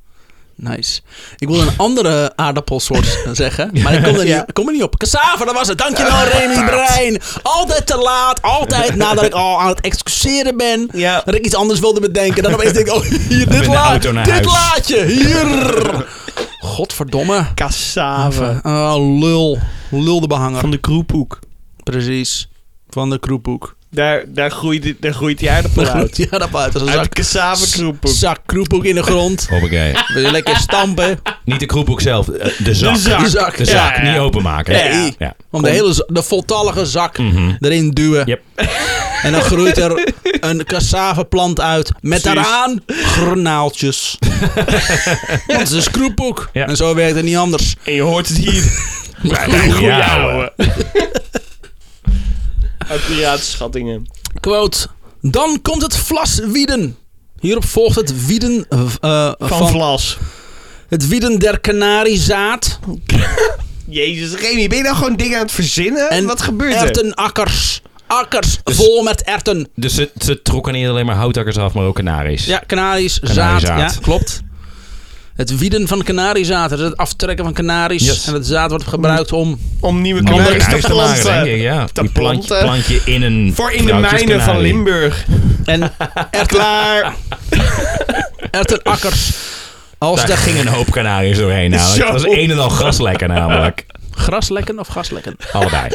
S1: Nice. Ik wil een andere aardappelsoort zeggen, maar ik kom er, niet, ik kom er niet op. Cassava, dat was het. Dankjewel, Remy Brein. Altijd te laat. Altijd nadat ik al aan het excuseren ben.
S2: Ja.
S1: Dat ik iets anders wilde bedenken. Dan opeens denk ik, oh, hier, dit,
S3: de
S1: laat,
S3: auto naar
S1: dit
S3: huis.
S1: laatje. Hier. Godverdomme.
S2: Cassave.
S1: Oh, lul. Lul de behanger.
S2: Van de kroepoek.
S1: Precies. Van de kroepoek.
S2: Daar, daar, groeit, daar groeit die aardappel
S1: Ja,
S2: uit.
S1: dat uit. Dat is een
S2: Uit de
S1: zak,
S2: cassave kroepoek.
S1: zak kroepoek in de grond.
S3: hoppakee.
S1: Wil je lekker stampen?
S3: niet de kroephoek zelf, eh, de zak.
S2: De zak.
S1: De zak.
S3: De zak,
S2: Ja, ja.
S3: niet openmaken.
S1: Nee.
S3: Ja. Ja.
S1: Om de hele z- de voltallige zak
S3: Mhm.
S1: erin duwen.
S3: Yep.
S1: En dan groeit er een cassaveplant uit. Met
S2: Precies.
S1: daaraan granaaltjes. Want het is kroephoek.
S3: Ja.
S1: En zo werkt het niet anders.
S2: En je hoort het hier.
S1: *laughs*
S3: Ja,
S2: Ja,
S3: ouwe.
S2: ouwe. Uit Piratenschatingen.
S1: Quote. Dan komt het vlas wieden. Hierop volgt het wieden eh, eh,
S2: Van,
S1: van,
S2: Vlas.
S1: het wieden der kanariezaad
S2: Jezus, Remy, ben je nou gewoon dingen aan het verzinnen?
S1: en
S2: Wat gebeurt er?
S1: ertenakkers. Akkers vol met erten.
S3: Dus ze, ze trokken niet alleen maar houtakkers af, maar ook kanaries.
S1: Ja, kanarisch, zaad.
S3: Kanariezaad.
S1: Ja, klopt. Het wieden van kanariezaad. Dat is het aftrekken van kanaries.
S3: Yes.
S1: En het zaad wordt gebruikt om...
S2: Om nieuwe
S3: Om
S2: kanaries
S3: kanaries
S2: te
S3: te maken,
S2: planten.
S3: denk ik, ja.
S2: Te
S3: Die plantje,
S2: planten.
S3: plantje in een
S2: eh, Voor in de
S3: vrouwtjes
S2: mijnen van
S3: kanarie.
S2: Limburg.
S1: En
S2: Klaar.
S1: ertenakkers. Als
S3: Daar
S1: de
S3: gingen een hoop kanaries doorheen namelijk.
S2: *laughs* Zo.
S3: Dat was een en al gaslekker
S2: *laughs*
S3: namelijk.
S1: graslekken of gaslekken?
S3: Allebei.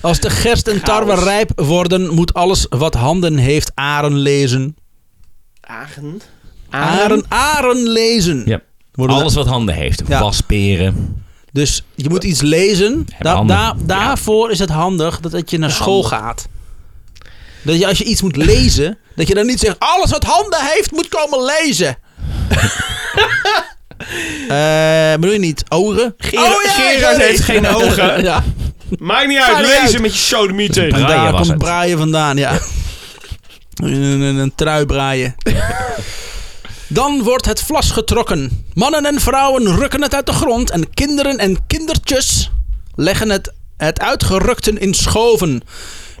S1: Als de gerst en tarwe
S2: Chaos.
S1: rijp worden, moet alles wat handen heeft aren lezen.
S2: Aren.
S1: Aren, aren lezen.
S3: Ja.
S1: Worden
S3: Alles wat handen heeft.
S1: Ja.
S3: Wasperen.
S1: de- dus je moet iets lezen. Da-
S3: handen.
S1: da- daarvoor is het handig dat, dat je naar school gaat. Dat je als je iets moet
S2: *laughs*
S1: lezen, dat je dan niet zegt... Alles wat handen heeft, moet komen lezen. Eh bedoel je niet Oh ogen?
S2: Gerard- Gerard
S1: sorry.
S2: heeft
S1: *laughs*
S2: geen ogen.
S1: ja.
S2: Maakt niet
S1: Maakt
S2: uit.
S1: niet uit.
S2: Lezen met je sodemieter.
S1: En
S3: Braaien
S1: daar
S3: was
S1: komt
S3: het.
S1: braaien vandaan,
S3: *laughs*
S1: ja. een, een, een trui braaien. Dan wordt het vlas getrokken. Mannen en vrouwen rukken het uit de grond. En kinderen en kindertjes leggen het, het uitgerukten in schoven.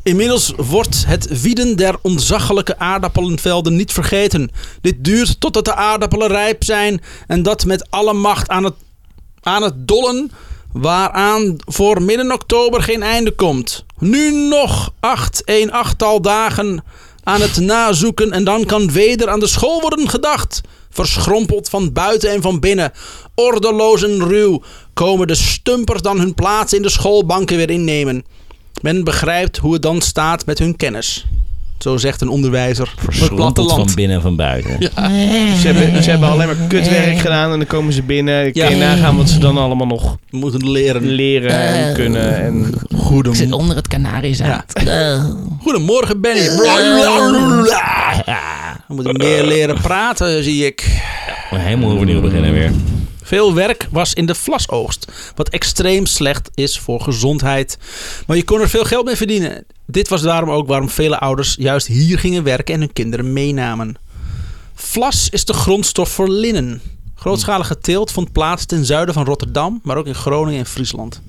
S1: Inmiddels wordt het wieden der ontzaglijke aardappelenvelden niet vergeten. Dit duurt totdat de aardappelen rijp zijn. En dat met alle macht aan het, aan het dollen waaraan voor midden oktober geen einde komt. Nu nog acht, een achttal dagen aan het nazoeken en dan kan weder aan de school worden gedacht. Verschrompeld van buiten en van binnen, ordeloos en ruw, komen de stumpers dan hun plaats in de schoolbanken weer innemen. Men begrijpt hoe het dan staat met hun kennis. Zo zegt een onderwijzer van het
S3: Verschrompeld van
S1: platteland.
S3: binnen en van buiten.
S2: Ze hebben, ze hebben alleen maar kutwerk gedaan en dan komen ze binnen. Ik
S1: Ja.
S2: Kun je nagaan wat ze dan allemaal nog
S1: Moeten leren.
S2: leren en kunnen. En...
S9: Ik zit onder het Eh. kanariezaad.
S1: Goedemorgen Benny.
S9: Eh.
S1: We moeten meer leren praten, zie ik.
S3: Helemaal overnieuw beginnen weer.
S1: Veel werk was in de vlasoogst, wat extreem slecht is voor gezondheid. Maar je kon er veel geld mee verdienen. Dit was daarom ook waarom vele ouders juist hier gingen werken en hun kinderen meenamen. Vlas is de grondstof voor linnen. Grootschalige teelt vond plaats ten zuiden van Rotterdam, maar ook in Groningen en Friesland.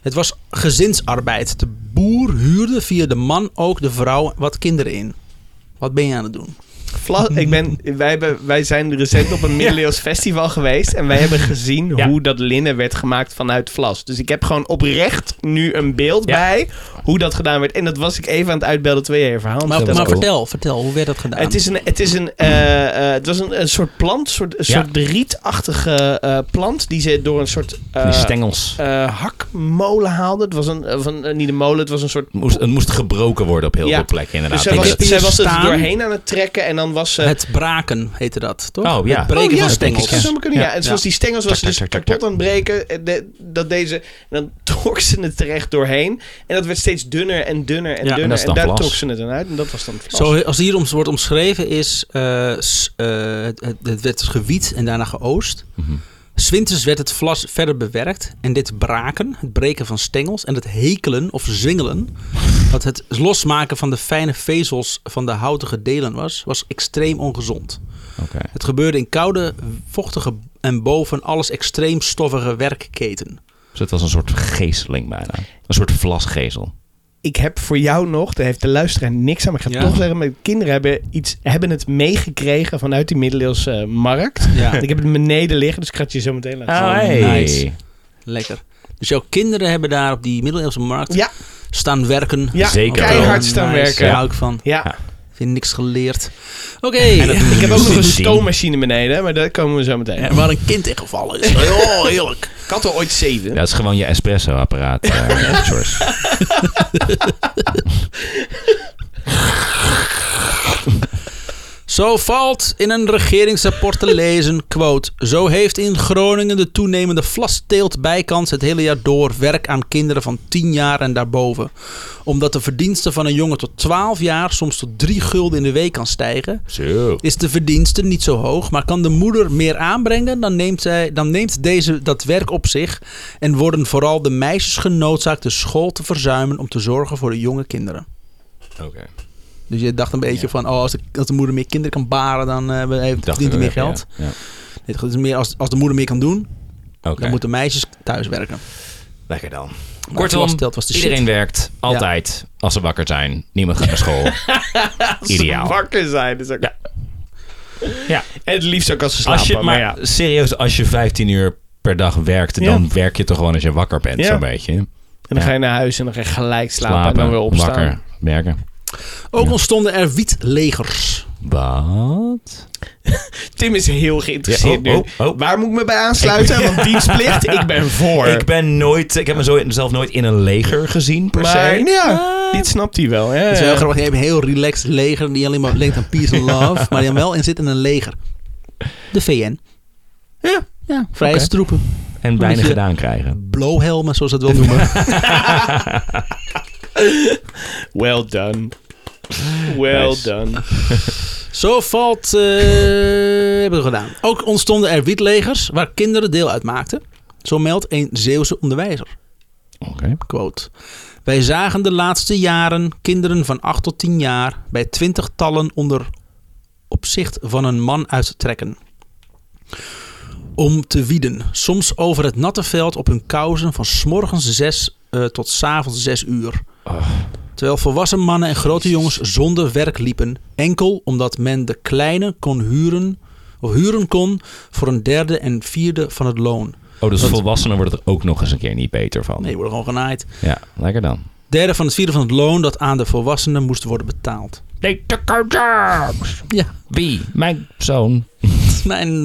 S1: Het was gezinsarbeid. De boer huurde via de man ook de vrouw wat kinderen in. Wat ben je aan het doen?
S2: Vla- ik
S3: Mm-hmm.
S2: ben, wij, hebben, wij zijn recent
S3: *laughs*
S2: op een middeleeuws festival geweest. En wij hebben gezien
S3: Ja.
S2: hoe dat linnen werd gemaakt vanuit vlas. Dus ik heb gewoon oprecht nu een beeld
S3: Ja.
S2: bij hoe dat gedaan werd. En dat was ik even aan het uitbelden twee jaar verhaal.
S1: Maar,
S3: was
S1: maar
S3: cool.
S1: vertel, vertel, hoe werd dat gedaan?
S2: Het is een, het is een, eh, eh, het was een, een soort plant, soort, een
S3: Ja.
S2: soort rietachtige eh, plant die ze door een soort
S3: Die
S2: eh
S3: stengels.
S2: eh, hakmolen haalde. Het was een, of een, eh, niet een molen, het was een soort.
S3: Moest, het moest gebroken worden op heel
S2: Ja.
S3: veel plekken
S2: Dus
S3: inderdaad.
S2: zij
S3: Nou, Ik
S2: was,
S3: denk
S1: dat-
S2: zij was er
S1: Staan.
S2: doorheen aan het trekken en dan was ze.
S1: Het braken heette dat, toch?
S3: Oh, ja.
S1: Het breken
S2: eh, Oh, ja,
S1: van
S2: dat
S1: stengels.
S2: zou zomaar kunnen, ja.
S3: Ja,
S2: En
S1: ja.
S2: zoals die stengels was ze
S3: Tak,
S2: dus
S3: tak, tak,
S2: kapot aan het breken. En de- dat deze, en dan *laughs* trok ze het terecht doorheen. En dat werd steeds dunner en dunner en
S1: Ja, en
S2: dunner.
S3: dat is
S2: En,
S3: dan
S2: daar
S3: vlas.
S2: trok ze het dan uit. En dat was dan vlas.
S1: Zo, als hier om- wordt omschreven is, eh, s- eh, het, het werd gewiet en daarna geoost.
S3: Mhm.
S1: Swinters werd het vlas verder bewerkt en dit braken, het breken van stengels en het hekelen of zwingelen, dat het losmaken van de fijne vezels van de houtige delen was, was extreem ongezond.
S3: Oké.
S1: Het gebeurde in koude, vochtige en boven alles extreem stoffige werkketen.
S3: Dus het was een soort geesteling bijna. Een soort vlasgezel.
S2: Ik heb voor jou nog, daar heeft de luisteraar niks aan, maar ik ga
S1: Ja.
S2: het toch zeggen, mijn kinderen hebben, iets, hebben het meegekregen vanuit die middeleeuwse eh,
S3: *laughs*
S2: markt.
S1: Ja,
S2: Ik heb het beneden liggen, dus ik ga het je zo meteen laten
S3: Ah,
S2: zien.
S1: nice. *laughs* lekker. Dus jouw kinderen hebben daar op die middeleeuwse markt
S2: Ja.
S1: staan werken.
S2: Ja,
S3: Zeker wel.
S2: keihard staan
S1: Nice.
S2: werken.
S1: Daar
S2: Ja.
S1: hou ik van. Vind niks geleerd. Oké. En
S2: Ik heb
S3: *laughs*
S2: ook nog een
S3: Zien.
S2: stoommachine beneden, maar daar komen we zo meteen.
S1: waar een kind in gevallen
S2: *laughs*
S1: is. Oh, heerlijk.
S2: Ik had er ooit zeven.
S3: Dat is gewoon je
S2: *laughs*
S3: espresso-apparaat, eh, George.
S1: Zo valt in een regeringsrapport te lezen, quote... Zo heeft in Groningen de toenemende vlasteelt bijkans het hele jaar door werk aan kinderen van 10 jaar en daarboven. Omdat de verdiensten van een jongen tot 12 jaar soms tot 3 gulden in de week kan stijgen...
S3: Zo.
S1: is de verdienste niet zo hoog, maar kan de moeder meer aanbrengen, dan neemt, zij, dan neemt deze dat werk op zich en worden vooral de meisjes genoodzaakt de school te verzuimen om te zorgen voor de jonge kinderen.
S3: Oké.
S1: Dus je dacht een beetje van, oh, als de, als de moeder meer kinderen kan baren, dan eh, heeft,
S3: Dacht
S1: verdient hij
S3: ik
S1: meer
S3: wel,
S1: geld.
S3: Ja.
S1: Nee, het is meer als, als de moeder meer kan doen,
S3: Oké.
S1: dan moeten meisjes thuis werken.
S3: Lekker dan.
S1: Maar
S3: Kortom,
S1: vaststelt was de shit.
S3: iedereen werkt. Altijd. Als ze wakker zijn. Niemand gaat naar *laughs* school. Ideaal.
S2: Wakker zijn. Dus ook... ja.
S3: Ja.
S2: En het liefst ook als ze slapen.
S3: Als je,
S2: maar,
S3: maar
S2: ja.
S3: serieus, als je 15 uur per dag werkt,
S2: Ja.
S3: dan werk je toch gewoon als je wakker bent,
S2: Ja.
S3: zo'n beetje.
S2: En dan ga je naar huis en dan ga je gelijk slapen,
S3: Slapen,
S2: en dan weer opstaan.
S3: wakker, werken.
S1: Ook ontstonden er wietlegers.
S3: Wat?
S2: Tim is heel geïnteresseerd
S3: Ja, oh,
S2: nu.
S3: oh, oh.
S2: Waar moet ik me bij aansluiten? Want dienstplicht, ik ben voor.
S3: Ik ben nooit, ik heb mezelf nooit in een leger gezien per
S2: maar
S3: se.
S2: ja, dit snapt hij wel. Ja,
S1: Het is
S2: ja.
S1: heel grappig, je hebt een heel relaxed leger die alleen maar denkt aan peace and love, *laughs* maar die dan wel in zit in een leger. De VN.
S2: Ja.
S1: Ja, vrijheidstroepen.
S3: En weinig
S1: je-
S3: gedaan krijgen.
S1: blowhelmen, zoals ze het wil noemen.
S2: Well done. Well
S3: Nice.
S2: done.
S1: Zo valt, eh, hebben we gedaan. Ook ontstonden er wietlegers waar kinderen deel uitmaakten. Zo meldt een Zeeuwse onderwijzer.
S3: Oké.
S1: Quote. Wij zagen de laatste jaren kinderen van 8 tot 10 jaar bij twintigtallen onder opzicht van een man uittrekken. Om te wieden, soms over het natte veld op hun kousen van 's morgens 6 eh, tot 's avonds 6 uur. Terwijl volwassen mannen en grote jongens zonder werk liepen, enkel omdat men de kleine kon huren, of huren kon voor een derde en vierde van het loon.
S3: Oh, dus
S1: Wat-
S3: volwassenen wordt het ook nog eens een keer niet beter van.
S1: Nee, worden gewoon genaaid.
S3: Ja, lekker dan.
S1: derde van het vierde van het loon dat aan de volwassenen moest worden betaald.
S6: They took our jobs.
S1: Ja,
S3: Wie? Mijn zoon.
S1: mijn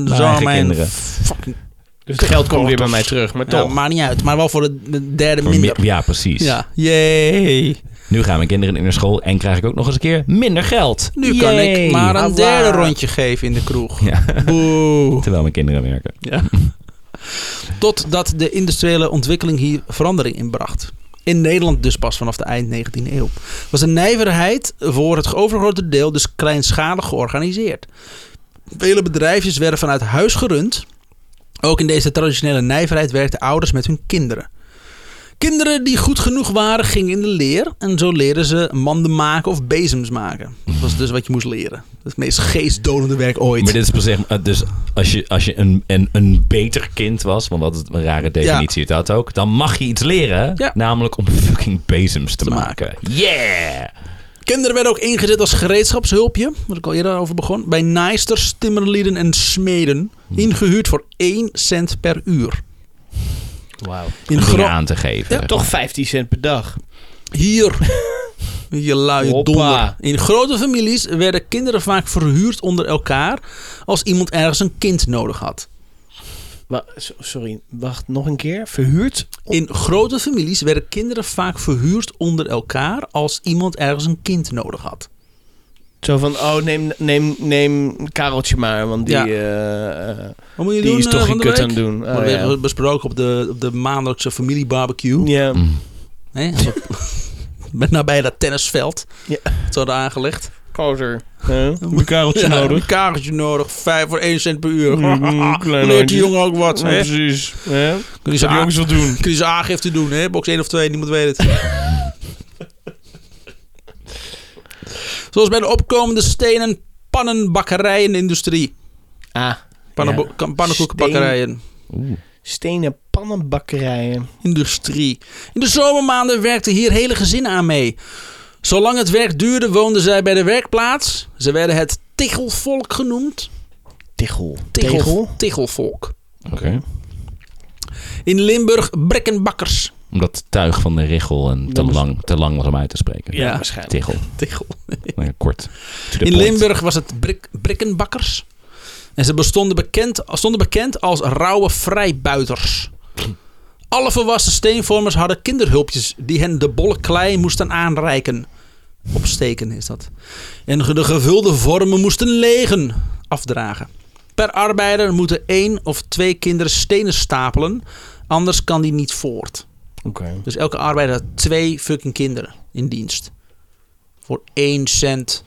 S3: Mijn
S1: zoon,
S3: eigen
S1: mijn
S3: kinderen.
S1: fucking...
S2: Dus het geld komt weer bij mij terug, maar
S1: Ja,
S2: toch.
S1: maakt niet uit, maar wel voor de, de derde
S3: Voor
S1: minder.
S3: mi- Ja, precies.
S1: Ja, jee.
S3: Nu gaan mijn kinderen in de school en krijg ik ook nog eens een keer minder geld.
S1: Nu kan ik
S3: Yay.
S1: maar een
S3: Haha.
S1: derde rondje geven in de kroeg.
S3: Ja. *laughs*
S1: Boe.
S3: Terwijl mijn kinderen werken.
S1: Ja. *laughs* Totdat de industriële ontwikkeling hier verandering in bracht. In Nederland dus pas vanaf de eind 19e eeuw. Was de nijverheid voor het overgrote deel dus kleinschalig georganiseerd. Vele bedrijfjes werden vanuit huis gerund. Ook in deze traditionele nijverheid werkten ouders met hun kinderen. Kinderen die goed genoeg waren, gingen in de leer. En zo leerden ze manden maken of bezems maken. Dat was dus wat je moest leren. Het meest geestdodende werk ooit.
S3: Maar dit is pas echt, eh, dus als je, als je een, een, een beter kind was, want dat is een rare definitie dat ook, dan mag je iets leren,
S1: Ja.
S3: namelijk om fucking bezems te,
S1: Te maken.
S3: maken. Yeah!
S1: Kinderen werden ook ingezet als gereedschapshulpje, waar ik al eerder over begon, bij naaisters, timmerlieden en smeden,
S2: Hmm.
S1: ingehuurd voor 1 cent per uur.
S2: Wauw.
S1: In
S3: Om dingen
S1: Gro-
S3: aan te geven.
S1: Ja,
S2: Toch 15 cent per dag.
S1: Hier, *laughs* je luie
S2: Hoppa.
S1: donder. In grote families werden kinderen vaak verhuurd onder elkaar als iemand ergens een kind nodig had.
S2: Wa- so- sorry, wacht nog een keer. Verhuurd?
S1: In grote families werden kinderen vaak verhuurd onder elkaar als iemand ergens een kind nodig had.
S2: Zo van, oh, neem, neem, neem Kareltje maar, want die...
S1: Ja.
S2: eh, eh,
S1: Wat moet je
S2: Die
S1: doen
S2: is
S1: eh,
S2: toch
S1: van
S2: geen
S1: de
S2: kut
S1: week?
S2: aan het doen. Oh,
S1: Worden we
S2: ja.
S1: hebben besproken op de, op de maandelijkse familiebarbecue.
S2: ja.
S3: Mm.
S1: Hè? Als op- Met nabij nou dat tennisveld.
S2: Ja.
S1: Het wordt aangelegd.
S2: Kozer. Een kareltje
S1: Ja,
S2: nodig.
S1: Een kareltje nodig. Vijf voor één cent per uur.
S2: Mm,
S1: Leert
S2: klein
S1: die
S2: handje.
S1: jongen ook wat. hè? Kun
S2: precies. Ja.
S1: je ze
S2: Zou die ook
S1: a-
S2: eens wat doen?
S1: kun je ze aangifte doen, hè? Box 1 of 2, niemand weet
S2: *laughs*
S1: het. Zoals bij de opkomende stenen pannenbakkerijenindustrie.
S2: Ah,
S1: Pannenbo-
S2: Ja.
S1: kan- Pannenkoekenbakkerijen.
S2: stenen pannenbakkerijen.
S1: Industrie. In de zomermaanden werkten hier hele gezinnen aan mee. Zolang het werk duurde, woonden zij bij de werkplaats. Ze werden het tichelvolk genoemd.
S2: Tichel.
S1: Tegel,
S2: Tegel?
S1: Tegelvolk.
S3: Oké.
S1: In Limburg brekkenbakkers.
S3: Omdat tuig van de richel en te,
S2: Dat is-
S3: lang, te lang was om uit te spreken.
S1: Ja.
S2: waarschijnlijk.
S3: Tichel.
S1: *laughs* Tegel.
S3: Nou ja, kort. To the
S1: In
S3: point.
S1: Limburg was het brik, brekkenbakkers. En ze bestonden bekend, stonden bekend als rauwe vrijbuiters. Alle volwassen steenvormers hadden kinderhulpjes die hen de bolle klei moesten aanreiken. Opsteken is dat. En de gevulde vormen moesten legen afdragen. Per arbeider moeten één of twee kinderen stenen stapelen, anders kan die niet voort.
S2: Oké.
S1: Dus elke arbeider had twee fucking kinderen in dienst. Voor 1 cent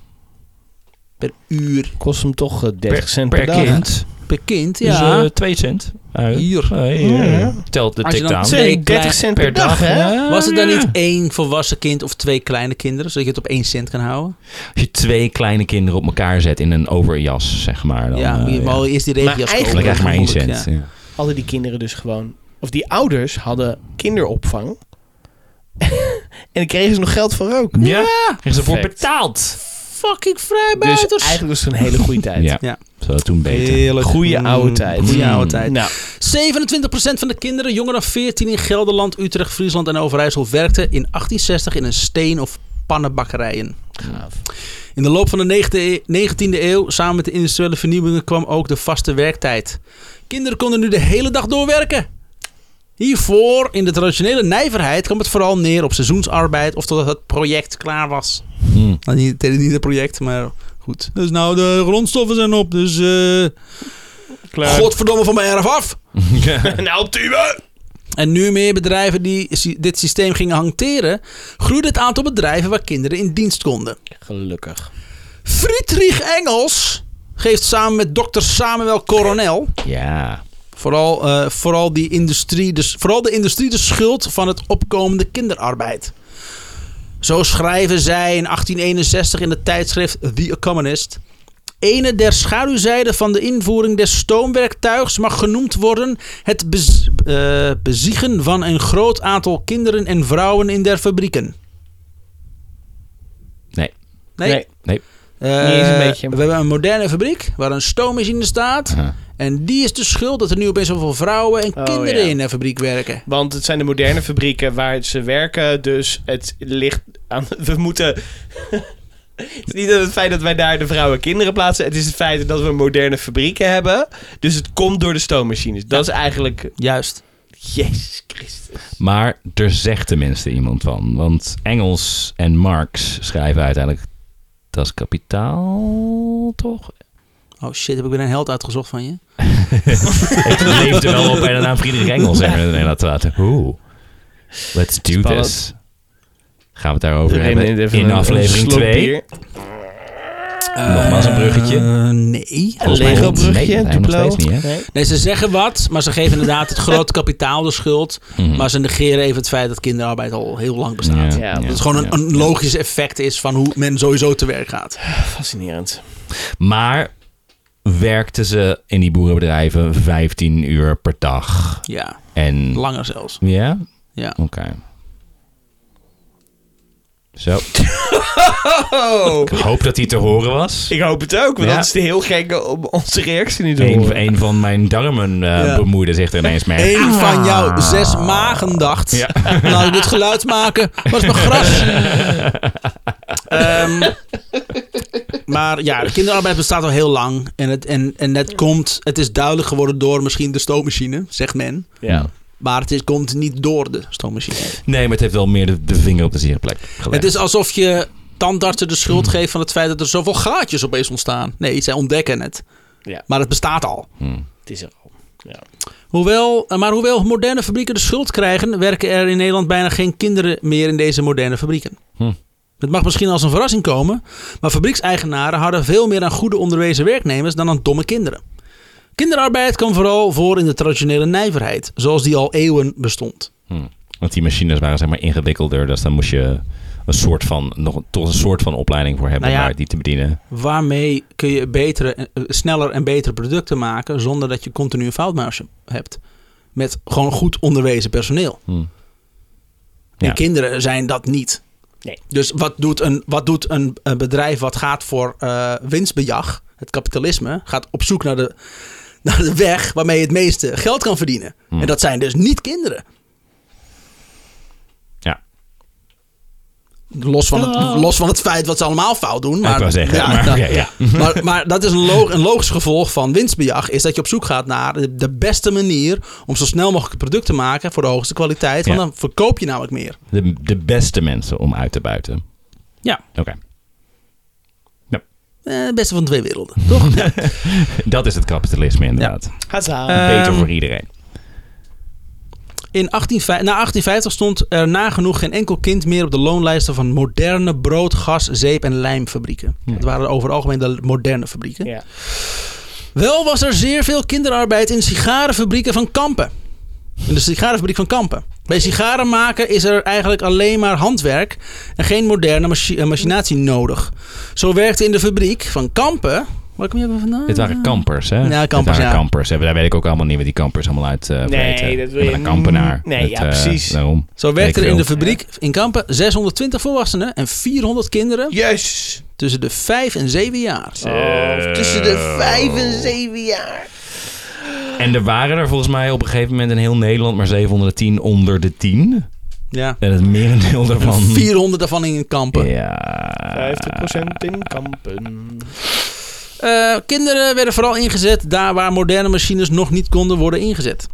S1: per uur
S2: Kost hem toch eh, 30 cent per,
S3: per
S2: dag.
S3: kind.
S1: per kind.
S3: Dus
S1: Ja,
S3: eh, 2 cent. Uit.
S1: Hier.
S3: Nee,
S2: Ja,
S3: eh,
S2: ja.
S3: Telt de
S1: Als je dan
S3: tik-down.
S2: Zeg,
S1: twee
S2: 30
S1: klein-
S2: cent per, dag, hè?
S1: Was het dan niet één volwassen kind of twee kleine kinderen, zodat je het op 1 cent kan houden?
S3: Als je twee kleine kinderen op elkaar zet in een overjas, zeg maar. Dan,
S1: ja,
S3: eh,
S1: maar je
S3: ja.
S1: moet eerst die
S2: Maar
S1: regio's kopen.
S3: Dan krijg je maar 1
S1: Moeilijk,
S3: cent.
S1: ja.
S3: ja.
S2: Hadden die kinderen dus gewoon... Of die ouders hadden kinderopvang. *laughs* en dan kregen ze nog geld voor ook.
S3: Ja, Krijgen ze voor
S2: Perfect.
S3: betaald.
S1: Fucking
S2: Dus
S1: vrijbuiters.
S2: eigenlijk was het een hele *laughs* goede tijd.
S3: Ja.
S1: Ja.
S3: Zo toen beter.
S2: Goeie
S1: Mm,
S2: oude tijd.
S1: Goeie oude tijd.
S2: Nou,
S1: 27% van de kinderen jonger dan 14 in Gelderland, Utrecht, Friesland en Overijssel werkten in 1860 in een steen- of pannenbakkerijen.
S2: gaaf.
S1: In de loop van de 19e e- 19e eeuw, samen met de industriële vernieuwingen, kwam ook de vaste werktijd. Kinderen konden nu de hele dag doorwerken. Hiervoor, in de traditionele nijverheid, kwam het vooral neer op seizoensarbeid of totdat het project klaar was.
S3: Hmm.
S1: Nou, niet, het- niet het project, maar goed. Dus nou, de grondstoffen zijn op, dus eh
S2: Klaar.
S1: godverdomme van mijn erf
S2: *laughs*
S1: af.
S2: nou, Tube!
S1: En nu meer bedrijven die sy- dit systeem gingen hanteren, groeide het aantal bedrijven waar kinderen in dienst konden.
S2: Gelukkig.
S1: Friedrich Engels geeft samen met dokter Samuel Coronel
S3: Ja.
S1: vooral, eh, vooral, die industrie, dus, vooral de industrie de schuld van het opkomende kinderarbeid. Zo schrijven zij in 1861 in het tijdschrift The Economist. Ene der schaduwzijden van de invoering des stoomwerktuigs mag genoemd worden het bez- eh, beziegen van een groot aantal kinderen en vrouwen in der fabrieken.
S3: Nee.
S1: Nee?
S2: Nee.
S1: Eh,
S2: Niet eens een beetje.
S1: We hebben een moderne fabriek waar een stoommachine staat.
S3: Aha.
S1: En die is de schuld dat er nu opeens zoveel vrouwen en
S2: Oh,
S1: kinderen
S2: ja.
S1: in de fabriek werken.
S2: Want het zijn de moderne fabrieken waar ze werken. Dus het ligt aan. *laughs* We moeten. het is niet dat het feit dat wij daar de vrouwen en kinderen plaatsen. Het is het feit dat we moderne fabrieken hebben. Dus het komt door de stoommachines. Dat is eigenlijk.
S1: Juist.
S2: Jezus Christus.
S3: Maar er zegt tenminste iemand van. Want Engels en Marx schrijven uiteindelijk. Dat is kapitaal, toch?
S1: Oh shit, heb ik weer een held uitgezocht van je?
S3: Ik leefde wel op bij de naam Friedrich Engels. En we inderdaad laten. Oeh. Let's do
S2: Spannend.
S3: this. Gaan we het daarover hebben in aflevering 2. Nogmaals een bruggetje.
S1: Eh, nee.
S3: Volgens mij
S2: Lego
S3: niet.
S2: bruggetje,
S3: Nee, nog
S2: Duplo.
S3: steeds niet, hè?
S1: Nee, ze zeggen wat, maar ze geven inderdaad
S2: *laughs*
S1: het grote kapitaal de schuld.
S3: Mhm.
S1: Maar ze negeren even het feit dat kinderarbeid al heel lang bestaat.
S3: Ja,
S2: Ja,
S1: Dat het gewoon een,
S3: ja.
S1: een logisch effect is van hoe men sowieso te werk gaat.
S2: Fascinerend.
S3: Maar werkten ze in die boerenbedrijven 15 uur per dag?
S1: Ja,
S3: En
S1: langer zelfs.
S3: Ja?
S1: Ja.
S3: Oké. Zo. Ik hoop dat hij te horen was.
S2: Oh, Ik hoop het ook, want
S3: Ja.
S2: dat is de heel gekke om onze reactie niet te
S3: Een,
S2: horen.
S3: een van mijn darmen eh
S1: Ja.
S3: bemoeide zich er ineens mee.
S1: Eén van jouw zes magen dacht.
S3: Ja.
S1: *laughs* Laat ik dit geluid maken. Was mijn gras. Ehm, maar ja, de kinderarbeid bestaat al heel lang. En het, en, en het, komt, het is duidelijk geworden door misschien de stoommachine, zegt men.
S2: Ja.
S1: Maar het is, komt niet door de stoommachine.
S3: Nee, maar het heeft wel meer de, de vinger op de zere plek gelegd.
S1: Het is alsof je tandartsen de schuld geeft van het feit dat er zoveel gaatjes opeens ontstaan. Nee, zij ontdekken het.
S2: Ja.
S1: Maar het bestaat al.
S3: Hmm.
S2: Het is er al.
S1: Hoewel, eh, maar hoewel moderne fabrieken de schuld krijgen, werken er in Nederland bijna geen kinderen meer in deze moderne fabrieken.
S3: Hm.
S1: Het mag misschien als een verrassing komen, maar fabriekseigenaren hadden veel meer aan goede onderwezen werknemers dan aan domme kinderen. Kinderarbeid kwam vooral voor in de traditionele nijverheid, zoals die al eeuwen bestond.
S3: Hm. Want die machines waren zeg maar ingewikkelder. Dus dan moest je een soort van, nog toch een soort van opleiding voor hebben
S1: Nou ja.
S3: om daar die te bedienen.
S1: Waarmee kun je betere, eh, sneller en betere producten maken zonder dat je continu een foutmarge hebt. Met gewoon goed onderwezen personeel.
S3: Hm.
S1: En
S3: Ja.
S1: kinderen zijn dat niet.
S2: Nee.
S1: Dus wat doet een, wat doet een, een bedrijf wat gaat voor eh, winstbejag, het kapitalisme, gaat op zoek naar de, *laughs* naar de weg waarmee je het meeste geld kan verdienen.
S3: Hmm.
S1: En dat zijn dus niet kinderen.
S3: Ja.
S1: Los van, het, los van het feit wat ze allemaal fout doen. Maar,
S3: ik wou zeggen,
S1: ja,
S3: maar
S1: dat-
S3: oké, ja.
S1: *laughs* maar, maar dat is een, log- een logisch gevolg van winstbejag. Is dat je op zoek gaat naar de, de beste manier om zo snel mogelijk product te maken voor de hoogste kwaliteit. Want
S3: Ja.
S1: dan verkoop je namelijk meer.
S3: De, de beste mensen om uit te buiten.
S1: Ja.
S3: Oké.
S1: Eh, het beste van twee werelden, toch? Ja.
S3: Dat is het kapitalisme inderdaad.
S2: Haza.
S3: Beter voor iedereen.
S1: In 1850 na 1850 stond er nagenoeg geen enkel kind meer op de loonlijsten van moderne brood, gas, zeep en lijmfabrieken. Dat waren over het algemeen de moderne fabrieken.
S2: Ja.
S1: Wel was er zeer veel kinderarbeid in sigarenfabrieken van Kampen. In de sigarenfabriek van Kampen. Bij sigaren maken is er eigenlijk alleen maar handwerk en geen moderne machi- eh, machinatie nodig. Zo werkte in de fabriek van Kampen. Waar kom je even vandaan?
S3: Dit
S2: eh,
S3: waren kampers,
S2: nou,
S3: hè?
S1: Ja, kampers,
S3: Dit waren
S1: ja.
S3: kampers. hè. Daar weet ik ook allemaal niet wat die kampers allemaal uit eh vreten.
S2: dat wil je
S3: Ik ben een kampenaar.
S2: niet. Nee,
S3: Dat,
S2: ja,
S3: eh,
S2: precies.
S3: daarom.
S1: Zo werkte
S3: Ik
S1: er in de
S3: wil.
S1: fabriek in Kampen 620 volwassenen en 400 kinderen
S2: Yes!
S1: tussen de 5 en 7 jaar.
S2: Oh, tussen de vijf en zeven jaar.
S3: En er waren er volgens mij op een gegeven moment in heel Nederland maar 710 onder de 10.
S1: Ja.
S3: En het
S2: *laughs*
S3: merendeel daarvan...
S1: 400 daarvan in Kampen.
S3: Ja.
S2: 50% in kampen.
S1: Eh, kinderen werden vooral ingezet daar waar moderne machines nog niet konden worden ingezet.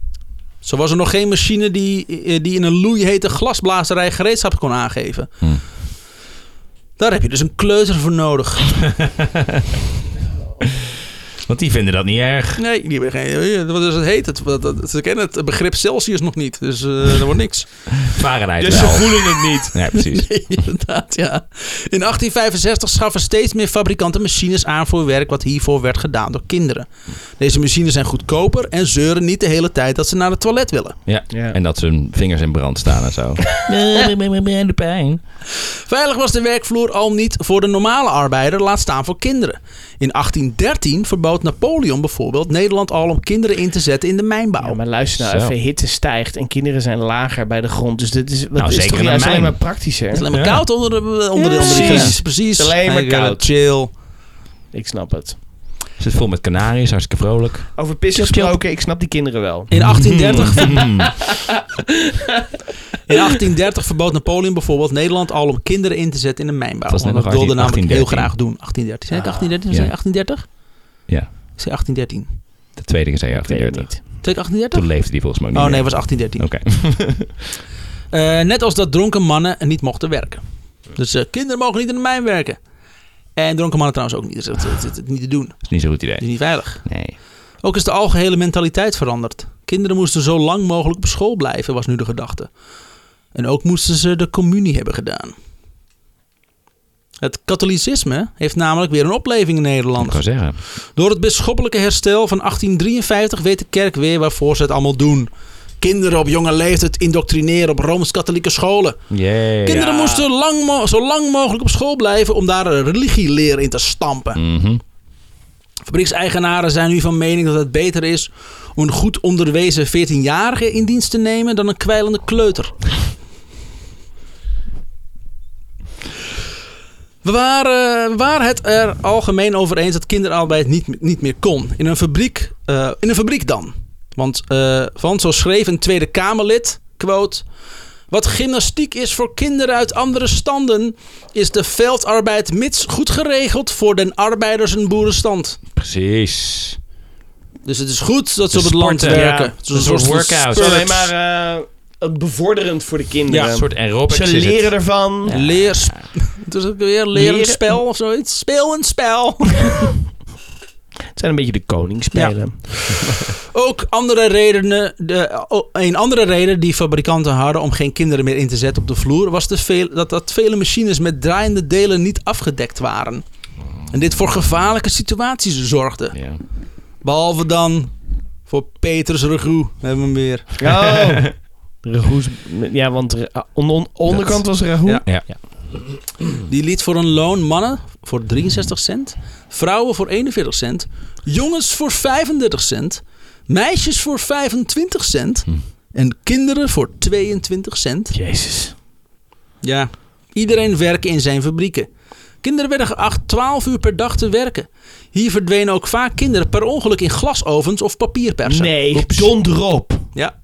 S1: Zo was er nog geen machine die, eh, die in een loeihete glasblazerij gereedschap kon aangeven.
S3: Hmm.
S1: Daar heb je dus een kleuter voor nodig.
S3: Want die vinden dat niet erg.
S1: Nee, die hebben geen. eh, Wat is het heet? Het, wat- dat- ze kennen het begrip Celsius nog niet. Dus eh dat wordt niks.
S3: Fahrenheit
S2: Dus ze
S3: wel.
S2: voelen het niet.
S3: Ja,
S1: *laughs*
S3: precies.
S1: Nee, *laughs* inderdaad, ja. In 1865 schaffen steeds meer fabrikanten machines aan voor werk wat hiervoor werd gedaan door kinderen. Deze machines zijn goedkoper en zeuren niet de hele tijd dat ze naar het toilet willen.
S3: Ja.
S2: Ja.
S3: En dat hun vingers in brand staan en zo.
S6: De pijn.
S1: Veilig was de werkvloer al niet voor de normale arbeider, laat staan voor kinderen. In 1813 verbood Napoleon bijvoorbeeld Nederland al om kinderen in te zetten in de mijnbouw.
S2: Ja, maar luister nou
S3: Zo.
S2: even, hitte stijgt en kinderen zijn lager bij de grond. Dus dit is, dat is
S3: zeker
S2: toch
S3: in
S2: juist
S3: mijn-
S2: alleen maar
S1: Het is
S2: praktischer.
S1: alleen maar
S3: Ja.
S1: koud onder de, onder de, onder de
S2: Precies.
S1: grens. Precies.
S2: Het is alleen maar
S1: Lekker,
S2: koud.
S1: Chill.
S2: Ik snap het.
S3: Zit vol met kanaries, hartstikke vrolijk.
S2: *laughs* Over pissen gesproken, ik snap die kinderen wel.
S1: In
S2: *laughs*
S1: 1830
S3: Hmm.
S1: In 1830 verbood Napoleon bijvoorbeeld Nederland al om kinderen in te zetten in de mijnbouw.
S3: Was dat
S1: Want
S3: nog
S1: dat wilde namelijk
S3: 1813?
S1: heel graag doen. 1813. Zei ik 1813? Zei ik 1830?
S3: Ja.
S1: Ik zei 1813.
S3: De tweede keer zei je
S2: Ik weet het
S3: 38.
S2: niet.
S1: Zei ik 1830?
S3: Toen leefde die volgens mij ook niet
S1: Oh nee,
S3: meer.
S1: het was 1813.
S3: Oké. *laughs*
S1: Eh, net als dat dronken mannen niet mochten werken. Dus eh, kinderen mogen niet in de mijn werken. En dronken mannen trouwens ook niet. Dus dat dat- dat is niet te doen. Dat
S3: Dat is niet zo'n goed idee.
S1: is niet veilig.
S3: Nee.
S1: Ook is de algehele mentaliteit veranderd. Kinderen moesten zo lang mogelijk op school blijven, was nu de gedachte. En ook moesten ze de communie hebben gedaan. Het katholicisme heeft namelijk weer een opleving in
S3: Kan ik
S1: Nederland.
S3: wel zeggen.
S1: Door het bisschoppelijke herstel van 1853 weet de kerk weer waarvoor ze het allemaal doen. Kinderen op jonge leeftijd indoctrineren op rooms-katholieke scholen.
S3: Jee.
S1: Kinderen moesten lang mo- zo lang mogelijk op school blijven om daar een religieleer in te stampen.
S3: Mhm.
S1: Fabriekseigenaren zijn nu van mening dat het beter is om een goed onderwezen 14-jarige in dienst te nemen dan een kwijlende kleuter. We waren, we waren het er algemeen over eens dat kinderarbeid niet, niet meer kon. In een fabriek, eh, in een fabriek dan. Want, eh want zo schreef een Tweede Kamerlid, quote... Wat gymnastiek is voor kinderen uit andere standen... is de veldarbeid mits goed geregeld voor den arbeiders- en boerenstand.
S3: Precies.
S1: Dus het is goed dat ze
S3: Dus
S1: op het land
S3: sporten,
S1: werken.
S3: ja.
S1: Het is
S3: Een soort workout.
S2: Het is
S1: spurt.
S2: alleen maar eh, bevorderend voor de kinderen.
S3: Een soort aerobics
S2: Ze
S3: is het.
S2: leren ervan.
S1: Ja. Leer, *laughs* het is ook weer leren
S2: Leren-
S1: spel of zoiets. Speel een spel.
S2: zijn een beetje de koningspelen.
S1: *laughs* Ook andere redenen, de, o- een andere reden die fabrikanten hadden om geen kinderen meer in te zetten op de vloer, was de veel, dat, dat vele machines met draaiende delen niet afgedekt waren. En dit voor gevaarlijke situaties zorgde.
S3: Ja.
S1: Behalve dan voor Peters Regu. We hebben hem weer.
S2: Oh. Ragoes, ja, want eh, on- on- onderkant was Ragoes.
S1: Ja.
S3: Ja.
S1: Die liet voor een loon mannen voor 63 cent, vrouwen voor 41 cent, jongens voor 35 cent, meisjes voor 25 cent en kinderen voor 22 cent.
S2: Jezus.
S1: Ja, iedereen werkte in zijn fabrieken. Kinderen werden geacht 12 uur per dag te werken. Hier verdwenen ook vaak kinderen per ongeluk in glasovens of papierpersen.
S2: Nee,
S1: Oeps.
S2: donderop.
S1: Ja,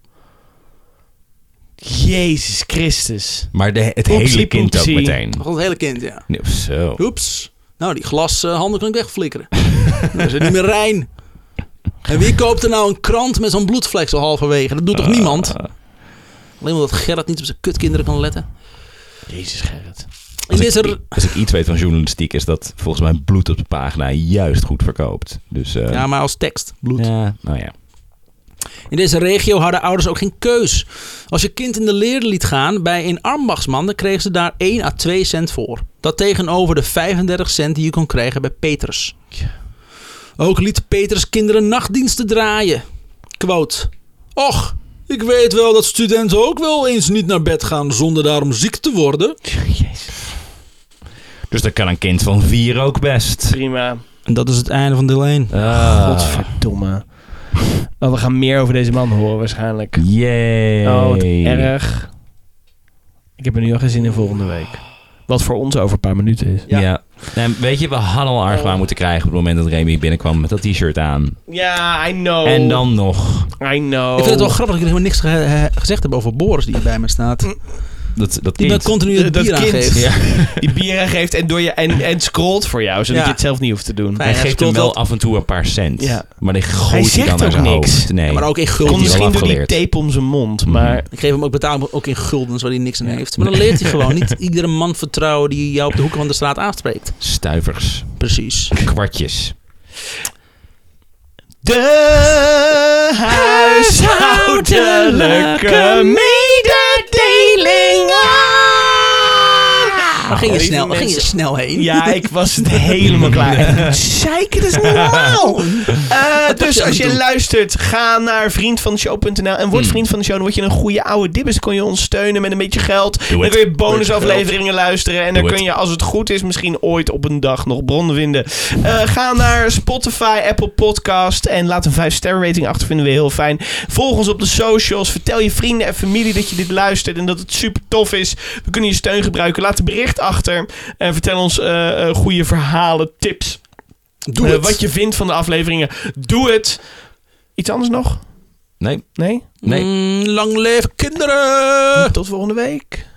S2: Jezus Christus.
S3: Maar de, het
S2: Oepsie,
S3: hele kind
S2: poepsie.
S3: ook meteen.
S1: dat was het hele kind, ja.
S3: Nee, zo.
S1: Oeps. Nou, die glashanden kan ik wegflikkeren. *laughs* Dan is het niet meer rein. En wie koopt er nou een krant met zo'n bloedvlek zo halverwege? Dat doet
S3: Ah.
S1: toch niemand? Alleen omdat Gerrit niet op zijn kutkinderen kan letten.
S2: Jezus Gerrit.
S1: En dit is er...
S3: Als ik iets weet van journalistiek is dat volgens mij bloed op de pagina juist goed verkoopt. Dus eh,
S1: Ja, maar als tekst. Bloed.
S3: ja, nou ja.
S1: In deze regio hadden ouders ook geen keus. Als je kind in de leer liet gaan bij een ambachtsman, dan kregen ze daar 1 à 2 cent voor. Dat tegenover de 35 cent die je kon krijgen bij Peters. Ook liet Peters kinderen nachtdiensten draaien. Quote. Och, ik weet wel dat studenten ook wel eens niet naar bed gaan zonder daarom ziek te worden.
S3: Dus dat kan een kind van vier ook best.
S2: Prima.
S1: En dat is het einde van deel 1.
S3: Ah.
S2: Godverdomme. Oh, we gaan meer over deze man horen waarschijnlijk.
S3: Yay.
S2: Oh, wat erg. Ik heb er nu al geen zin in volgende week. Wat voor ons over een paar minuten is.
S3: Ja. Nee, weet je, we hadden al
S2: Oh.
S3: argwaan moeten krijgen op het moment dat Remy binnenkwam met dat t-shirt aan.
S2: Ja, I know.
S3: En dan nog.
S2: I know.
S1: Ik vind het wel grappig dat ik helemaal niks ge- he- gezegd heb over Boris die hier bij me staat.
S3: Dat, dat
S1: Die
S3: kind.
S1: me continu het
S2: Dat
S1: bier
S2: kind.
S1: aangeeft.
S3: Ja.
S2: die bieren geeft en, door je, en, en scrolt voor jou, zodat
S1: Ja.
S2: je het zelf niet hoeft te doen.
S1: Fijn.
S3: Hij
S1: hij
S3: geeft hem
S1: scrolt
S3: wel
S1: dat-
S3: af en toe een paar cent.
S2: Ja.
S3: Maar die gooit
S2: Hij
S3: hij
S2: zegt
S3: dan naar
S2: ook
S3: zijn
S2: niks.
S3: hoofd. Nee.
S1: Ja, maar ook in gulden.
S2: Komt
S3: Die is wel
S2: misschien door die
S3: afgeleerd. Mhm.
S2: tape om zijn mond, maar...
S1: Ik geef hem ook betaald ook in guldens waar hij niks aan heeft. Maar dan leert
S2: *laughs*
S1: hij gewoon niet iedere man vertrouwen die jou op de hoeken van de straat aanspreekt.
S3: Stuivers.
S1: Precies.
S2: Ah,
S3: Kwartjes.
S2: De huishoudelijke mededelingen.
S1: Waar ging je
S2: Lieve
S1: snel, waar ging je
S2: mensen.
S1: snel heen?
S2: Ja, ik was het
S1: *laughs*
S2: helemaal klaar. Zeiken, dat is niet normaal. Eh,
S1: je
S2: dus
S1: aan
S2: als
S1: het
S2: je
S1: doen? Hmm.
S2: luistert, ga naar vriendvandeshow.nl en word vriend van de show. Dan word je een goede oude dibbes. Dan kun je ons steunen met een beetje geld. dan
S3: het.
S2: *laughs* kun je bonusafleveringen luisteren. En dan
S3: Doe
S2: kun
S3: het.
S2: je, als het goed is, misschien ooit op een dag nog bronnen vinden. Eh, ga naar Spotify, Apple Podcast en laat een 5-ster rating achter. Vinden we heel fijn. Volg ons op de socials. Vertel je vrienden en familie dat je dit luistert en dat het super tof is. We kunnen je steun gebruiken. Laat een bericht achter en vertel ons eh, eh, goede verhalen, tips.
S1: Doe
S2: Eh,
S1: het.
S2: Wat je vindt van de afleveringen. Doe het. Iets anders nog?
S3: Nee.
S2: Nee?
S3: Nee.
S1: Mm, lang leven kinderen!
S2: Tot volgende week.